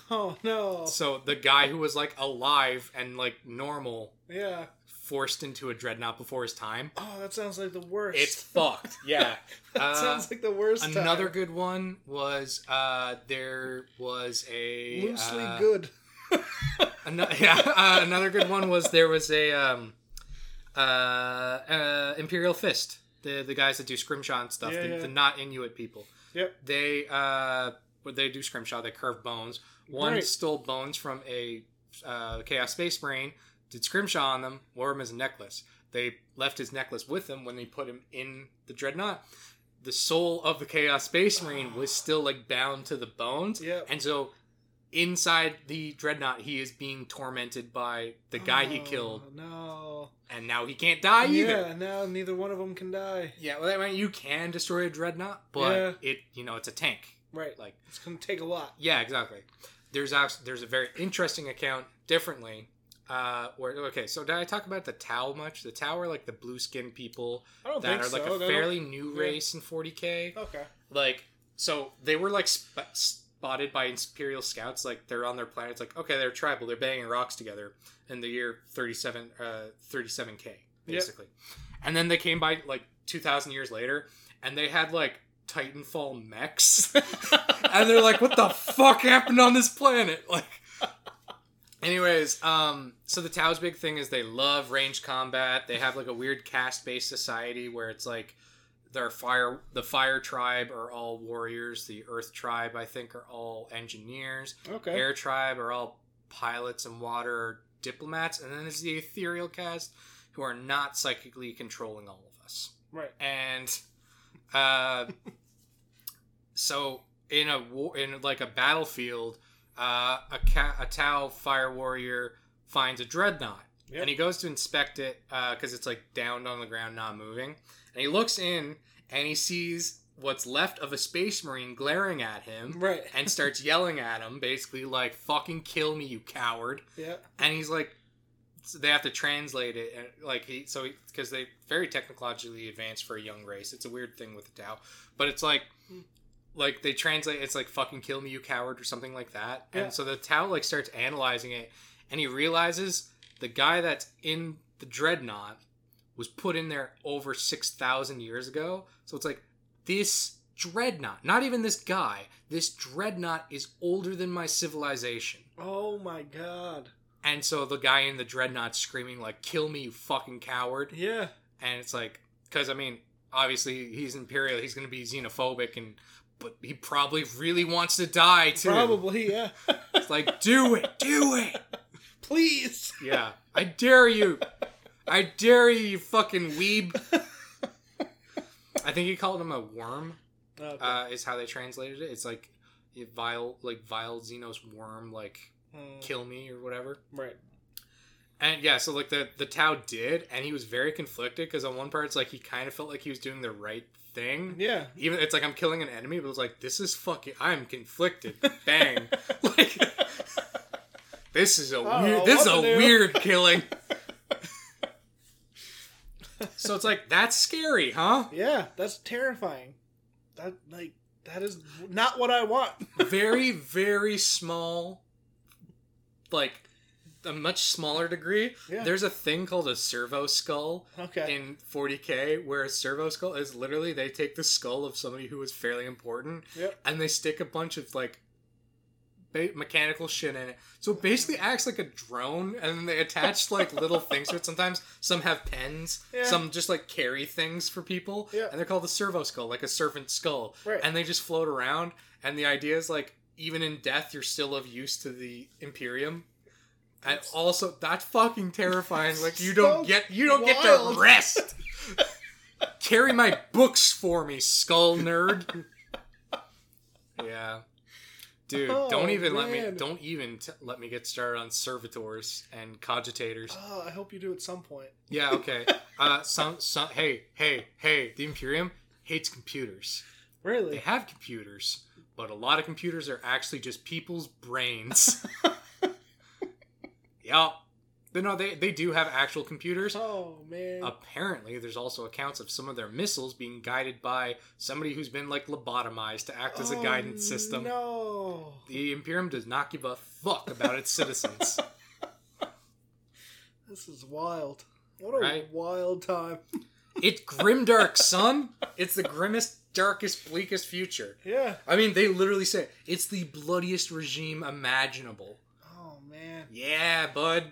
Speaker 2: Oh no.
Speaker 1: So the guy who was like alive and like normal
Speaker 2: Yeah.
Speaker 1: forced into a dreadnought before his time.
Speaker 2: Oh, that sounds like the worst.
Speaker 1: It's fucked. Yeah.
Speaker 2: that
Speaker 1: Uh,
Speaker 2: sounds like the worst. time.
Speaker 1: another good one was uh, there was a
Speaker 2: loosely
Speaker 1: uh,
Speaker 2: good.
Speaker 1: ano- yeah, uh, another good one was there was a um, uh, uh, Imperial Fist. The the guys that do scrimshaw and stuff,
Speaker 2: Yeah,
Speaker 1: the,
Speaker 2: yeah.
Speaker 1: the not Inuit people.
Speaker 2: Yep.
Speaker 1: They uh, what they do scrimshaw. They curve bones. One
Speaker 2: Right.
Speaker 1: stole bones from a uh, Chaos Space Marine. Did scrimshaw on them. Wore him as a necklace. They left his necklace with him when they put him in the dreadnought. The soul of the Chaos Space Marine was still like bound to the bones.
Speaker 2: Yep.
Speaker 1: And so inside the dreadnought, he is being tormented by the guy he
Speaker 2: Oh,
Speaker 1: killed,
Speaker 2: No.
Speaker 1: and now he can't die either.
Speaker 2: Yeah. Now neither one of them can die.
Speaker 1: Yeah, well, I mean, you can destroy a dreadnought, but it you know it's a tank.
Speaker 2: Right.
Speaker 1: Like,
Speaker 2: It's gonna take a lot.
Speaker 1: yeah, exactly. There's act- there's a very interesting account differently. Uh, where okay, so did I talk about the Tau much? The Tau are like the blue skinned people
Speaker 2: I don't
Speaker 1: that
Speaker 2: think
Speaker 1: are like
Speaker 2: so.
Speaker 1: a
Speaker 2: They don't-
Speaker 1: fairly new
Speaker 2: yeah.
Speaker 1: race in 40k.
Speaker 2: Okay.
Speaker 1: like so they were like sp- spotted by imperial scouts like they're on their planet it's like okay they're tribal they're banging rocks together in the year 37 uh 37k basically and then they came by like 2000 years later and they had like titanfall mechs and they're like what the fuck happened on this planet like anyways um so the tau's big thing is they love range combat they have like a weird caste based society where it's like their fire the fire tribe are all warriors the earth tribe i think are all engineers
Speaker 2: Okay.
Speaker 1: air tribe are all pilots and water are diplomats and then there's the ethereal cast who are not psychically controlling all of us
Speaker 2: Right.
Speaker 1: and uh, so in a war in like a battlefield uh, a, ca- a tau fire warrior finds a dreadnought
Speaker 2: Yep.
Speaker 1: and he goes to inspect it because it's like downed on the ground not moving and he looks in and he sees what's left of a space marine glaring at him
Speaker 2: Right.
Speaker 1: and starts yelling at him basically like fucking kill me you coward
Speaker 2: Yeah.
Speaker 1: and he's like so they have to translate it and like he so because they very technologically advanced for a young race it's a weird thing with the tau but it's like like they translate it's like fucking kill me you coward or something like that
Speaker 2: Yeah.
Speaker 1: and so the tau like starts analyzing it and he realizes the guy that's in the dreadnought was put in there over 6000 years ago so it's like this dreadnought not even this guy this dreadnought is older than my civilization
Speaker 2: Oh my god.
Speaker 1: and so the guy in the dreadnought screaming like, "Kill me, you fucking coward!"
Speaker 2: Yeah.
Speaker 1: And it's like, because I mean, obviously he's imperial, he's gonna be xenophobic, and but he probably really wants to die too.
Speaker 2: Probably. Yeah.
Speaker 1: It's like, do it, do it.
Speaker 2: Please.
Speaker 1: Yeah, I dare you, I dare you, you fucking weeb. I think he called him a worm.
Speaker 2: Okay.
Speaker 1: Uh, is how they translated it. It's like you vile, like vile Xenos worm, like
Speaker 2: Hmm.
Speaker 1: kill me or whatever.
Speaker 2: Right.
Speaker 1: And yeah, so like the the Tao did, and he was very conflicted because on one part it's like he kind of felt like he was doing the right thing.
Speaker 2: Yeah.
Speaker 1: Even it's like I'm killing an enemy, but it's like this is fucking. I'm conflicted. Bang. like this is a
Speaker 2: don't know
Speaker 1: weird. This is
Speaker 2: what
Speaker 1: a
Speaker 2: to do.
Speaker 1: weird killing. so it's like that's scary, huh?
Speaker 2: Yeah, that's terrifying. That like that is not what I want.
Speaker 1: very very small like a much smaller degree
Speaker 2: Yeah.
Speaker 1: there's a thing called a servo skull
Speaker 2: Okay.
Speaker 1: in 40k where a servo skull is literally they take the skull of somebody who is fairly important
Speaker 2: Yep.
Speaker 1: and they stick a bunch of like ba- mechanical shit in it so it basically acts like a drone and then they attach like little things to it sometimes some have pens
Speaker 2: Yeah.
Speaker 1: some just like carry things for people
Speaker 2: Yeah.
Speaker 1: and they're called the servo skull like a servant skull
Speaker 2: Right.
Speaker 1: and they just float around and the idea is like even in death you're still of use to the imperium and also that's fucking terrifying like you don't
Speaker 2: So
Speaker 1: get you don't get
Speaker 2: wild.
Speaker 1: to rest carry my books for me skull nerd yeah dude
Speaker 2: Oh,
Speaker 1: don't even let
Speaker 2: man.
Speaker 1: me don't even t- let me get started on servitors and cogitators
Speaker 2: Oh, I hope you do at some point.
Speaker 1: yeah okay uh some some hey hey hey the imperium hates computers they
Speaker 2: Really?
Speaker 1: have computers, but a lot of computers are actually just people's brains. yup. But No, they, they do have actual computers.
Speaker 2: Oh man.
Speaker 1: Apparently, there's also accounts of some of their missiles being guided by somebody who's been like lobotomized to act as a
Speaker 2: Oh,
Speaker 1: guidance system.
Speaker 2: No.
Speaker 1: The Imperium does not give a fuck about its citizens.
Speaker 2: This is wild. What a
Speaker 1: Right?
Speaker 2: wild time.
Speaker 1: It's grimdark, son. It's the grimmest, darkest, bleakest future.
Speaker 2: Yeah.
Speaker 1: I mean, they literally say it's the bloodiest regime imaginable.
Speaker 2: Oh man.
Speaker 1: Yeah, bud.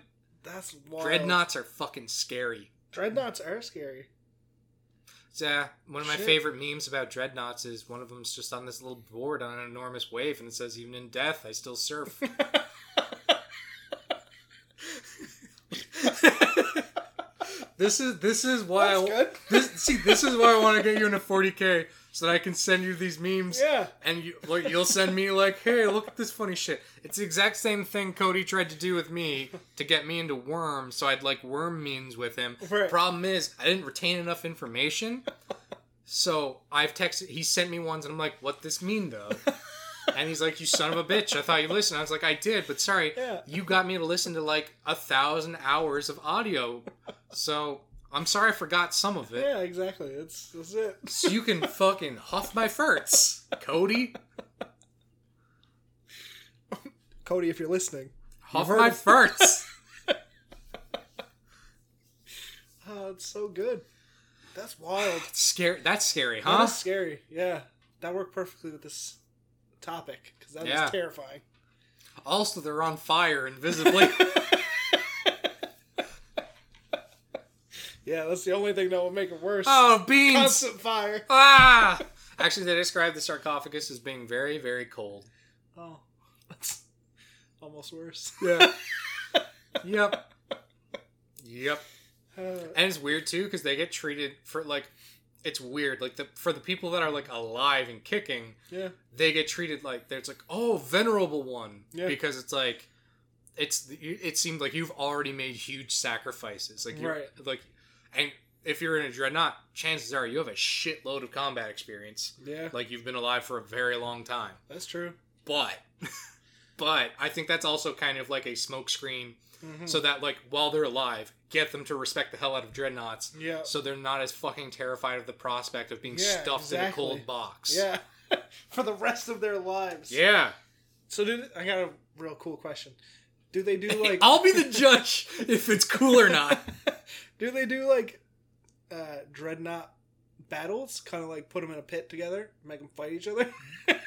Speaker 2: That's wild.
Speaker 1: Dreadnoughts are fucking scary.
Speaker 2: Dreadnoughts are scary.
Speaker 1: Yeah, one of my
Speaker 2: Shit.
Speaker 1: favorite memes about dreadnoughts is one of them's just on this little board on an enormous wave, and it says, "Even in death, I still surf." this is this is why
Speaker 2: That's
Speaker 1: I,
Speaker 2: good.
Speaker 1: this see this is why I want to get you into 40k so that I can send you these memes.
Speaker 2: Yeah.
Speaker 1: And you, like, you'll send me like, hey, look at this funny shit. It's the exact same thing Cody tried to do with me to get me into Worm, so I'd like Worm memes with him.
Speaker 2: Right.
Speaker 1: Problem is, I didn't retain enough information, so I've texted. He sent me ones, and I'm like, what this mean though? and he's like, you son of a bitch. I thought you listened. I was like, I did, but sorry,
Speaker 2: Yeah.
Speaker 1: you got me to listen to like a thousand hours of audio, so I'm sorry I forgot some of it.
Speaker 2: Yeah. Exactly. It's that's it.
Speaker 1: So you can fucking huff my farts, Cody.
Speaker 2: Cody, if you're listening.
Speaker 1: Huff
Speaker 2: heard
Speaker 1: my
Speaker 2: him.
Speaker 1: farts.
Speaker 2: Oh, it's so good. That's wild.
Speaker 1: Scary. That's scary, huh?
Speaker 2: That is scary. Yeah, that worked perfectly with this topic because that is
Speaker 1: Yeah.
Speaker 2: terrifying.
Speaker 1: Also, they're on fire invisibly.
Speaker 2: Yeah, that's the only thing that would make it worse.
Speaker 1: oh, beans.
Speaker 2: Constant fire.
Speaker 1: Ah. Actually, they describe the sarcophagus as being very, very cold.
Speaker 2: Oh, that's almost worse.
Speaker 1: Yeah. yep. Yep.
Speaker 2: Uh,
Speaker 1: And it's weird too because they get treated for like, it's weird. Like the for the people that are like alive and kicking,
Speaker 2: yeah,
Speaker 1: they get treated like there's like oh venerable one
Speaker 2: Yeah.
Speaker 1: because it's like it's it seemed like you've already made huge sacrifices like you're
Speaker 2: Right.
Speaker 1: like and if you're in a dreadnought chances are you have a shitload of combat experience
Speaker 2: yeah,
Speaker 1: like you've been alive for a very long time
Speaker 2: that's true.
Speaker 1: but but i think that's also kind of like a smokescreen
Speaker 2: Mhm.
Speaker 1: so that like while they're alive get them to respect the hell out of dreadnoughts
Speaker 2: yeah,
Speaker 1: so they're not as fucking terrified of the prospect of being
Speaker 2: Oh. Yeah,
Speaker 1: stuffed in a
Speaker 2: exactly.
Speaker 1: cold box
Speaker 2: yeah, for the rest of their lives.
Speaker 1: yeah
Speaker 2: So, did I got a real cool question? Do they do like?
Speaker 1: I'll be the judge if it's cool or not.
Speaker 2: do they do like uh, dreadnought battles? Kind of like put them in a pit together, make them fight each other.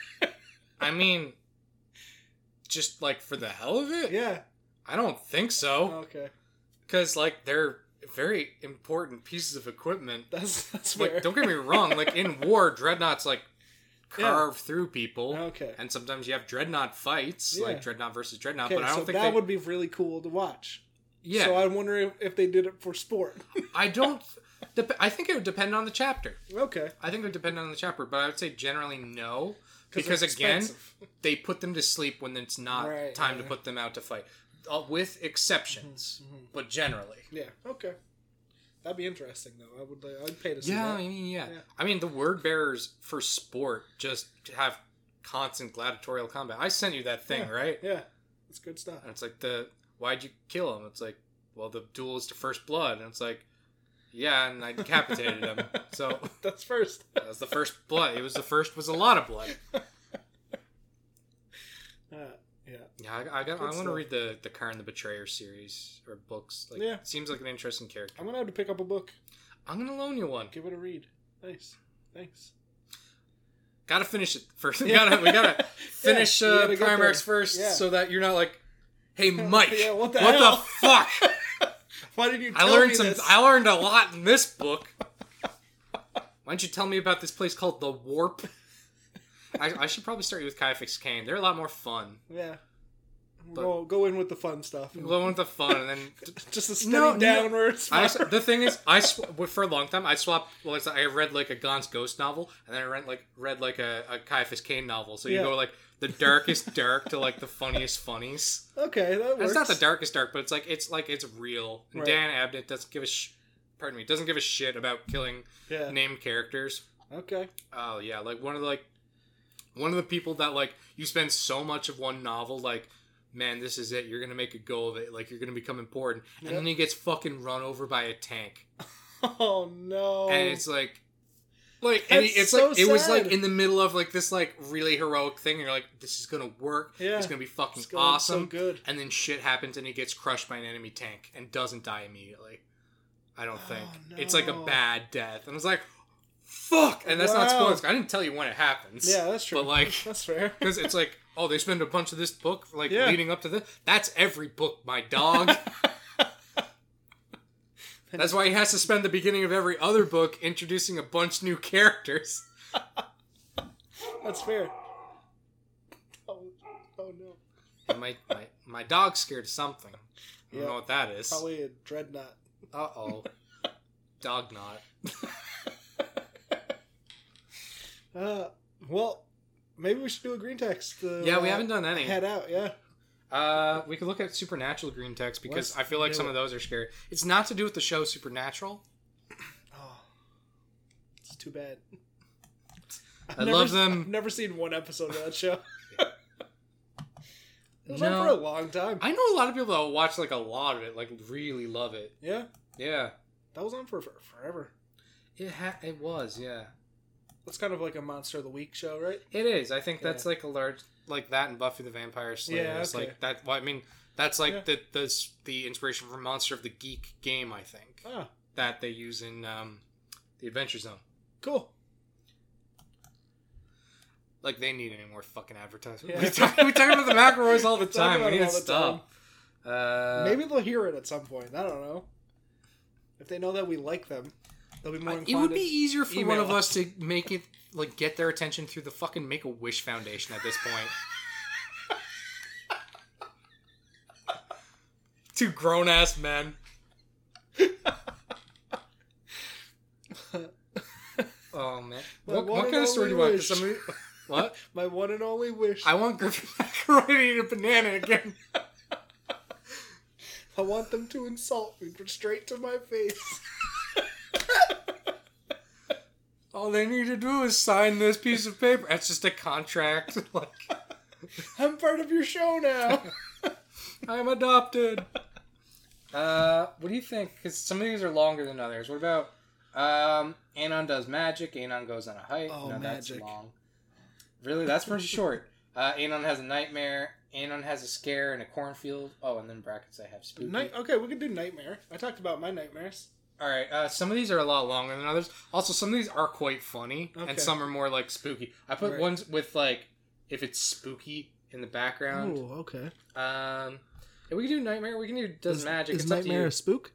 Speaker 1: I mean, just like for the hell of it?
Speaker 2: yeah.
Speaker 1: I don't think so.
Speaker 2: Okay.
Speaker 1: Because, like, they're very important pieces of equipment.
Speaker 2: That's that's fair.
Speaker 1: Like, don't get me wrong, like, in war, dreadnoughts, like, carve through people.
Speaker 2: Okay.
Speaker 1: And sometimes you have dreadnought fights,
Speaker 2: Yeah.
Speaker 1: like dreadnought versus dreadnought,
Speaker 2: Okay,
Speaker 1: but I don't
Speaker 2: so
Speaker 1: think
Speaker 2: that
Speaker 1: they.
Speaker 2: would be really cool to watch.
Speaker 1: yeah,
Speaker 2: So I wonder if, if they did it for sport.
Speaker 1: I don't. Dep- I think it would depend on the chapter.
Speaker 2: okay.
Speaker 1: I think it would depend on the chapter, but I would say generally no.
Speaker 2: they're
Speaker 1: Because again,
Speaker 2: expensive.
Speaker 1: they put them to sleep when it's not
Speaker 2: Right,
Speaker 1: time to
Speaker 2: yeah.
Speaker 1: put them out to fight. uh, with exceptions,
Speaker 2: Mhm.
Speaker 1: but generally.
Speaker 2: Yeah. Okay. That'd be interesting though. I would. like- I'd pay to see
Speaker 1: Yeah,
Speaker 2: that.
Speaker 1: I mean, yeah.
Speaker 2: Yeah.
Speaker 1: I mean, the word bearers for sport just have constant gladiatorial combat. I sent you that thing,
Speaker 2: Yeah.
Speaker 1: right?
Speaker 2: Yeah. It's good stuff.
Speaker 1: And it's like the why'd you kill him? It's like, well, the duel is to first blood, and it's like, yeah, and I decapitated him. So
Speaker 2: That's first.
Speaker 1: that was the first blood. It was the first was a lot of blood.
Speaker 2: Uh, yeah.
Speaker 1: Yeah, I, I got.
Speaker 2: Good
Speaker 1: I want to
Speaker 2: stuff.
Speaker 1: read the the Karn the Betrayer series or books. Like,
Speaker 2: Yeah.
Speaker 1: seems like an interesting character.
Speaker 2: I'm gonna have to pick up a book.
Speaker 1: I'm gonna loan you one.
Speaker 2: Give it a read. Nice. Thanks.
Speaker 1: Gotta finish it first. We gotta we gotta finish
Speaker 2: we
Speaker 1: uh,
Speaker 2: gotta get
Speaker 1: Primax
Speaker 2: there.
Speaker 1: first,
Speaker 2: Yeah.
Speaker 1: so that you're not like, hey Mike,
Speaker 2: Yeah, what the
Speaker 1: what
Speaker 2: hell?
Speaker 1: the fuck?
Speaker 2: Why did you?
Speaker 1: I
Speaker 2: Tell
Speaker 1: learned
Speaker 2: me
Speaker 1: some.
Speaker 2: This?
Speaker 1: I learned a lot in this book. Why don't you tell me about this place called the Warp? I, I should probably start you with Kaifix Kane. They're a lot more fun.
Speaker 2: Yeah.
Speaker 1: But-
Speaker 2: go go in with the fun stuff. and
Speaker 1: Well, with the fun, and then
Speaker 2: Just a steady
Speaker 1: No, no.
Speaker 2: downwards.
Speaker 1: I, the thing is, I sw- for a long time I swapped. Well, it's, I read like a Gon's Ghost novel, and then I read like read like a, a Caiaphas Kane novel. So you
Speaker 2: Yeah.
Speaker 1: go like the darkest dark to like the funniest funnies.
Speaker 2: okay, that works.
Speaker 1: It's not the darkest dark, but it's like it's like it's real. And
Speaker 2: Right.
Speaker 1: Dan Abnett doesn't give a sh- pardon me doesn't give a shit about killing
Speaker 2: Yeah.
Speaker 1: named characters.
Speaker 2: Okay.
Speaker 1: Oh yeah, like one of the like one of the people that like you spend so much of one novel like man this is it you're gonna make a go of it like you're gonna become important and
Speaker 2: Yep.
Speaker 1: then he gets fucking run over by a tank
Speaker 2: Oh no.
Speaker 1: and it's like like and
Speaker 2: That's
Speaker 1: it's
Speaker 2: so
Speaker 1: like it was like
Speaker 2: sad.
Speaker 1: in the middle of like this like really heroic thing and you're like this is gonna work
Speaker 2: Yeah.
Speaker 1: it's gonna be fucking
Speaker 2: It's going
Speaker 1: awesome
Speaker 2: So good.
Speaker 1: and then shit happens and he gets crushed by an enemy tank and doesn't die immediately i don't
Speaker 2: Oh,
Speaker 1: think it's like a
Speaker 2: no.
Speaker 1: bad death and i was like fuck and that's not
Speaker 2: Wow.
Speaker 1: spoilers i didn't tell you when it happens
Speaker 2: Yeah, that's true.
Speaker 1: but like
Speaker 2: that's fair.
Speaker 1: because it's like oh they spend a bunch of this book like
Speaker 2: Yeah.
Speaker 1: leading up to this that's every book my dog that's why he has to spend the beginning of every other book introducing a bunch new characters
Speaker 2: That's fair. Oh, oh no.
Speaker 1: And my, my my dog's scared of something. I don't
Speaker 2: Yeah.
Speaker 1: know what that is. Uh
Speaker 2: Probably a dreadnought.
Speaker 1: oh. Dog knot.
Speaker 2: Uh, well, maybe we should do a green text. uh,
Speaker 1: Yeah, we
Speaker 2: uh,
Speaker 1: haven't done any.
Speaker 2: Head out, yeah.
Speaker 1: Uh, we could look at supernatural green text because
Speaker 2: Let's
Speaker 1: I feel like
Speaker 2: do
Speaker 1: some
Speaker 2: it.
Speaker 1: of those are scary. It's not to do with the show Supernatural.
Speaker 2: Oh, it's too bad. I've
Speaker 1: I love
Speaker 2: I've
Speaker 1: them.
Speaker 2: never seen one episode of that show. it was
Speaker 1: No.
Speaker 2: on for a long time.
Speaker 1: I know a lot of people that watch like a lot of it, like really love it.
Speaker 2: Yeah,
Speaker 1: Yeah,
Speaker 2: that was on for, for forever.
Speaker 1: it ha- it was. Yeah,
Speaker 2: That's kind of like a monster of the week show, right?
Speaker 1: it is. I think
Speaker 2: Yeah.
Speaker 1: that's like a large like that and Buffy the Vampire Slayer.
Speaker 2: Yeah,
Speaker 1: It's
Speaker 2: okay.
Speaker 1: like that. Well, I mean, that's like
Speaker 2: Yeah.
Speaker 1: the the the inspiration for Monster of the Geek game. I think.
Speaker 2: Ah,
Speaker 1: that they use in um, the Adventure Zone.
Speaker 2: cool.
Speaker 1: Like they need any more fucking advertising.
Speaker 2: Yeah.
Speaker 1: We, talk, we talk about the McElroys all the
Speaker 2: We talk
Speaker 1: time.
Speaker 2: about
Speaker 1: We
Speaker 2: them
Speaker 1: need to
Speaker 2: all the
Speaker 1: stop. Uh,
Speaker 2: Maybe they'll hear it at some point. I don't know. If they know that we like them, they'll be more
Speaker 1: I-
Speaker 2: inclined.
Speaker 1: it would be
Speaker 2: to-
Speaker 1: easier for one
Speaker 2: email
Speaker 1: of us to make it like get their attention through the fucking Make a Wish Foundation at this point. Two grown ass men. oh man,
Speaker 2: My
Speaker 1: what,
Speaker 2: one
Speaker 1: what
Speaker 2: and
Speaker 1: kind of story do you want?
Speaker 2: only
Speaker 1: 'Cause somebody- what?
Speaker 2: my one and only wish.
Speaker 1: I
Speaker 2: I,
Speaker 1: want Griffin McElroy to eat a banana again.
Speaker 2: want them to insult me straight to my face.
Speaker 1: All they need to do is sign this piece of paper. That's just a contract. like
Speaker 2: I'm part of your show now.
Speaker 1: I'm adopted. Uh, what do you think? Because some of these are longer than others. What about um, Anon does magic? Anon goes on a hike.
Speaker 2: Oh, magic.
Speaker 1: long. Really, that's pretty short. Uh, Anon has a nightmare. Anon has a scare in a cornfield. Oh, and then brackets I have spooky.
Speaker 2: Night. Okay, we can do nightmare. I talked about my nightmares.
Speaker 1: All right. Uh, some of these are a lot longer than others. Also, some of these are quite funny,
Speaker 2: Okay.
Speaker 1: and some are more like spooky. I put
Speaker 2: Right.
Speaker 1: ones with like if it's spooky in the background.
Speaker 2: okay.
Speaker 1: Um, and we can do nightmare. We can do does magic. it's nightmare. Up to
Speaker 2: spook?
Speaker 1: you.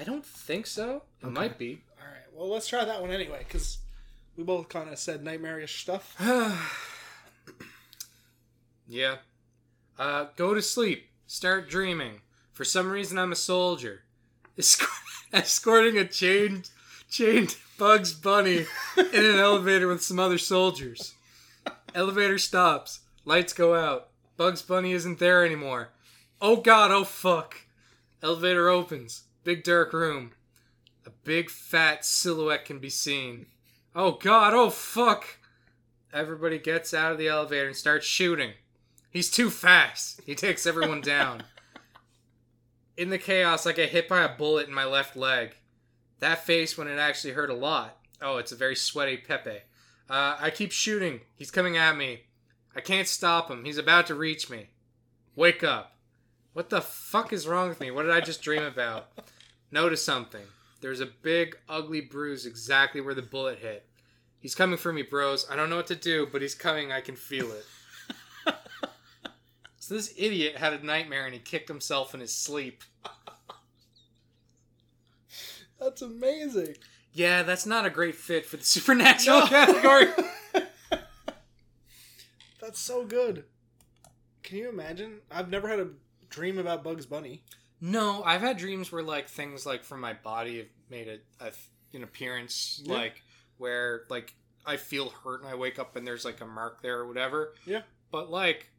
Speaker 1: I don't think so. It
Speaker 2: Okay.
Speaker 1: might be.
Speaker 2: All right. Well, let's try that one anyway, because we both kind of said nightmarish stuff.
Speaker 1: yeah. Uh, go to sleep. Start dreaming. For some reason, I'm a soldier, Escort- escorting a chained, chained Bugs Bunny in an elevator with some other soldiers. Elevator stops. Lights go out. Bugs Bunny isn't there anymore. Oh god, oh fuck. Elevator opens. Big dark room. A big fat silhouette can be seen. Oh god, oh fuck. Everybody gets out of the elevator and starts shooting. He's too fast. He takes everyone down. In the chaos, I get hit by a bullet in my left leg. That face when it actually hurt a lot. Oh, it's a very sweaty Pepe. Uh, I keep shooting. He's coming at me. I can't stop him. He's about to reach me. Wake up. What the fuck is wrong with me? What did I just dream about? Notice something. There's a big, ugly bruise exactly where the bullet hit. He's coming for me, bros. I don't know what to do, but he's coming. I can feel it. so this idiot had a nightmare and he kicked himself in his sleep.
Speaker 2: That's amazing.
Speaker 1: Yeah, that's not a great fit for the supernatural category.
Speaker 2: That's so good. Can you imagine? I've never had a dream about Bugs Bunny.
Speaker 1: No, I've had dreams where like things like from my body have made a, a an appearance,
Speaker 2: Yeah.
Speaker 1: like where like I feel hurt and I wake up and there's like a mark there or whatever.
Speaker 2: Yeah.
Speaker 1: But like,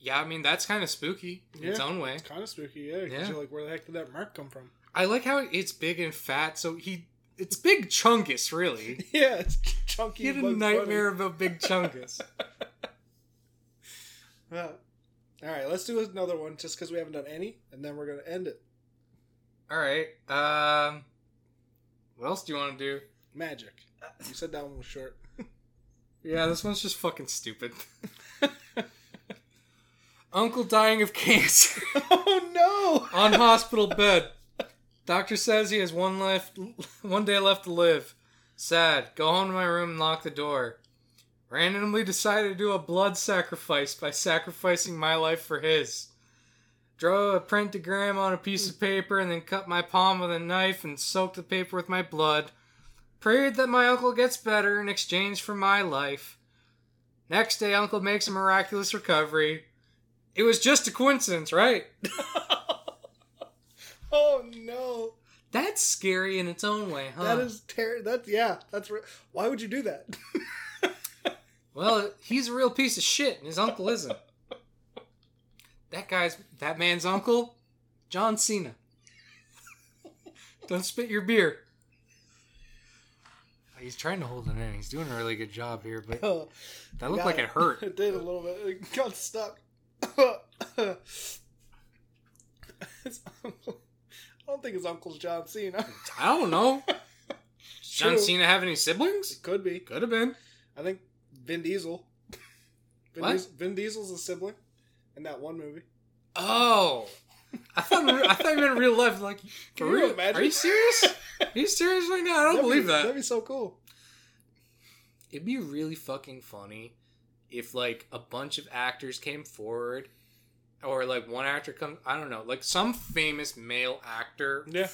Speaker 1: yeah, I mean that's kind of spooky in its
Speaker 2: Yeah.
Speaker 1: own way.
Speaker 2: It's kind of spooky, yeah. 'cause
Speaker 1: Yeah.
Speaker 2: you're like, where the heck did that mark come from?
Speaker 1: I like how it's big and fat. So he, it's big chungus really.
Speaker 2: Yeah, it's chunky.
Speaker 1: He had a
Speaker 2: Bugs
Speaker 1: nightmare about big chungus.
Speaker 2: Bunny. Yeah. All right, let's do another one just because we haven't done any, and then we're gonna end it.
Speaker 1: All right. Um, what else do you want to do?
Speaker 2: Magic. You said that one was short.
Speaker 1: Yeah, this one's just fucking stupid. Uncle dying of cancer
Speaker 2: oh no!
Speaker 1: on hospital bed. Doctor says he has one left, one day left to live. Sad. Go home to my room and lock the door. Randomly decided to do a blood sacrifice by sacrificing my life for his. Draw a printogram on a piece of paper and then cut my palm with a knife and soak the paper with my blood. Prayed that my uncle gets better in exchange for my life. Next day, uncle makes a miraculous recovery. It was just a coincidence, right?
Speaker 2: Oh no!
Speaker 1: That's scary in its own way, huh?
Speaker 2: That is ter- That's yeah. That's re- why would you do that?
Speaker 1: Well, he's a real piece of shit, and his uncle isn't. That guy's that man's uncle, John Cena. Don't spit your beer. He's trying to hold it in. He's doing a really good job here, but
Speaker 2: Oh,
Speaker 1: that looked
Speaker 2: got
Speaker 1: like it hurt.
Speaker 2: It did a little bit. It got stuck. It's- I don't think his uncle's John Cena.
Speaker 1: I don't know. Does John
Speaker 2: True.
Speaker 1: Cena have any siblings?
Speaker 2: Could be.
Speaker 1: Could have been.
Speaker 2: I think Vin Diesel. Vin,
Speaker 1: What?
Speaker 2: Diesel, Vin Diesel's a sibling in that one movie.
Speaker 1: Oh, I thought I thought you meant real life. Like, for
Speaker 2: Can you
Speaker 1: real?
Speaker 2: imagine?
Speaker 1: Are you serious? Are you serious right now? I don't
Speaker 2: That'd be-
Speaker 1: believe that.
Speaker 2: That'd be so cool.
Speaker 1: It'd be really fucking funny if like a bunch of actors came forward or like one actor come I don't know, like some famous male actor.
Speaker 2: Yeah.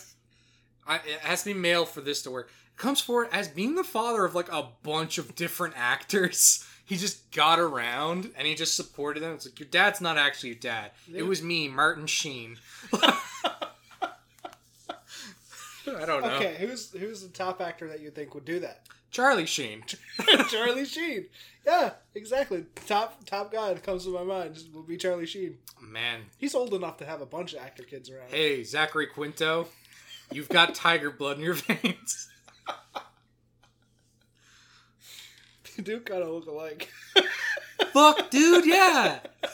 Speaker 1: I, it has to be male for this to work. Comes forward as being the father of like a bunch of different actors. He just got around and he just supported them. It's like your dad's not actually your dad.
Speaker 2: Yeah.
Speaker 1: It was me, Martin Sheen. I don't know.
Speaker 2: Okay, who's who's the top actor that you think would do that?
Speaker 1: Charlie Sheen.
Speaker 2: Charlie Sheen. Yeah, exactly. Top top guy that comes to my mind just would be Charlie Sheen.
Speaker 1: Man,
Speaker 2: He's old enough to have a bunch of actor kids around.
Speaker 1: Hey, Zachary Quinto, you've got tiger blood in your veins.
Speaker 2: They do kind of look alike.
Speaker 1: Fuck, dude, yeah. A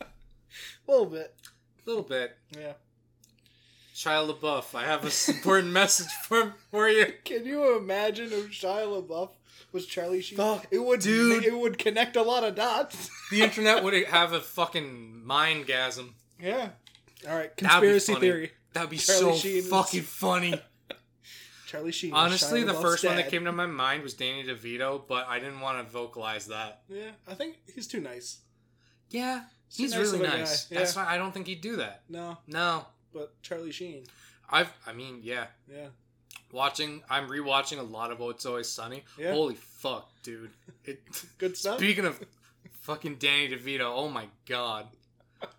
Speaker 2: A little bit.
Speaker 1: little bit.
Speaker 2: Yeah.
Speaker 1: Shia LaBeouf, I have a important message for, for you.
Speaker 2: Can you imagine if Shia LaBeouf was Charlie Sheen?
Speaker 1: Fuck,
Speaker 2: it would
Speaker 1: dude.
Speaker 2: It would connect a lot of dots.
Speaker 1: The internet would have a fucking mindgasm.
Speaker 2: Yeah. All right.
Speaker 1: That'd be
Speaker 2: Conspiracy
Speaker 1: funny.
Speaker 2: theory.
Speaker 1: That'd be
Speaker 2: Charlie
Speaker 1: so
Speaker 2: Sheen is-
Speaker 1: fucking funny.
Speaker 2: Charlie Sheen. was
Speaker 1: Honestly,
Speaker 2: Shia
Speaker 1: the
Speaker 2: LaBeouf's
Speaker 1: first one that
Speaker 2: dad.
Speaker 1: came to my mind was Danny DeVito, but I didn't want to vocalize that.
Speaker 2: Yeah, I think he's too nice.
Speaker 1: Yeah,
Speaker 2: too
Speaker 1: he's
Speaker 2: nice
Speaker 1: really
Speaker 2: of a guy,
Speaker 1: nice.
Speaker 2: yeah.
Speaker 1: That's why I don't think he'd do that.
Speaker 2: No,
Speaker 1: No,
Speaker 2: but Charlie Sheen.
Speaker 1: I've. I mean, yeah.
Speaker 2: Yeah.
Speaker 1: Watching, I'm rewatching a lot of Oh It's Always Sunny.
Speaker 2: Yeah.
Speaker 1: Holy fuck, dude! It,
Speaker 2: Good stuff.
Speaker 1: speaking of fucking Danny DeVito, oh my god,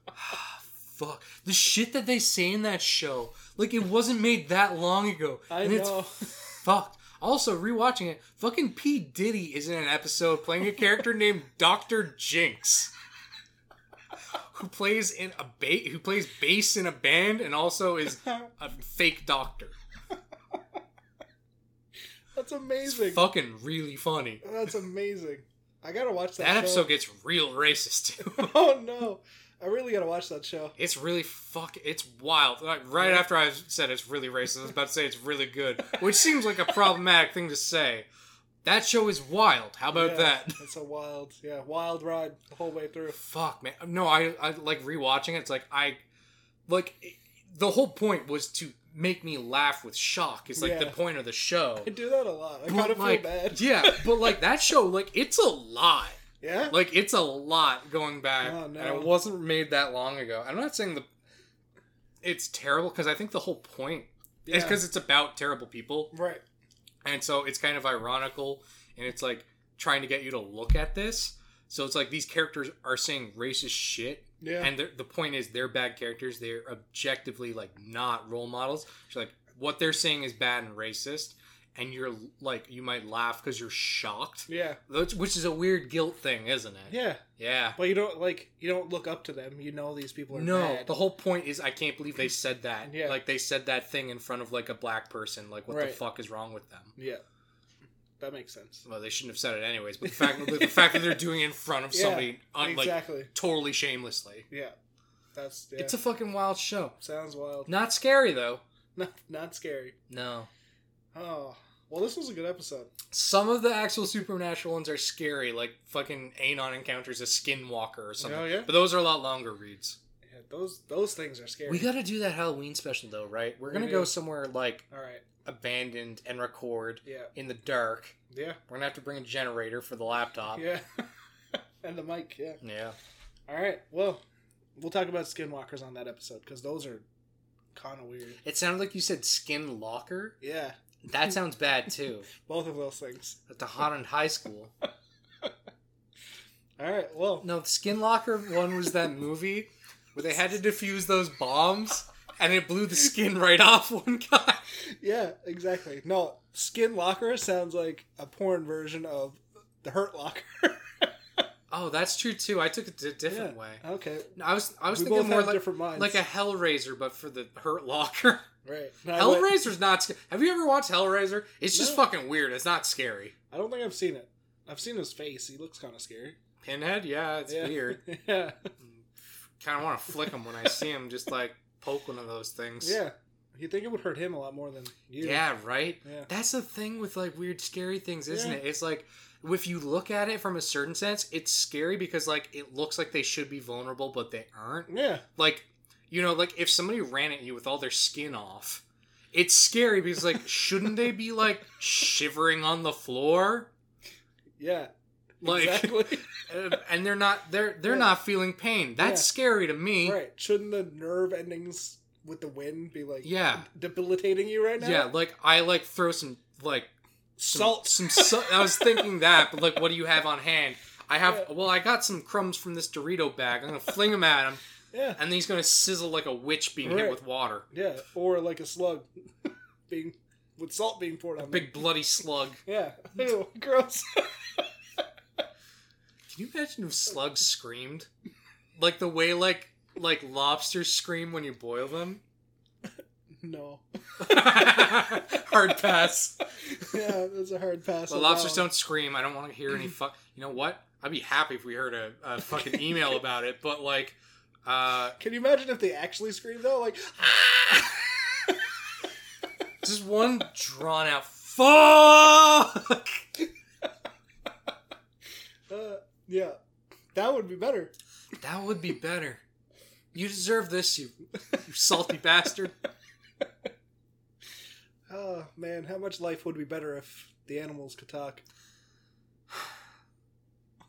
Speaker 1: fuck the shit that they say in that show. Like it wasn't made that long ago,
Speaker 2: I
Speaker 1: and
Speaker 2: know.
Speaker 1: it's fucked. Also, rewatching it, fucking P Diddy is in an episode playing a character named Doctor Jinx, who plays in a ba- who plays bass in a band and also is a fake doctor. It's
Speaker 2: That's amazing.
Speaker 1: fucking really funny.
Speaker 2: That's amazing. I gotta watch that.
Speaker 1: That
Speaker 2: show.
Speaker 1: episode gets real racist too.
Speaker 2: Oh no, I really gotta watch that show.
Speaker 1: It's really fuck. It's wild. Like, right
Speaker 2: Yeah.
Speaker 1: after I said it's really racist, I was about to say it's really good, which seems like a problematic thing to say. That show is wild. How about
Speaker 2: Yeah,
Speaker 1: that?
Speaker 2: It's a wild, yeah, wild ride the whole way through.
Speaker 1: Fuck, man. No, I, I like rewatching it. It's like I, like, the whole point was to make me laugh with shock. It's like the
Speaker 2: Yeah.
Speaker 1: point of the show.
Speaker 2: I do that a lot. I
Speaker 1: But,
Speaker 2: kind of feel
Speaker 1: like,
Speaker 2: bad.
Speaker 1: yeah, but like that show, like it's a lot.
Speaker 2: Yeah.
Speaker 1: Like it's a lot going back,
Speaker 2: Oh, no.
Speaker 1: and it wasn't made that long ago. I'm not saying the it's terrible because I think the whole point
Speaker 2: yeah.
Speaker 1: It's because it's about terrible people,
Speaker 2: right.
Speaker 1: and so it's kind of ironical, and it's like trying to get you to look at this. So it's like these characters are saying racist shit,
Speaker 2: Yeah.
Speaker 1: and they're- the point is they're bad characters. They're objectively like not role models. So like what they're saying is bad and racist, and you're like you might laugh because you're shocked,
Speaker 2: yeah.
Speaker 1: Which- which is a weird guilt thing, isn't it?
Speaker 2: Yeah.
Speaker 1: Yeah.
Speaker 2: But you don't like you don't look up to them. You know these people are
Speaker 1: No,
Speaker 2: bad.
Speaker 1: the whole point is I can't believe they said that.
Speaker 2: Yeah.
Speaker 1: Like they said that thing in front of like a black person. Like what the
Speaker 2: Right.
Speaker 1: fuck is wrong with them?
Speaker 2: yeah. That makes sense.
Speaker 1: Well, they shouldn't have said it anyways, but the fact the fact that they're doing it in front of
Speaker 2: Yeah,
Speaker 1: somebody, un- like
Speaker 2: exactly.
Speaker 1: totally shamelessly,
Speaker 2: Yeah. That's yeah.
Speaker 1: it's a fucking wild show.
Speaker 2: sounds wild.
Speaker 1: Not scary though.
Speaker 2: Not not scary.
Speaker 1: No,
Speaker 2: Oh. Well, this was a good episode.
Speaker 1: some of the actual supernatural ones are scary, like fucking Anon encounters a skinwalker or something.
Speaker 2: Oh, yeah?
Speaker 1: But those are a lot longer reads.
Speaker 2: Yeah, those those things are scary.
Speaker 1: We got to do that Halloween special though, right? We're
Speaker 2: We
Speaker 1: gonna
Speaker 2: do.
Speaker 1: go somewhere like
Speaker 2: All right.
Speaker 1: abandoned and record
Speaker 2: Yeah.
Speaker 1: in the dark.
Speaker 2: Yeah.
Speaker 1: We're gonna have to bring a generator for the laptop.
Speaker 2: Yeah. and the mic. Yeah.
Speaker 1: Yeah.
Speaker 2: All right. Well, we'll talk about skinwalkers on that episode because those are kind of weird.
Speaker 1: It sounded like you said skin locker.
Speaker 2: Yeah.
Speaker 1: That sounds bad too.
Speaker 2: Both of those things.
Speaker 1: at the Holland High School.
Speaker 2: All right. Well.
Speaker 1: No, the Skinlocker one was that movie where they had to defuse those bombs and it blew the skin right off one guy.
Speaker 2: Yeah. Exactly. No. Skin locker sounds like a porn version of the Hurt Locker.
Speaker 1: Oh, that's true too. I took it a different way.
Speaker 2: Okay.
Speaker 1: No, I was I was
Speaker 2: we both
Speaker 1: thinking more
Speaker 2: have
Speaker 1: like
Speaker 2: different minds.
Speaker 1: like a Hellraiser, but for the Hurt Locker.
Speaker 2: right. No, I, went-
Speaker 1: Hellraiser's not. Sc- Have you ever watched Hellraiser? It's just
Speaker 2: No.
Speaker 1: fucking weird. It's not scary.
Speaker 2: I don't think I've seen it. I've seen his face. He looks kind of scary.
Speaker 1: Pinhead, yeah, it's
Speaker 2: Yeah.
Speaker 1: weird.
Speaker 2: yeah.
Speaker 1: Kind of want to flick him when I see him. Just like poke one of those things.
Speaker 2: Yeah. You think it would hurt him a lot more than you?
Speaker 1: Yeah, right?
Speaker 2: Yeah.
Speaker 1: That's the thing with like weird scary things, isn't
Speaker 2: Yeah.
Speaker 1: it? It's like if you look at it from a certain sense, it's scary because like it looks like they should be vulnerable but they aren't.
Speaker 2: Yeah.
Speaker 1: Like, you know, like if somebody ran at you with all their skin off, it's scary because like shouldn't they be like shivering on the floor?
Speaker 2: Yeah.
Speaker 1: Like
Speaker 2: exactly.
Speaker 1: uh, and they're not they're they're
Speaker 2: Yeah.
Speaker 1: not feeling pain. That's
Speaker 2: Yeah.
Speaker 1: scary to me.
Speaker 2: right. Shouldn't the nerve endings with the wind be like
Speaker 1: Yeah.
Speaker 2: debilitating you right now?
Speaker 1: Yeah, like I like throw some like some-
Speaker 2: Salt.
Speaker 1: Some salt. I was thinking that, but like, what do you have on hand? I have.
Speaker 2: Yeah.
Speaker 1: Well, I got some crumbs from this Dorito bag. I'm gonna fling them at him,
Speaker 2: Yeah.
Speaker 1: and then he's gonna sizzle like a witch being hit
Speaker 2: Right.
Speaker 1: with water.
Speaker 2: Yeah. Or like a slug being with salt being poured on.
Speaker 1: Big bloody slug.
Speaker 2: them. Yeah. Ew, gross.
Speaker 1: Can you imagine if slugs screamed, like the way like like lobsters scream when you boil them?
Speaker 2: no.
Speaker 1: Hard pass.
Speaker 2: Yeah, that's a hard pass.
Speaker 1: Well,
Speaker 2: on
Speaker 1: lobsters
Speaker 2: that one.
Speaker 1: don't scream. I don't want to hear any fuck. You know what? I'd be happy if we heard a, a fucking email about it, but like, uh,
Speaker 2: Can you imagine if they actually screamed though? Like
Speaker 1: Just one drawn out fuck.
Speaker 2: uh, yeah. That would be better.
Speaker 1: That would be better. You deserve this, you, you salty bastard.
Speaker 2: Oh man, how much life would be better if the animals could talk?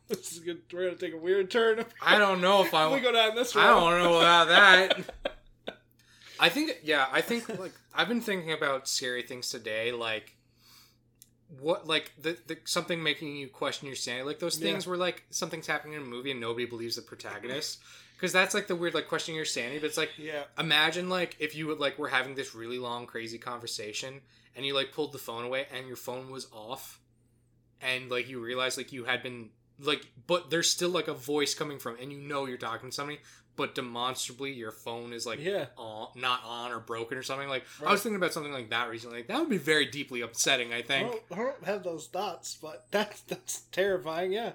Speaker 2: This is good. We're gonna take a weird turn.
Speaker 1: I don't know if I.
Speaker 2: we
Speaker 1: w-
Speaker 2: go down this road.
Speaker 1: I don't know about that. I think yeah. I think like I've been thinking about scary things today, like what like the, the something making you question your sanity, like those things where like something's happening in a movie and nobody believes the protagonist, because that's like the weird like questioning your sanity. But it's like
Speaker 2: Yeah.
Speaker 1: imagine like if you would like were having this really long crazy conversation and you like pulled the phone away and your phone was off and like you realized like you had been like but there's still like a voice coming from and you know you're talking to somebody but demonstrably your phone is like
Speaker 2: yeah.
Speaker 1: on, not on or broken or something like i
Speaker 2: Right.
Speaker 1: was thinking about something like that recently like, that would be very deeply upsetting i
Speaker 2: I
Speaker 1: think
Speaker 2: don't, I don't have those thoughts, but that's that's terrifying. Yeah.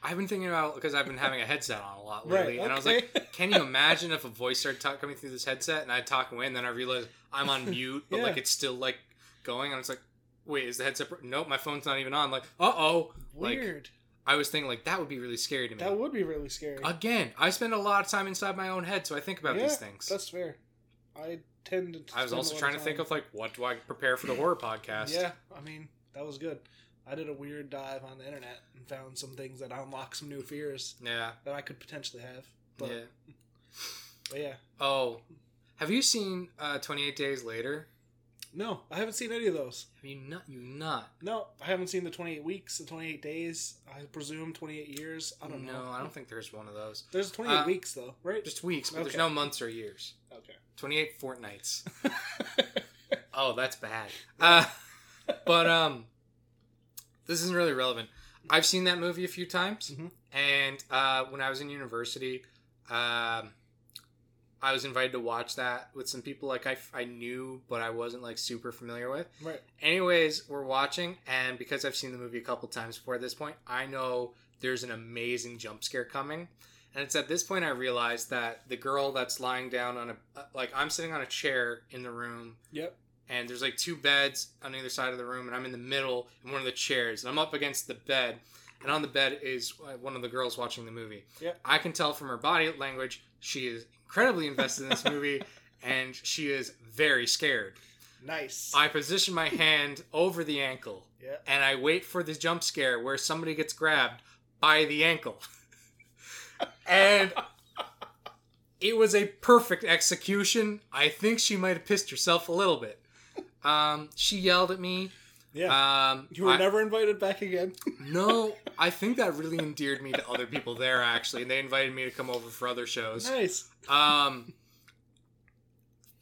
Speaker 1: i've been thinking about because i've been having a headset on a lot
Speaker 2: Right.
Speaker 1: lately and i was like
Speaker 2: okay.
Speaker 1: can you imagine if a voice started talk, coming through this headset and i talk away and then i realize i'm on mute but
Speaker 2: Yeah.
Speaker 1: like it's still like going and it's like wait is the headset pro- nope my phone's not even on like uh-oh like-
Speaker 2: weird.
Speaker 1: i was thinking like that would be really scary to me
Speaker 2: that would be really scary.
Speaker 1: Again, I spend a lot of time inside my own head, so I think about
Speaker 2: Yeah,
Speaker 1: these things.
Speaker 2: That's fair. I tend
Speaker 1: I
Speaker 2: to.
Speaker 1: was
Speaker 2: spend a lot
Speaker 1: also
Speaker 2: of
Speaker 1: trying to
Speaker 2: time-
Speaker 1: think of like what do I prepare for the horror podcast?
Speaker 2: Yeah, I mean that was good. I did a weird dive on the internet and found some things that unlock some new fears
Speaker 1: yeah,
Speaker 2: that I could potentially have. But yeah,
Speaker 1: yeah.
Speaker 2: but yeah.
Speaker 1: Oh, have you seen uh, Twenty Eight Days Later?
Speaker 2: no, I haven't seen any of those.
Speaker 1: Have you not? You not?
Speaker 2: No, I haven't seen the 28 weeks, the 28 days. I presume 28 years. I don't
Speaker 1: no,
Speaker 2: know.
Speaker 1: I don't think there's one of those.
Speaker 2: There's 28
Speaker 1: Uh,
Speaker 2: weeks though, right?
Speaker 1: Just weeks, but there's
Speaker 2: Okay.
Speaker 1: no months or years.
Speaker 2: okay.
Speaker 1: Twenty eight fortnights. oh, that's bad. Uh, but um, this isn't really relevant. I've seen that movie a few times,
Speaker 2: Mhm.
Speaker 1: and uh, when I was in university, um, I was invited to watch that with some people like I, I knew, but I wasn't like super familiar with.
Speaker 2: right.
Speaker 1: Anyways, we're watching, and because I've seen the movie a couple times before this point, I know there's an amazing jump scare coming. And it's at this point I realized that the girl that's lying down on a uh, like I'm sitting on a chair in the room
Speaker 2: Yep.
Speaker 1: and there's like two beds on either side of the room and i'm in the middle in one of the chairs and i'm up against the bed and on the bed is uh, one of the girls watching the movie
Speaker 2: Yep.
Speaker 1: i can tell from her body language she is incredibly invested in this movie and she is very scared
Speaker 2: Nice.
Speaker 1: i position my hand over the ankle
Speaker 2: yeah.
Speaker 1: and i wait for the jump scare where somebody gets grabbed by the ankle and it was a perfect execution i think she might have pissed herself a little bit um, she yelled at me
Speaker 2: Yeah.
Speaker 1: um,
Speaker 2: you were
Speaker 1: I-
Speaker 2: never invited back again.
Speaker 1: no i think that really endeared me to other people there actually and they invited me to come over for other shows
Speaker 2: nice.
Speaker 1: um,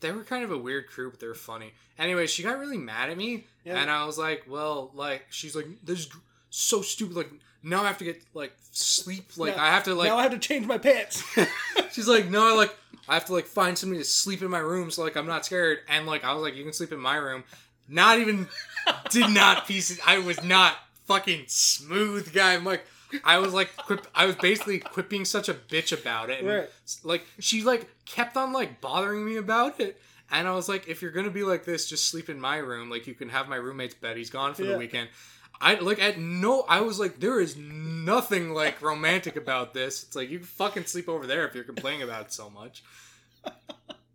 Speaker 1: they were kind of a weird crew but they were funny anyway she got really mad at me
Speaker 2: Yeah.
Speaker 1: and i was like well like she's like this is so stupid like now i have to get like sleep like
Speaker 2: No,
Speaker 1: i have to like
Speaker 2: now I have to change my pants.
Speaker 1: She's like, no, like I have to like find somebody to sleep in my room, so like I'm not scared. And like I was like, you can sleep in my room. Not even did not piece it. I was not fucking smooth guy. I'm like, I was like, quip, I was basically quipping such a bitch about it. And,
Speaker 2: Right.
Speaker 1: Like she like kept on like bothering me about it. And I was like, if you're gonna be like this, just sleep in my room. Like you can have my roommate's bed. He's gone for
Speaker 2: Yeah.
Speaker 1: the weekend. I like at no. I was like, there is nothing like romantic about this. It's like you can fucking sleep over there if you're complaining about it so much.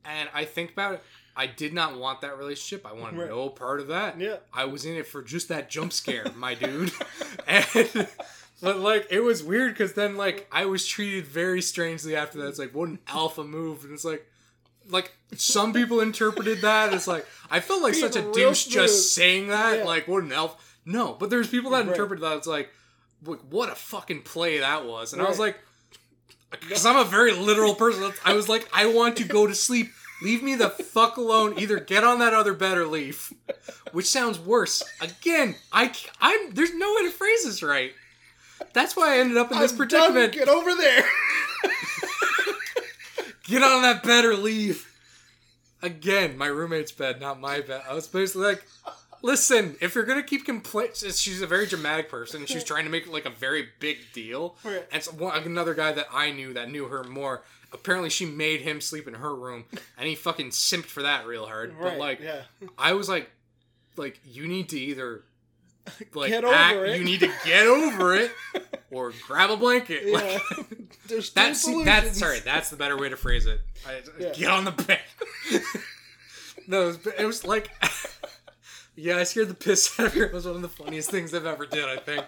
Speaker 1: And I think about it. I did not want that relationship. I wanted
Speaker 2: Right.
Speaker 1: no part of that.
Speaker 2: yeah.
Speaker 1: I was in it for just that jump scare, my dude. And but like it was weird because then like I was treated very strangely after that. It's like what an alpha move, and it's like like some people interpreted that as like I felt like
Speaker 2: Being
Speaker 1: such a
Speaker 2: a real
Speaker 1: douche
Speaker 2: smooth.
Speaker 1: just saying that.
Speaker 2: Yeah.
Speaker 1: Like what an alpha. No, but there's people that
Speaker 2: Right.
Speaker 1: interpreted that as like like what a fucking play that was, and I was
Speaker 2: Right.
Speaker 1: like. Because I'm a very literal person. I was like, I want to go to sleep. Leave me the fuck alone. Either get on that other bed or leave. Which sounds worse. Again, I, am there's no way to phrase this right. That's why I ended up in this
Speaker 2: I'm done.
Speaker 1: predicament.
Speaker 2: Get over there.
Speaker 1: Get on that bed or leave. Again, my roommate's bed, not my bed. I was basically like, listen, if you're gonna keep complaining, she's a very dramatic person. She's trying to make like a very big deal.
Speaker 2: Right.
Speaker 1: And so one, another guy that I knew that knew her more. Apparently, she made him sleep in her room, and he fucking simped for that real hard.
Speaker 2: Right.
Speaker 1: But like,
Speaker 2: yeah.
Speaker 1: I was like, like you need to either like
Speaker 2: Get over
Speaker 1: act-
Speaker 2: it.
Speaker 1: you need to get over it, or grab a blanket.
Speaker 2: Yeah.
Speaker 1: Like,
Speaker 2: There's two
Speaker 1: that's that's
Speaker 2: solutions.
Speaker 1: sorry. That's the better way to phrase it. I,
Speaker 2: Yeah.
Speaker 1: Get on the bed. no, it was, it was like, yeah, I scared the piss out of her. It was one of the funniest things I've ever did. I think.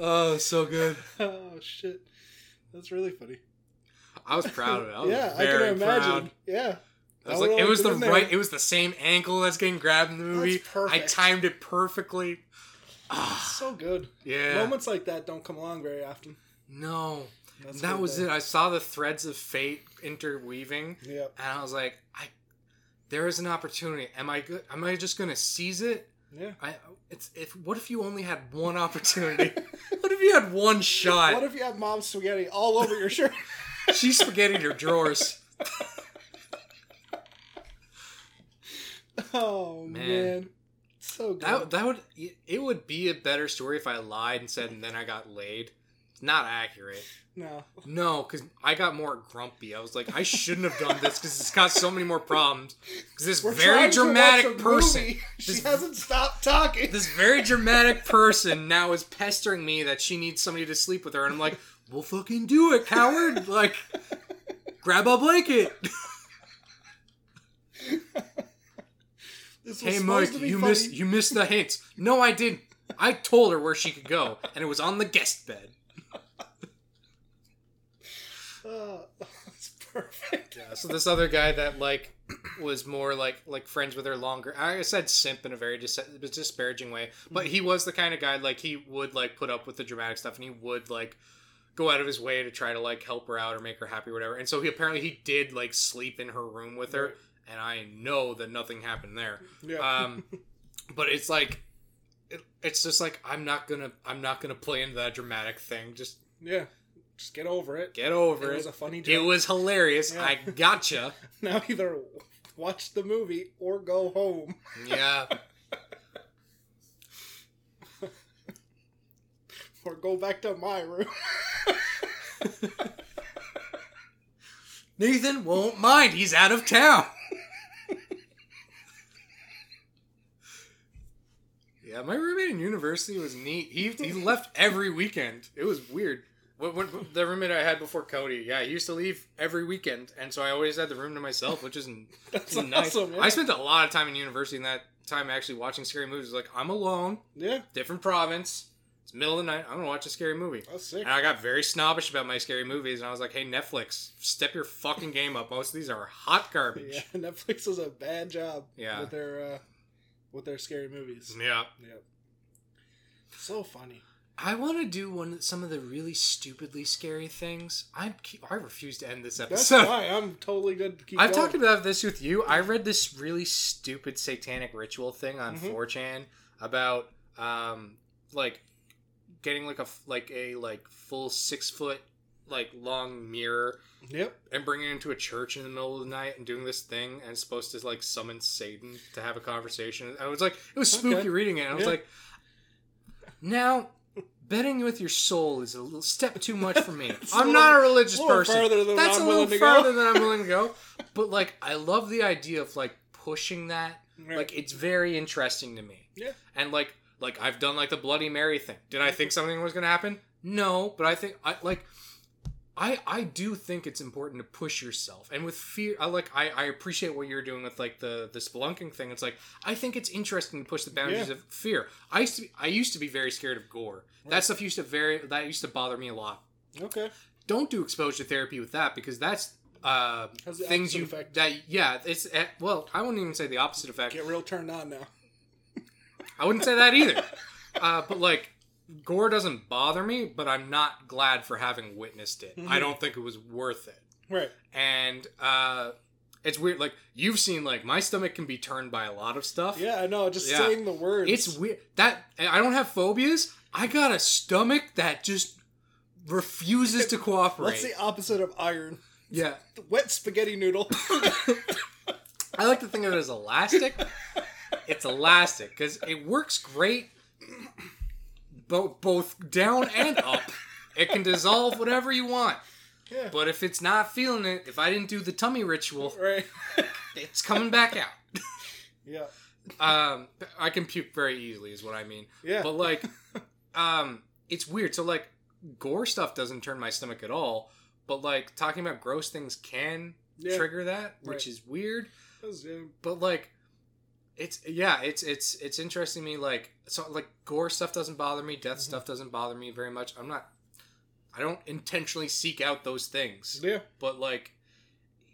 Speaker 1: Oh, so good.
Speaker 2: Oh shit. That's really funny.
Speaker 1: I was proud of it. I was
Speaker 2: yeah,
Speaker 1: very
Speaker 2: I can imagine.
Speaker 1: proud.
Speaker 2: Yeah.
Speaker 1: I was
Speaker 2: I
Speaker 1: like,
Speaker 2: would've
Speaker 1: it was
Speaker 2: been
Speaker 1: the
Speaker 2: in there.
Speaker 1: right. It was the same ankle that's getting grabbed in the movie. I
Speaker 2: perfect.
Speaker 1: timed it perfectly. Ah.
Speaker 2: So good.
Speaker 1: Yeah.
Speaker 2: Moments like that don't come along very often.
Speaker 1: No,
Speaker 2: That's
Speaker 1: that
Speaker 2: good,
Speaker 1: was
Speaker 2: though.
Speaker 1: it. I saw the threads of fate interweaving,
Speaker 2: Yep.
Speaker 1: and I was like, I. There is an opportunity. Am I good? Am I just gonna seize it?
Speaker 2: Yeah.
Speaker 1: I it's if what if you only had one opportunity? what if you had one shot?
Speaker 2: What if you have mom's spaghetti all over your shirt?
Speaker 1: She's spaghetti in your drawers.
Speaker 2: Oh man.
Speaker 1: Man.
Speaker 2: So good.
Speaker 1: That that would it would be a better story if I lied and said and then I got laid. It's not accurate.
Speaker 2: no.
Speaker 1: No, because I got more grumpy. I was like, I shouldn't have done this because it's got so many more problems. Because this
Speaker 2: We're
Speaker 1: very
Speaker 2: trying to watch
Speaker 1: dramatic
Speaker 2: a
Speaker 1: person,
Speaker 2: movie. She
Speaker 1: This-
Speaker 2: hasn't stopped talking.
Speaker 1: this very dramatic person now is pestering me that she needs somebody to sleep with her, and I'm like, we'll fucking do it, coward! Like, grab a blanket.
Speaker 2: This was
Speaker 1: hey, Mike,
Speaker 2: supposed to be
Speaker 1: you
Speaker 2: funny.
Speaker 1: missed you missed the hints. No, I didn't. I told her where she could go, and it was on the guest bed.
Speaker 2: Uh, it's perfect.
Speaker 1: Yeah, so this other guy that like was more like like friends with her longer. I said simp in a very dis- disparaging way, but he was the kind of guy like he would like put up with the dramatic stuff, and he would like go out of his way to try to like help her out or make her happy or whatever. And so he apparently he did like sleep in her room with her,
Speaker 2: Right.
Speaker 1: and I know that nothing happened there.
Speaker 2: Yeah.
Speaker 1: Um, but it's like it, it's just like I'm not gonna I'm not gonna play into that dramatic thing. Just
Speaker 2: yeah. Just get over it.
Speaker 1: get over
Speaker 2: it
Speaker 1: it.
Speaker 2: was a funny joke.
Speaker 1: it was hilarious.
Speaker 2: Yeah.
Speaker 1: I gotcha.
Speaker 2: now either watch the movie or go home.
Speaker 1: Yeah.
Speaker 2: Or go back to my room.
Speaker 1: Nathan won't mind. He's out of town. yeah, my roommate in university was neat. He, he left every weekend. It was weird. What, what, the roommate I had before Cody, yeah, he used to leave every weekend, and so I always had the room to myself, which is n-
Speaker 2: That's
Speaker 1: nice.
Speaker 2: awesome. Yeah.
Speaker 1: I spent a lot of time in university, and that time actually watching scary movies. Like I'm alone,
Speaker 2: yeah.
Speaker 1: different province. It's middle of the night. I'm gonna watch a scary movie.
Speaker 2: That's sick.
Speaker 1: And I got very snobbish about my scary movies, and I was like, "Hey, Netflix, step your fucking game up. Most of these are hot
Speaker 2: Yeah,
Speaker 1: garbage."
Speaker 2: Netflix does a bad job
Speaker 1: Yeah.
Speaker 2: with their uh, with their scary movies.
Speaker 1: Yeah,
Speaker 2: Yep. So funny.
Speaker 1: I want to do one some of the really stupidly scary things. I I refuse to end this
Speaker 2: That's
Speaker 1: episode.
Speaker 2: why I'm totally good to keep
Speaker 1: I've
Speaker 2: going.
Speaker 1: talked about this with you. I read this really stupid satanic ritual thing on
Speaker 2: Mhm.
Speaker 1: 4chan about um like getting like a f- like a like full six foot like long mirror
Speaker 2: Yep.
Speaker 1: and bringing into a church in the middle of the night and doing this thing and it's supposed to like summon Satan to have a conversation. I was like, it was spooky
Speaker 2: Okay.
Speaker 1: reading it. And I was
Speaker 2: Yeah.
Speaker 1: like, now betting with your soul is a little step too much for me.
Speaker 2: It's a
Speaker 1: I'm
Speaker 2: little-
Speaker 1: not a religious
Speaker 2: little
Speaker 1: person.
Speaker 2: farther than
Speaker 1: That's
Speaker 2: I'm
Speaker 1: a little
Speaker 2: willing to go.
Speaker 1: farther than I'm willing to go. But like, I love the idea of like pushing that.
Speaker 2: Right.
Speaker 1: Like, it's very interesting to me.
Speaker 2: Hmm. Yeah.
Speaker 1: And like, like I've done like the Bloody Mary thing. Did I think something was going to happen? No, but I think I like I I do think it's important to push yourself. And with fear, I like I I appreciate what you're doing with like the the spelunking thing. It's like I think it's interesting to push the boundaries
Speaker 2: Yeah.
Speaker 1: of fear. I used to be, I used to be very scared of gore. That stuff used to very that used to bother me a lot.
Speaker 2: Okay.
Speaker 1: Don't do exposure therapy with that because that's uh
Speaker 2: Has the
Speaker 1: things
Speaker 2: opposite
Speaker 1: you
Speaker 2: effect.
Speaker 1: that yeah it's eh, well I wouldn't even say the opposite effect.
Speaker 2: Get real turned on now.
Speaker 1: I wouldn't say that either. Uh, but like, gore doesn't bother me, but I'm not glad for having witnessed it. I don't think it was worth it.
Speaker 2: Right.
Speaker 1: And uh, it's weird. Like you've seen, like my stomach can be turned by a lot of stuff.
Speaker 2: Yeah, I know. Just
Speaker 1: Yeah.
Speaker 2: saying the words.
Speaker 1: it's weird. That I don't have phobias. I got a stomach that just refuses to cooperate.
Speaker 2: That's the opposite of iron.
Speaker 1: Yeah,
Speaker 2: Wet spaghetti noodle.
Speaker 1: I like to think of it as elastic. it's elastic because it works great, both both down and up. It can dissolve whatever you want.
Speaker 2: Yeah.
Speaker 1: But if it's not feeling it, if I didn't do the tummy ritual,
Speaker 2: right.
Speaker 1: it's coming back out.
Speaker 2: Yeah.
Speaker 1: Um, I can puke very easily, is what I mean.
Speaker 2: Yeah.
Speaker 1: But like, um, it's weird. So like, gore stuff doesn't turn my stomach at all. But like, talking about gross things can
Speaker 2: yeah.
Speaker 1: trigger that, which
Speaker 2: Right.
Speaker 1: is weird.
Speaker 2: That's- yeah.
Speaker 1: but like it's yeah it's it's it's interesting to me like so like gore stuff doesn't bother me
Speaker 2: Mm-hmm.
Speaker 1: death stuff doesn't bother me very much i'm not i don't intentionally seek out those things
Speaker 2: Yeah.
Speaker 1: but like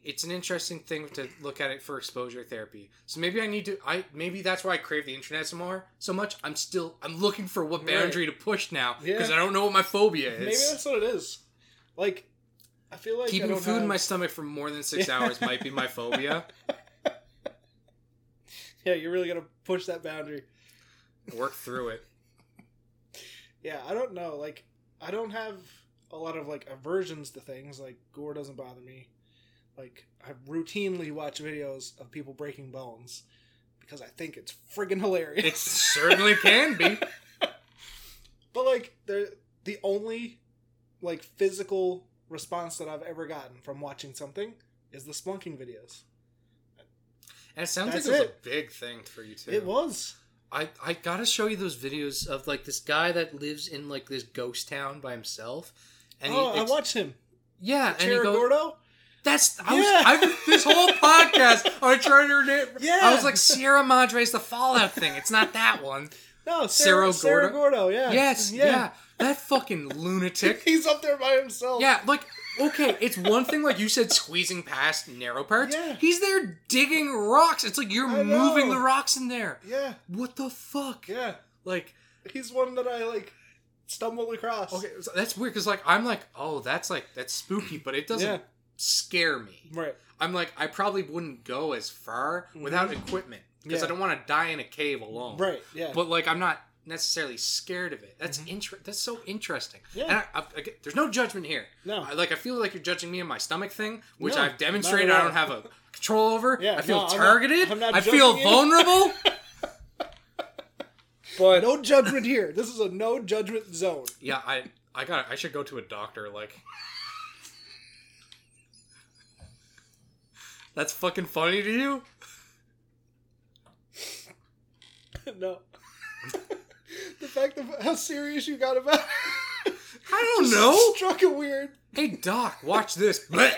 Speaker 1: it's an interesting thing to look at it for exposure therapy so maybe i need to i maybe that's why i crave the internet some more so much i'm still i'm looking for what
Speaker 2: Right.
Speaker 1: boundary to push now because
Speaker 2: Yeah.
Speaker 1: i don't know what my phobia
Speaker 2: Maybe
Speaker 1: is
Speaker 2: that's what it is. Like, I feel like I
Speaker 1: keeping
Speaker 2: don't
Speaker 1: food
Speaker 2: have...
Speaker 1: in my stomach for more than six
Speaker 2: Yeah.
Speaker 1: hours might be my phobia
Speaker 2: Yeah, you're really gonna push that boundary.
Speaker 1: Work through it.
Speaker 2: Yeah, I don't know. Like, I don't have a lot of like aversions to things. Like, gore doesn't bother me. Like, I routinely watch videos of people breaking bones because I think it's friggin' hilarious.
Speaker 1: It certainly can be.
Speaker 2: But like the the only like physical response that I've ever gotten from watching something is the splunking videos.
Speaker 1: And it sounds
Speaker 2: That's
Speaker 1: like it was
Speaker 2: it.
Speaker 1: a big thing for you too.
Speaker 2: It was.
Speaker 1: I, I gotta show you those videos of like this guy that lives in like this ghost town by himself. And
Speaker 2: oh,
Speaker 1: he,
Speaker 2: I
Speaker 1: it's-
Speaker 2: watched him.
Speaker 1: Yeah, and he
Speaker 2: Cherry
Speaker 1: goes,
Speaker 2: Gordo.
Speaker 1: That's I was
Speaker 2: Yeah.
Speaker 1: I, this whole podcast. I tried to name.
Speaker 2: Yeah.
Speaker 1: I was like Sierra Madre's the Fallout thing. It's not that one.
Speaker 2: No,
Speaker 1: Sarah
Speaker 2: Sarah, Sarah Gordo. Yeah.
Speaker 1: Yes. Yeah. That fucking lunatic.
Speaker 2: He's up there by himself.
Speaker 1: Yeah. Like okay, it's one thing like you said squeezing past narrow parts.
Speaker 2: Yeah.
Speaker 1: He's there digging rocks. It's like you're
Speaker 2: I
Speaker 1: moving
Speaker 2: know.
Speaker 1: the rocks in there.
Speaker 2: Yeah.
Speaker 1: What the fuck?
Speaker 2: Yeah.
Speaker 1: Like
Speaker 2: He's one that I like stumbled across.
Speaker 1: okay, so that's weird because like I'm like oh that's like that's spooky, but it doesn't
Speaker 2: Yeah.
Speaker 1: scare me.
Speaker 2: Right.
Speaker 1: I'm like, I probably wouldn't go as far without equipment because
Speaker 2: Mm-hmm. Yeah.
Speaker 1: I don't want to die in a cave alone.
Speaker 2: Right. Yeah. Mm-hmm.
Speaker 1: But like, I'm not necessarily scared of it. That's inter- That's so interesting.
Speaker 2: Yeah.
Speaker 1: And I, I, I get- there's no judgment here.
Speaker 2: No.
Speaker 1: I, like I feel like you're judging me in my stomach thing, which
Speaker 2: No,
Speaker 1: I've demonstrated
Speaker 2: not at
Speaker 1: I don't have a control over.
Speaker 2: Yeah,
Speaker 1: I feel
Speaker 2: no, I'm not-
Speaker 1: targeted.
Speaker 2: I'm not
Speaker 1: I feel
Speaker 2: judging you.
Speaker 1: vulnerable. but
Speaker 2: no judgment here. This is a no judgment zone.
Speaker 1: yeah, I I got. I should go to a doctor. Like. That's fucking funny to you?
Speaker 2: no. the fact of how serious you got about it
Speaker 1: I don't know.
Speaker 2: struck a weird.
Speaker 1: hey doc watch this Bleh.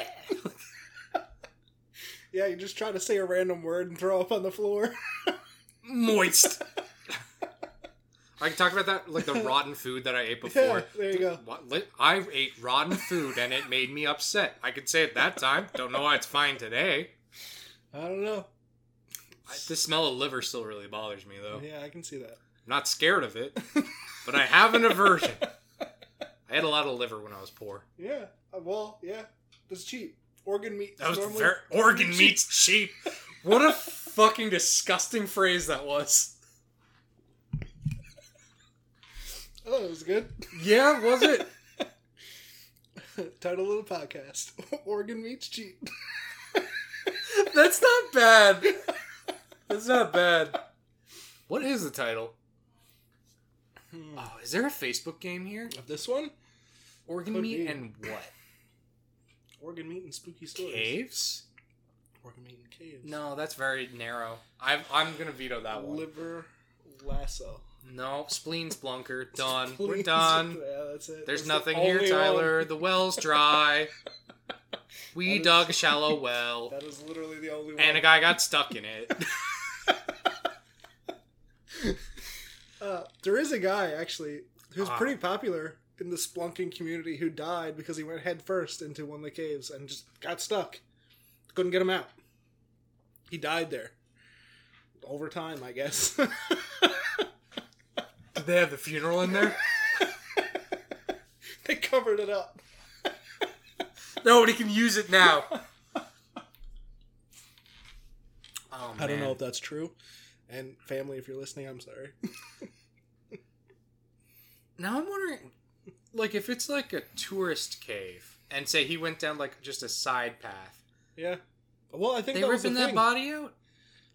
Speaker 2: Yeah, you just try to say a random word and throw up on the floor.
Speaker 1: moist i can talk about that like the rotten food that i ate before
Speaker 2: there you go.
Speaker 1: What- li- i ate rotten food and it made me upset i could say it that time don't know why it's fine today
Speaker 2: I don't know.
Speaker 1: I, the smell of liver still really bothers me though i'm
Speaker 2: Yeah, I can see that.
Speaker 1: not scared of it but i have an aversion i had a lot of liver when i was poor
Speaker 2: Yeah. uh, Well, yeah. That's cheap. Organ meat.
Speaker 1: that was
Speaker 2: normally...
Speaker 1: very organ meat's cheap what a fucking disgusting phrase that was
Speaker 2: Oh, that was good.
Speaker 1: yeah was it
Speaker 2: Title of the podcast: Organ meat's cheap.
Speaker 1: That's not bad. That's not bad. What is the title? Oh, is there a Facebook game here?
Speaker 2: Of this one,
Speaker 1: Organ
Speaker 2: Could
Speaker 1: meat
Speaker 2: be.
Speaker 1: and what?
Speaker 2: organ meat and spooky stories.
Speaker 1: Caves?
Speaker 2: Organ meat and caves.
Speaker 1: No, that's very narrow. I've, I'm gonna veto that one.
Speaker 2: Liver lasso.
Speaker 1: No, spleen splunker. Done. We're
Speaker 2: Please.
Speaker 1: done.
Speaker 2: Yeah, that's it.
Speaker 1: There's
Speaker 2: That's the
Speaker 1: nothing here,
Speaker 2: only
Speaker 1: Tyler.
Speaker 2: one.
Speaker 1: The well's dry. We
Speaker 2: That is-
Speaker 1: dug a shallow well,
Speaker 2: That is literally the only one.
Speaker 1: and a guy got stuck in it.
Speaker 2: Uh, there is a guy actually who's
Speaker 1: Ah.
Speaker 2: pretty popular in the splunking community who died because he went headfirst into one of the caves and just got stuck. Couldn't get him out. He died there. Over time, I guess.
Speaker 1: Did they have the funeral in there?
Speaker 2: they covered it up.
Speaker 1: Nobody can use it now. Oh,
Speaker 2: I don't
Speaker 1: man.
Speaker 2: know if that's true. And family, if you're listening, I'm sorry.
Speaker 1: Now I'm wondering, like, if it's like a tourist cave, and say he went down like just a side path,
Speaker 2: yeah. Well, I think
Speaker 1: they
Speaker 2: that was the
Speaker 1: ripping that
Speaker 2: thing.
Speaker 1: body out.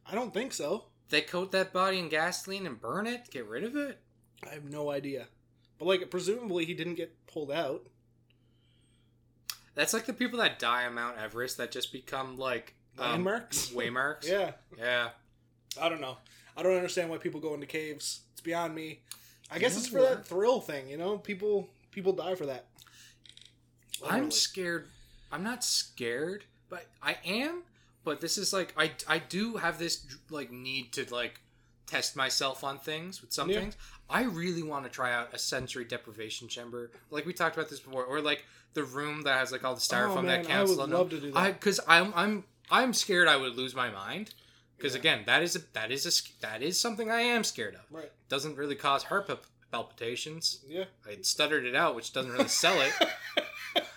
Speaker 2: I don't think so.
Speaker 1: They coat that body in gasoline and burn it, get rid of it.
Speaker 2: I have no idea. But like, presumably he didn't get pulled out.
Speaker 1: That's like the people that die on Mount Everest that just become like um,
Speaker 2: Landmarks?
Speaker 1: Waymarks.
Speaker 2: Yeah.
Speaker 1: yeah.
Speaker 2: I don't know. I don't understand why people go into caves. It's beyond me. I guess
Speaker 1: You
Speaker 2: it's
Speaker 1: know
Speaker 2: for
Speaker 1: what?
Speaker 2: that thrill thing, you know? People people die for that.
Speaker 1: I'm
Speaker 2: Literally.
Speaker 1: scared. I'm not scared, but I am. But this is like I I do have this like need to like test myself on things with some
Speaker 2: Yeah.
Speaker 1: things. I really want to try out a sensory deprivation chamber, like we talked about this before, or like the room that has like all the styrofoam
Speaker 2: Oh, man,
Speaker 1: that
Speaker 2: I would
Speaker 1: counts.
Speaker 2: love to do that.
Speaker 1: I because I'm I'm I'm scared I would lose my mind. Because
Speaker 2: Yeah.
Speaker 1: again, that is a that is a sc- that is something I am scared of.
Speaker 2: Right.
Speaker 1: Doesn't really cause heart palp- palpitations.
Speaker 2: Yeah.
Speaker 1: I stuttered it out, which doesn't really sell it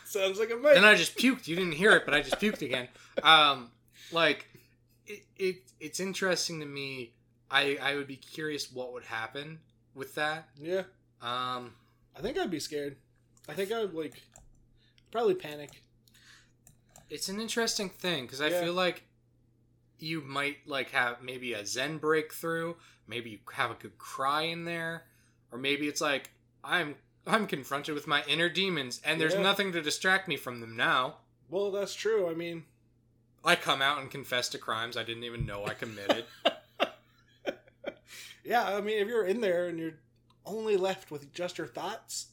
Speaker 2: Sounds like a might.
Speaker 1: then I just puked. You didn't hear it, but I just puked again. Um, like it, it it's interesting to me. I I would be curious what would happen with that.
Speaker 2: Yeah.
Speaker 1: Um,
Speaker 2: I think I'd be scared. I think I would like probably panic.
Speaker 1: it's an interesting thing because I
Speaker 2: Yeah.
Speaker 1: feel like you might like have maybe a Zen breakthrough. Maybe you have a good cry in there, or maybe it's like I'm I'm confronted with my inner demons, and there's
Speaker 2: Yeah.
Speaker 1: nothing to distract me from them now.
Speaker 2: Well, that's true. I mean,
Speaker 1: I come out and confess to crimes I didn't even know I committed.
Speaker 2: yeah. I mean, if you're in there and you're only left with just your thoughts,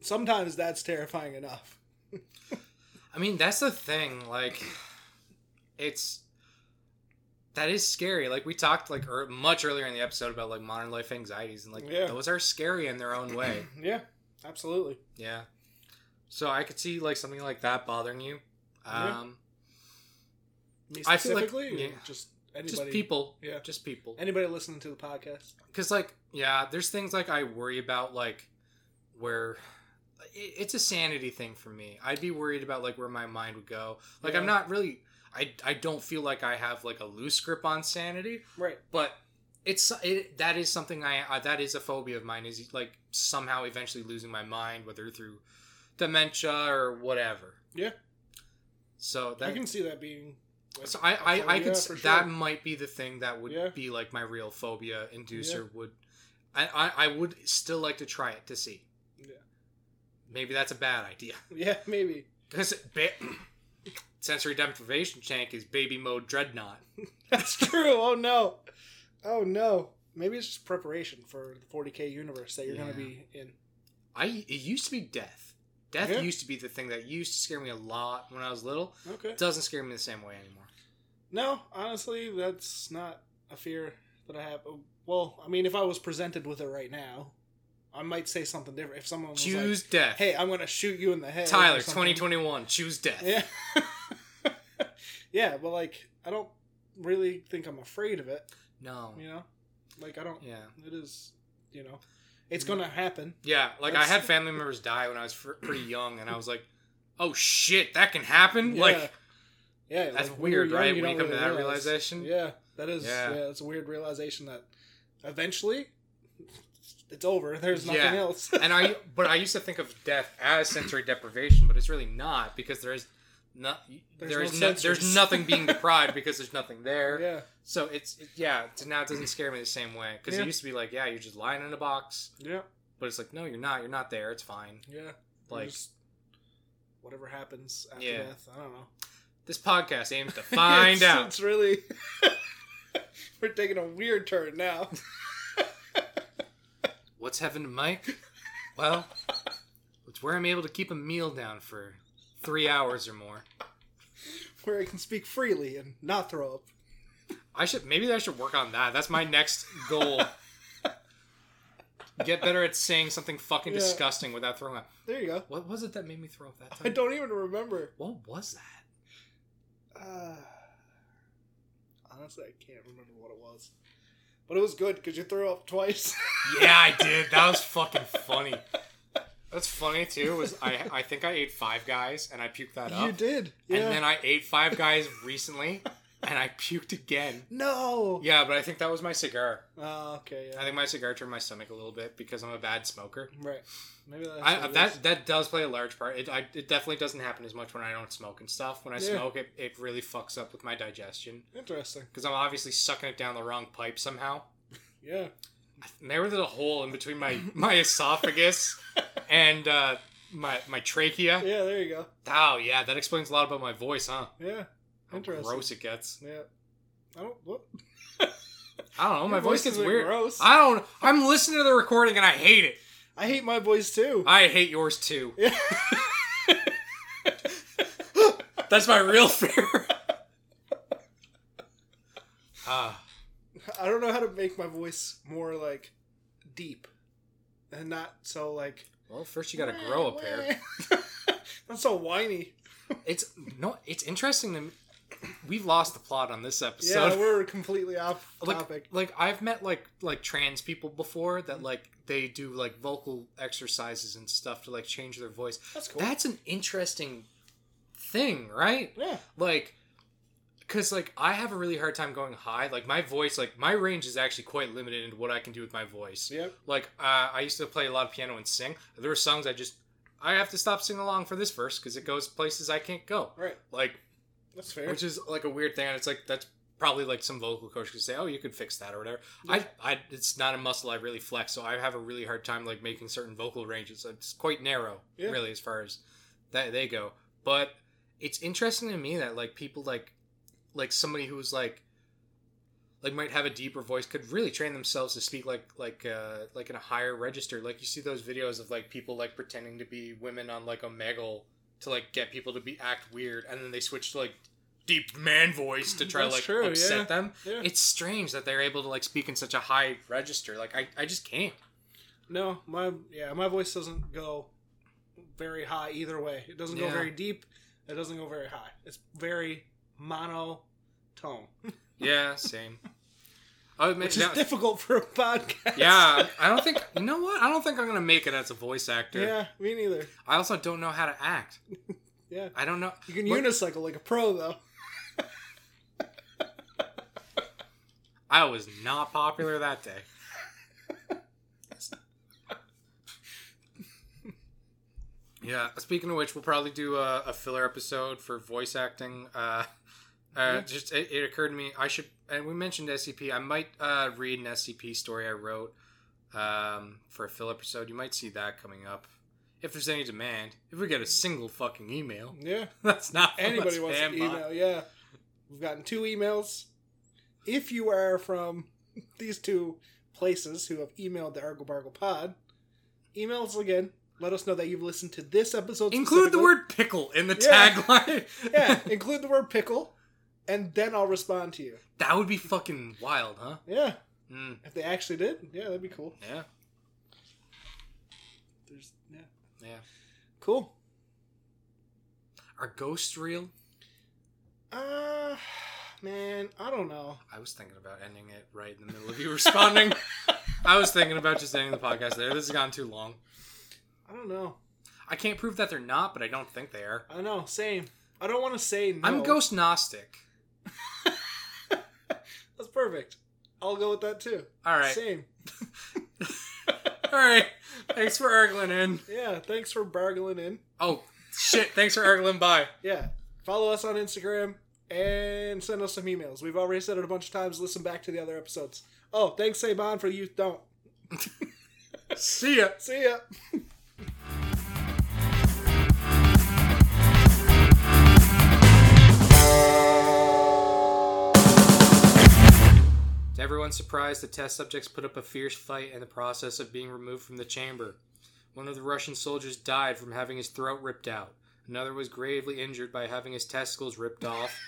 Speaker 2: sometimes that's terrifying enough.
Speaker 1: I mean, that's the thing. Like, it's that is scary. Like we talked like er, much earlier in the episode about like modern life anxieties, and like
Speaker 2: Yeah.
Speaker 1: those are scary in their own way.
Speaker 2: yeah. Absolutely.
Speaker 1: yeah. So I could see like something like that bothering you.
Speaker 2: Yeah.
Speaker 1: Um,
Speaker 2: Me
Speaker 1: I feel like-
Speaker 2: specifically, or
Speaker 1: yeah.
Speaker 2: just anybody.
Speaker 1: just people.
Speaker 2: Yeah.
Speaker 1: Just people.
Speaker 2: Anybody listening to the podcast?
Speaker 1: because like yeah there's things like i worry about like where it- it's a sanity thing for me i'd be worried about like where my mind would go like i'm
Speaker 2: Yeah.
Speaker 1: not really I, I don't feel like i have like a loose grip on sanity
Speaker 2: Right.
Speaker 1: but it's it, that is something i uh, that is a phobia of mine is like somehow eventually losing my mind whether through dementia or whatever
Speaker 2: Yeah.
Speaker 1: so that
Speaker 2: I can see that being. like,
Speaker 1: so I,
Speaker 2: Oh,
Speaker 1: I, I
Speaker 2: yeah,
Speaker 1: could s
Speaker 2: for sure.
Speaker 1: that might be the thing that would
Speaker 2: Yeah.
Speaker 1: be like my real phobia inducer would I, I I would still like to try it to see.
Speaker 2: Yeah.
Speaker 1: Maybe that's a bad idea
Speaker 2: Yeah, maybe.
Speaker 1: because ba- sensory deprivation tank is baby mode dreadnought.
Speaker 2: That's true. Oh no. Oh no. Maybe it's just preparation for the 40k universe that you're going
Speaker 1: Yeah.
Speaker 2: to be in.
Speaker 1: I it used to be death. Death
Speaker 2: Yeah.
Speaker 1: used to be the thing that used to scare me a lot when I was little.
Speaker 2: Okay.
Speaker 1: It doesn't scare me the same way anymore.
Speaker 2: No, honestly, that's not a fear that I have. Well, I mean, if I was presented with it right now, I might say something different. If someone was
Speaker 1: Choose death.
Speaker 2: like, "Hey, I'm going to shoot you in the head," or
Speaker 1: Tyler,
Speaker 2: something.
Speaker 1: 2021. Choose death.
Speaker 2: Yeah. yeah, but like, I don't really think I'm afraid of it.
Speaker 1: No.
Speaker 2: You know, like I don't.
Speaker 1: yeah.
Speaker 2: It is, you know, it's going to happen.
Speaker 1: Yeah, like I had
Speaker 2: That's-
Speaker 1: family members die when I was fr- pretty young, and I was like, "Oh shit, that can happen!" Like,
Speaker 2: yeah, like,
Speaker 1: that's
Speaker 2: when you're
Speaker 1: weird,
Speaker 2: young,
Speaker 1: right? when you
Speaker 2: don't
Speaker 1: come to
Speaker 2: really
Speaker 1: that
Speaker 2: realize.
Speaker 1: realization,
Speaker 2: Yeah, that is.
Speaker 1: Yeah.
Speaker 2: Yeah. it's a weird realization that eventually it's over. There's nothing
Speaker 1: Yeah.
Speaker 2: else.
Speaker 1: and I, but I used to think of death as sensory deprivation, but it's really not because there is not
Speaker 2: There's
Speaker 1: there
Speaker 2: no
Speaker 1: is no,
Speaker 2: sensors.
Speaker 1: there's nothing being deprived because there's nothing there.
Speaker 2: yeah,
Speaker 1: So it's it- yeah, it's- now it doesn't scare me the same way because
Speaker 2: Yeah.
Speaker 1: it used to be like, yeah, you're just lying in a box,
Speaker 2: yeah,
Speaker 1: but it's like, no, you're not. You're not there. It's fine.
Speaker 2: yeah.
Speaker 1: Like
Speaker 2: Just whatever happens after
Speaker 1: Yeah.
Speaker 2: death, I don't know.
Speaker 1: this podcast aims to find
Speaker 2: It's-
Speaker 1: out.
Speaker 2: It's really. We're taking a weird turn now.
Speaker 1: What's happened to Mike? Well, it's where I'm able to keep a meal down for three hours or more.
Speaker 2: Where I can speak freely and not throw up.
Speaker 1: I should maybe I should work on that. That's my next goal. Get better at saying something fucking
Speaker 2: Yeah.
Speaker 1: disgusting without throwing up.
Speaker 2: There you go.
Speaker 1: What was it that made me throw up that
Speaker 2: I
Speaker 1: time?
Speaker 2: don't even remember.
Speaker 1: What was that?
Speaker 2: Uh, honestly, I can't remember what it was. But it was good because you threw up twice.
Speaker 1: Yeah, I did. That was fucking funny. That's funny too. Was I? I think I ate Five Guys and I puked that up.
Speaker 2: you did. Yeah.
Speaker 1: And then I ate Five Guys recently, and I puked again.
Speaker 2: no.
Speaker 1: Yeah, but I think that was my cigar.
Speaker 2: Oh, okay.
Speaker 1: I
Speaker 2: Yeah.
Speaker 1: think my cigar turned my stomach a little bit because I'm a bad smoker.
Speaker 2: Right. Maybe that's what
Speaker 1: I,
Speaker 2: it is.
Speaker 1: that that does play a large part. It, I, it definitely doesn't happen as much when I don't smoke and stuff. When I
Speaker 2: Yeah.
Speaker 1: smoke, it, it really fucks up with my digestion
Speaker 2: interesting.
Speaker 1: because I'm obviously sucking it down the wrong pipe somehow.
Speaker 2: Yeah.
Speaker 1: There was a hole in between my my esophagus and uh, my my trachea.
Speaker 2: Yeah. There you go.
Speaker 1: Oh yeah, that explains a lot about my voice, huh?
Speaker 2: Yeah.
Speaker 1: How
Speaker 2: Interesting.
Speaker 1: gross it gets.
Speaker 2: Yeah. I don't. What?
Speaker 1: I don't know. Oh, my
Speaker 2: Your
Speaker 1: voice gets
Speaker 2: isn't
Speaker 1: weird.
Speaker 2: Gross. I,
Speaker 1: I don't. I'm listening to the recording and I hate it.
Speaker 2: hate my voice too.
Speaker 1: I hate yours too.
Speaker 2: Yeah.
Speaker 1: That's my real fear. Ah,
Speaker 2: I don't know how to make my voice more like deep and not so like.
Speaker 1: well, first you got to grow a pair.
Speaker 2: That's so whiny.
Speaker 1: It's no. It's interesting to me. We've lost the plot on this
Speaker 2: Yeah,
Speaker 1: episode.
Speaker 2: we're completely off
Speaker 1: like,
Speaker 2: topic.
Speaker 1: like I've met like like trans people before that like they do like vocal exercises and stuff to like change their voice.
Speaker 2: That's cool.
Speaker 1: That's an interesting thing, right?
Speaker 2: yeah.
Speaker 1: like because like I have a really hard time going high. Like my voice, like my range is actually quite limited into what I can do with my voice.
Speaker 2: Yep.
Speaker 1: Like uh, I used to play a lot of piano and sing. There were songs I just I have to stop singing along for this verse because it goes places I can't go.
Speaker 2: Right.
Speaker 1: Like
Speaker 2: That's fair.
Speaker 1: which is like a weird thing, and it's like that's probably like some vocal coach could say, "Oh, you could fix that or whatever." I, I, it's not a muscle I really flex, so I have a really hard time like making certain vocal ranges. It's quite narrow,
Speaker 2: Yeah.
Speaker 1: really, as far as that they go. But it's interesting to me that like people like, like somebody who's like, like might have a deeper voice could really train themselves to speak like like uh like in a higher register. Like you see those videos of like people like pretending to be women on like Omegle to like get people to be act weird, and then they switch to like deep man voice to try to
Speaker 2: That's
Speaker 1: like
Speaker 2: true,
Speaker 1: upset
Speaker 2: yeah.
Speaker 1: them.
Speaker 2: Yeah.
Speaker 1: It's strange that they're able to like speak in such a high register. Like I, I just can't.
Speaker 2: No, my yeah, my voice doesn't go very high either way. It doesn't
Speaker 1: Yeah.
Speaker 2: go very deep. It doesn't go very high. It's very monotone,
Speaker 1: Yeah, same. I would make
Speaker 2: which is
Speaker 1: Oh, that-
Speaker 2: difficult for a podcast.
Speaker 1: yeah, I don't think you know what? I don't think I'm gonna make it as a voice actor.
Speaker 2: yeah, me neither.
Speaker 1: I also don't know how to act.
Speaker 2: Yeah.
Speaker 1: I don't know.
Speaker 2: You can
Speaker 1: What-
Speaker 2: unicycle like a pro though.
Speaker 1: I was not popular that day. yeah. Speaking of which, we'll probably do a, a filler episode for voice acting. Uh, uh,
Speaker 2: Yeah.
Speaker 1: Just it, it occurred to me I should, and we mentioned SCP. I might uh, read an SCP story I wrote um, for a filler episode. You might see that coming up if there's any demand. If we get a single fucking email,
Speaker 2: Yeah,
Speaker 1: that's not from a
Speaker 2: anybody wants to
Speaker 1: spam bot.
Speaker 2: email. Yeah, we've gotten two emails. If you are from these two places who have emailed the Argo Bargo Pod, email us again. Let us know that you've listened to this episode.
Speaker 1: Include the
Speaker 2: specifically.
Speaker 1: word pickle in the
Speaker 2: Yeah.
Speaker 1: tagline.
Speaker 2: yeah, include the word pickle, and then I'll respond to you.
Speaker 1: That would be fucking wild, huh?
Speaker 2: Yeah,
Speaker 1: Mm,
Speaker 2: if they actually did, yeah, that'd be cool.
Speaker 1: yeah,
Speaker 2: There's, yeah,
Speaker 1: yeah.
Speaker 2: cool.
Speaker 1: Are ghosts real?
Speaker 2: Uh, man, I don't know.
Speaker 1: I was thinking about ending it right in the middle of you responding. I was thinking about just ending the podcast there. This has gone too long.
Speaker 2: I don't know.
Speaker 1: I can't prove that they're not, but I don't think they are.
Speaker 2: I know. Same. I don't want to say no.
Speaker 1: I'm ghost gnostic.
Speaker 2: That's perfect. I'll go with that too.
Speaker 1: All right,
Speaker 2: Same.
Speaker 1: all right. Thanks for arguing in.
Speaker 2: Yeah. Thanks for bargling in.
Speaker 1: Oh shit! Thanks for arguing. Bye.
Speaker 2: Yeah. Follow us on Instagram and send us some emails. We've already said it a bunch of times. Listen back to the other episodes. Oh, thanks, Saban, for the youth. Don't.
Speaker 1: See ya.
Speaker 2: See ya.
Speaker 1: To everyone's surprise, the test subjects put up a fierce fight in the process of being removed from the chamber. One of the Russian soldiers died from having his throat ripped out. Another was gravely injured by having his testicles ripped off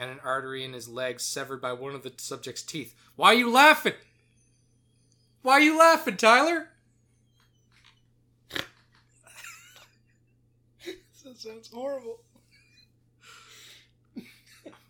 Speaker 1: and an artery in his leg severed by one of the subject's teeth. Why are you laughing? Why are you laughing, Tyler?
Speaker 2: That sounds horrible.